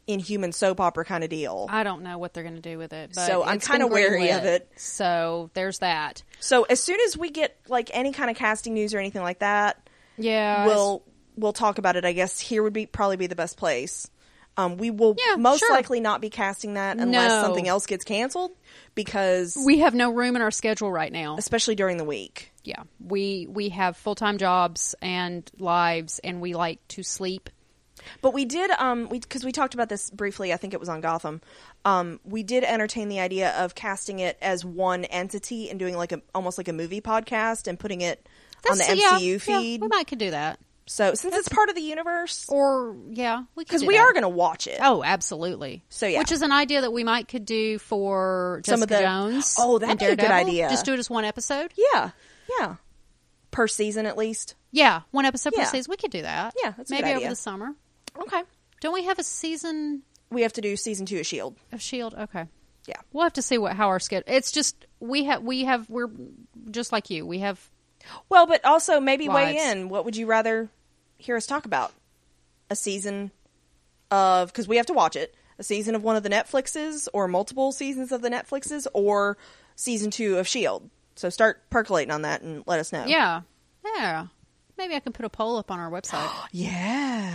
[SPEAKER 1] inhuman soap opera kind of deal
[SPEAKER 2] I don't know what they're going to do with it. But
[SPEAKER 1] So I'm
[SPEAKER 2] it's been
[SPEAKER 1] kinda wary of
[SPEAKER 2] greenlit.
[SPEAKER 1] it.
[SPEAKER 2] So there's that.
[SPEAKER 1] So as soon as we get like any kind of casting news or anything like that,
[SPEAKER 2] Yeah.
[SPEAKER 1] we'll we'll talk about it. I guess here would be probably be the best place. Um, we will
[SPEAKER 2] Yeah,
[SPEAKER 1] most
[SPEAKER 2] sure.
[SPEAKER 1] likely not be casting that unless
[SPEAKER 2] No.
[SPEAKER 1] something else gets canceled because
[SPEAKER 2] we have no room in our schedule right now.
[SPEAKER 1] especially during the week.
[SPEAKER 2] Yeah. We we have full time jobs and lives, and we like to sleep
[SPEAKER 1] But we did, um, we because we talked about this briefly. I think it was on Gotham. Um, we did entertain the idea of casting it as one entity and doing like a almost like a movie podcast and putting it on the
[SPEAKER 2] yeah,
[SPEAKER 1] MCU
[SPEAKER 2] yeah,
[SPEAKER 1] feed.
[SPEAKER 2] we might could do that.
[SPEAKER 1] so since it's part of the universe,
[SPEAKER 2] Or yeah, we could
[SPEAKER 1] because
[SPEAKER 2] do
[SPEAKER 1] we
[SPEAKER 2] that.
[SPEAKER 1] are going to watch it.
[SPEAKER 2] Oh, absolutely.
[SPEAKER 1] So, yeah.
[SPEAKER 2] which is an idea that we might could do for Jessica
[SPEAKER 1] Some of the-
[SPEAKER 2] Jones.
[SPEAKER 1] Oh, that'd
[SPEAKER 2] and
[SPEAKER 1] be a good
[SPEAKER 2] Daredevil.
[SPEAKER 1] idea.
[SPEAKER 2] Just do it as one episode.
[SPEAKER 1] Yeah, yeah, per season at least.
[SPEAKER 2] Yeah, one episode
[SPEAKER 1] Yeah.
[SPEAKER 2] per season. We could do that.
[SPEAKER 1] Yeah, that's a
[SPEAKER 2] maybe
[SPEAKER 1] good
[SPEAKER 2] over
[SPEAKER 1] idea.
[SPEAKER 2] the summer.
[SPEAKER 1] Okay,
[SPEAKER 2] Don't we have a season
[SPEAKER 1] we have to do season two of Shield.
[SPEAKER 2] of Shield? Okay.
[SPEAKER 1] E Yeah.
[SPEAKER 2] We'll have to see what how our schedule. It's just we have we have we're just like you. We have
[SPEAKER 1] Well, but also maybe
[SPEAKER 2] Lives.
[SPEAKER 1] weigh in. What would you rather hear us talk about? A season of because we have to watch it. A season of one of the Netflixes, or multiple seasons of the Netflixes, or season two of Shield. E So start percolating on that and let us know.
[SPEAKER 2] yeah yeah. Maybe I can put a poll up on our website.
[SPEAKER 1] yeah,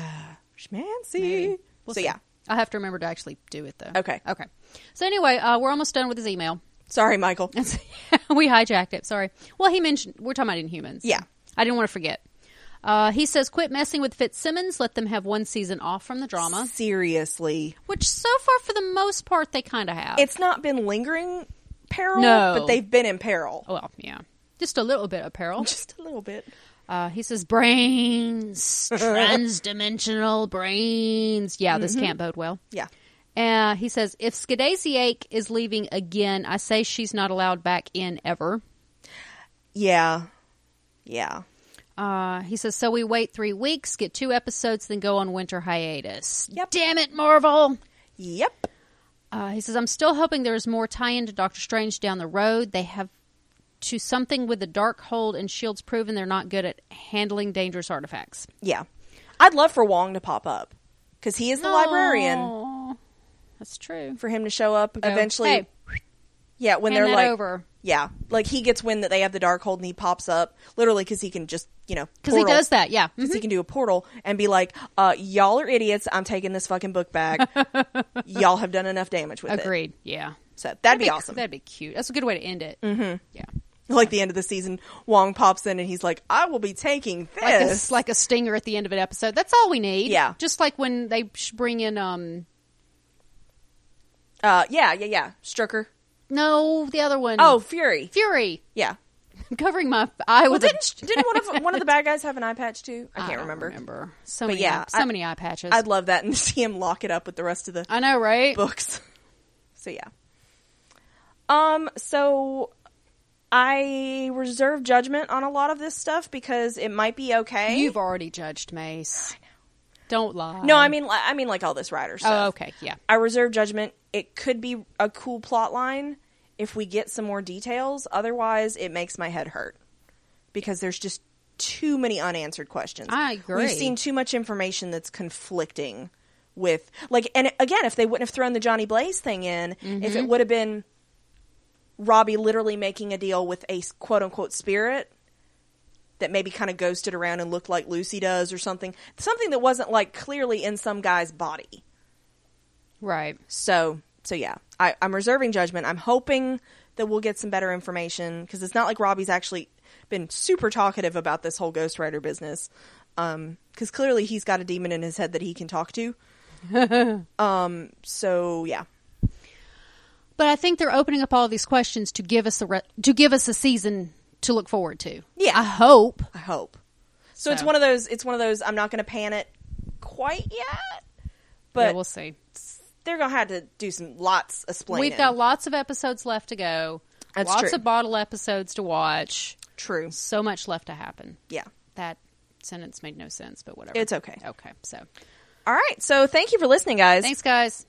[SPEAKER 1] schmancy.
[SPEAKER 2] Maybe. We'll
[SPEAKER 1] so
[SPEAKER 2] see.
[SPEAKER 1] yeah,
[SPEAKER 2] I have to remember to actually do it though.
[SPEAKER 1] Okay.
[SPEAKER 2] Okay. So anyway, uh, we're almost done with his email.
[SPEAKER 1] sorry, Michael.
[SPEAKER 2] we hijacked it. Sorry. Well, he mentioned we're talking about Inhumans.
[SPEAKER 1] Yeah.
[SPEAKER 2] I didn't want to forget. Uh, he says, "Quit messing with Fitzsimmons. Let them have one season off from the drama."
[SPEAKER 1] Seriously,
[SPEAKER 2] Which, so far, for the most part, they kind of have.
[SPEAKER 1] it's not been lingering peril,
[SPEAKER 2] No.
[SPEAKER 1] but they've been in peril
[SPEAKER 2] well, yeah, just a little bit of peril.
[SPEAKER 1] just a little bit.
[SPEAKER 2] Uh, he says, "Brains, transdimensional brains." Yeah, this can't bode well.
[SPEAKER 1] Yeah,
[SPEAKER 2] Uh, he says, "If Skidasiak is leaving again, I say she's not allowed back in ever."
[SPEAKER 1] yeah, yeah.
[SPEAKER 2] Uh, he says, so we wait three weeks, get two episodes, then go on winter hiatus.
[SPEAKER 1] Yep.
[SPEAKER 2] Damn it, Marvel!
[SPEAKER 1] Yep.
[SPEAKER 2] Uh, he says, I'm still hoping there's more tie in to Doctor Strange down the road. They have to something with the dark hold, and Shield's proven they're not good at handling dangerous artifacts.
[SPEAKER 1] Yeah. I'd love for Wong to pop up because he is the librarian.
[SPEAKER 2] Aw, That's true.
[SPEAKER 1] For him to show up
[SPEAKER 2] Go,
[SPEAKER 1] eventually.
[SPEAKER 2] hey,
[SPEAKER 1] yeah, when
[SPEAKER 2] hand
[SPEAKER 1] they're
[SPEAKER 2] that
[SPEAKER 1] like.
[SPEAKER 2] over.
[SPEAKER 1] Yeah. Like he gets wind that they have the dark hold and he pops up literally because he can just, you know.
[SPEAKER 2] Because he
[SPEAKER 1] portal.
[SPEAKER 2] does that, yeah. Mm-hmm.
[SPEAKER 1] 'Cause he can do a portal and be like, uh, y'all are idiots. I'm taking this fucking book back. y'all have done enough damage with it.
[SPEAKER 2] Agreed, yeah.
[SPEAKER 1] So that'd, be, awesome.
[SPEAKER 2] That'd be cute. That's a good way to end it. Mm-hmm. Yeah.
[SPEAKER 1] Like the end of the season, Wong pops in and he's like, I will be taking this.
[SPEAKER 2] like a, like a stinger at the end of an episode. That's all we need.
[SPEAKER 1] Yeah.
[SPEAKER 2] just like when they sh- bring in um
[SPEAKER 1] uh, yeah, yeah, yeah. Strucker.
[SPEAKER 2] no the other one
[SPEAKER 1] Oh, Fury.
[SPEAKER 2] Fury.
[SPEAKER 1] Yeah.
[SPEAKER 2] I'm covering my eye
[SPEAKER 1] Well,
[SPEAKER 2] with
[SPEAKER 1] didn't
[SPEAKER 2] a.
[SPEAKER 1] didn't one of one of the bad guys have an eye patch too? I
[SPEAKER 2] I
[SPEAKER 1] can't
[SPEAKER 2] don't
[SPEAKER 1] remember.
[SPEAKER 2] So
[SPEAKER 1] But
[SPEAKER 2] many,
[SPEAKER 1] yeah,
[SPEAKER 2] eye- so
[SPEAKER 1] I-
[SPEAKER 2] many eye patches. i
[SPEAKER 1] I'd love that and see him lock it up with the rest of the
[SPEAKER 2] know, right?
[SPEAKER 1] books. So yeah. Um. So I reserve judgment on a lot of this stuff because it might be okay.
[SPEAKER 2] You've already judged Mace. Don't lie.
[SPEAKER 1] no, I mean, li- I mean, like all this writer stuff.
[SPEAKER 2] Oh, okay, yeah.
[SPEAKER 1] I reserve judgment. It could be a cool plot line if we get some more details. Otherwise, it makes my head hurt because there's just too many unanswered questions.
[SPEAKER 2] I agree.
[SPEAKER 1] We've seen too much information that's conflicting with like and again, if they wouldn't have thrown the Johnny Blaze thing in, if
[SPEAKER 2] Mm-hmm.
[SPEAKER 1] it would have been Robbie literally making a deal with a quote unquote spirit that maybe kind of ghosted around and looked like Lucy does or something, something that wasn't like clearly in some guy's body.
[SPEAKER 2] Right.
[SPEAKER 1] So, so yeah, I, I'm reserving judgment. I'm hoping that we'll get some better information because it's not like Robbie's actually been super talkative about this whole ghostwriter business. Because clearly he's got a demon in his head that he can talk to. um. So yeah,
[SPEAKER 2] But I think they're opening up all these questions to give us a re- to give us a season to look forward to.
[SPEAKER 1] Yeah.
[SPEAKER 2] I hope.
[SPEAKER 1] I hope. So, it's
[SPEAKER 2] So.
[SPEAKER 1] one of those. It's one of those. I'm not going to pan it quite yet, but
[SPEAKER 2] yeah, we'll see.
[SPEAKER 1] they're going to have to do some lots of splaining.
[SPEAKER 2] We've got lots of episodes left to go.
[SPEAKER 1] That's
[SPEAKER 2] lots
[SPEAKER 1] true.
[SPEAKER 2] of bottle episodes to watch.
[SPEAKER 1] true.
[SPEAKER 2] So much left to happen.
[SPEAKER 1] Yeah.
[SPEAKER 2] That sentence made no sense, but whatever.
[SPEAKER 1] It's okay.
[SPEAKER 2] Okay. So
[SPEAKER 1] All right. So thank you for listening, guys.
[SPEAKER 2] thanks, guys.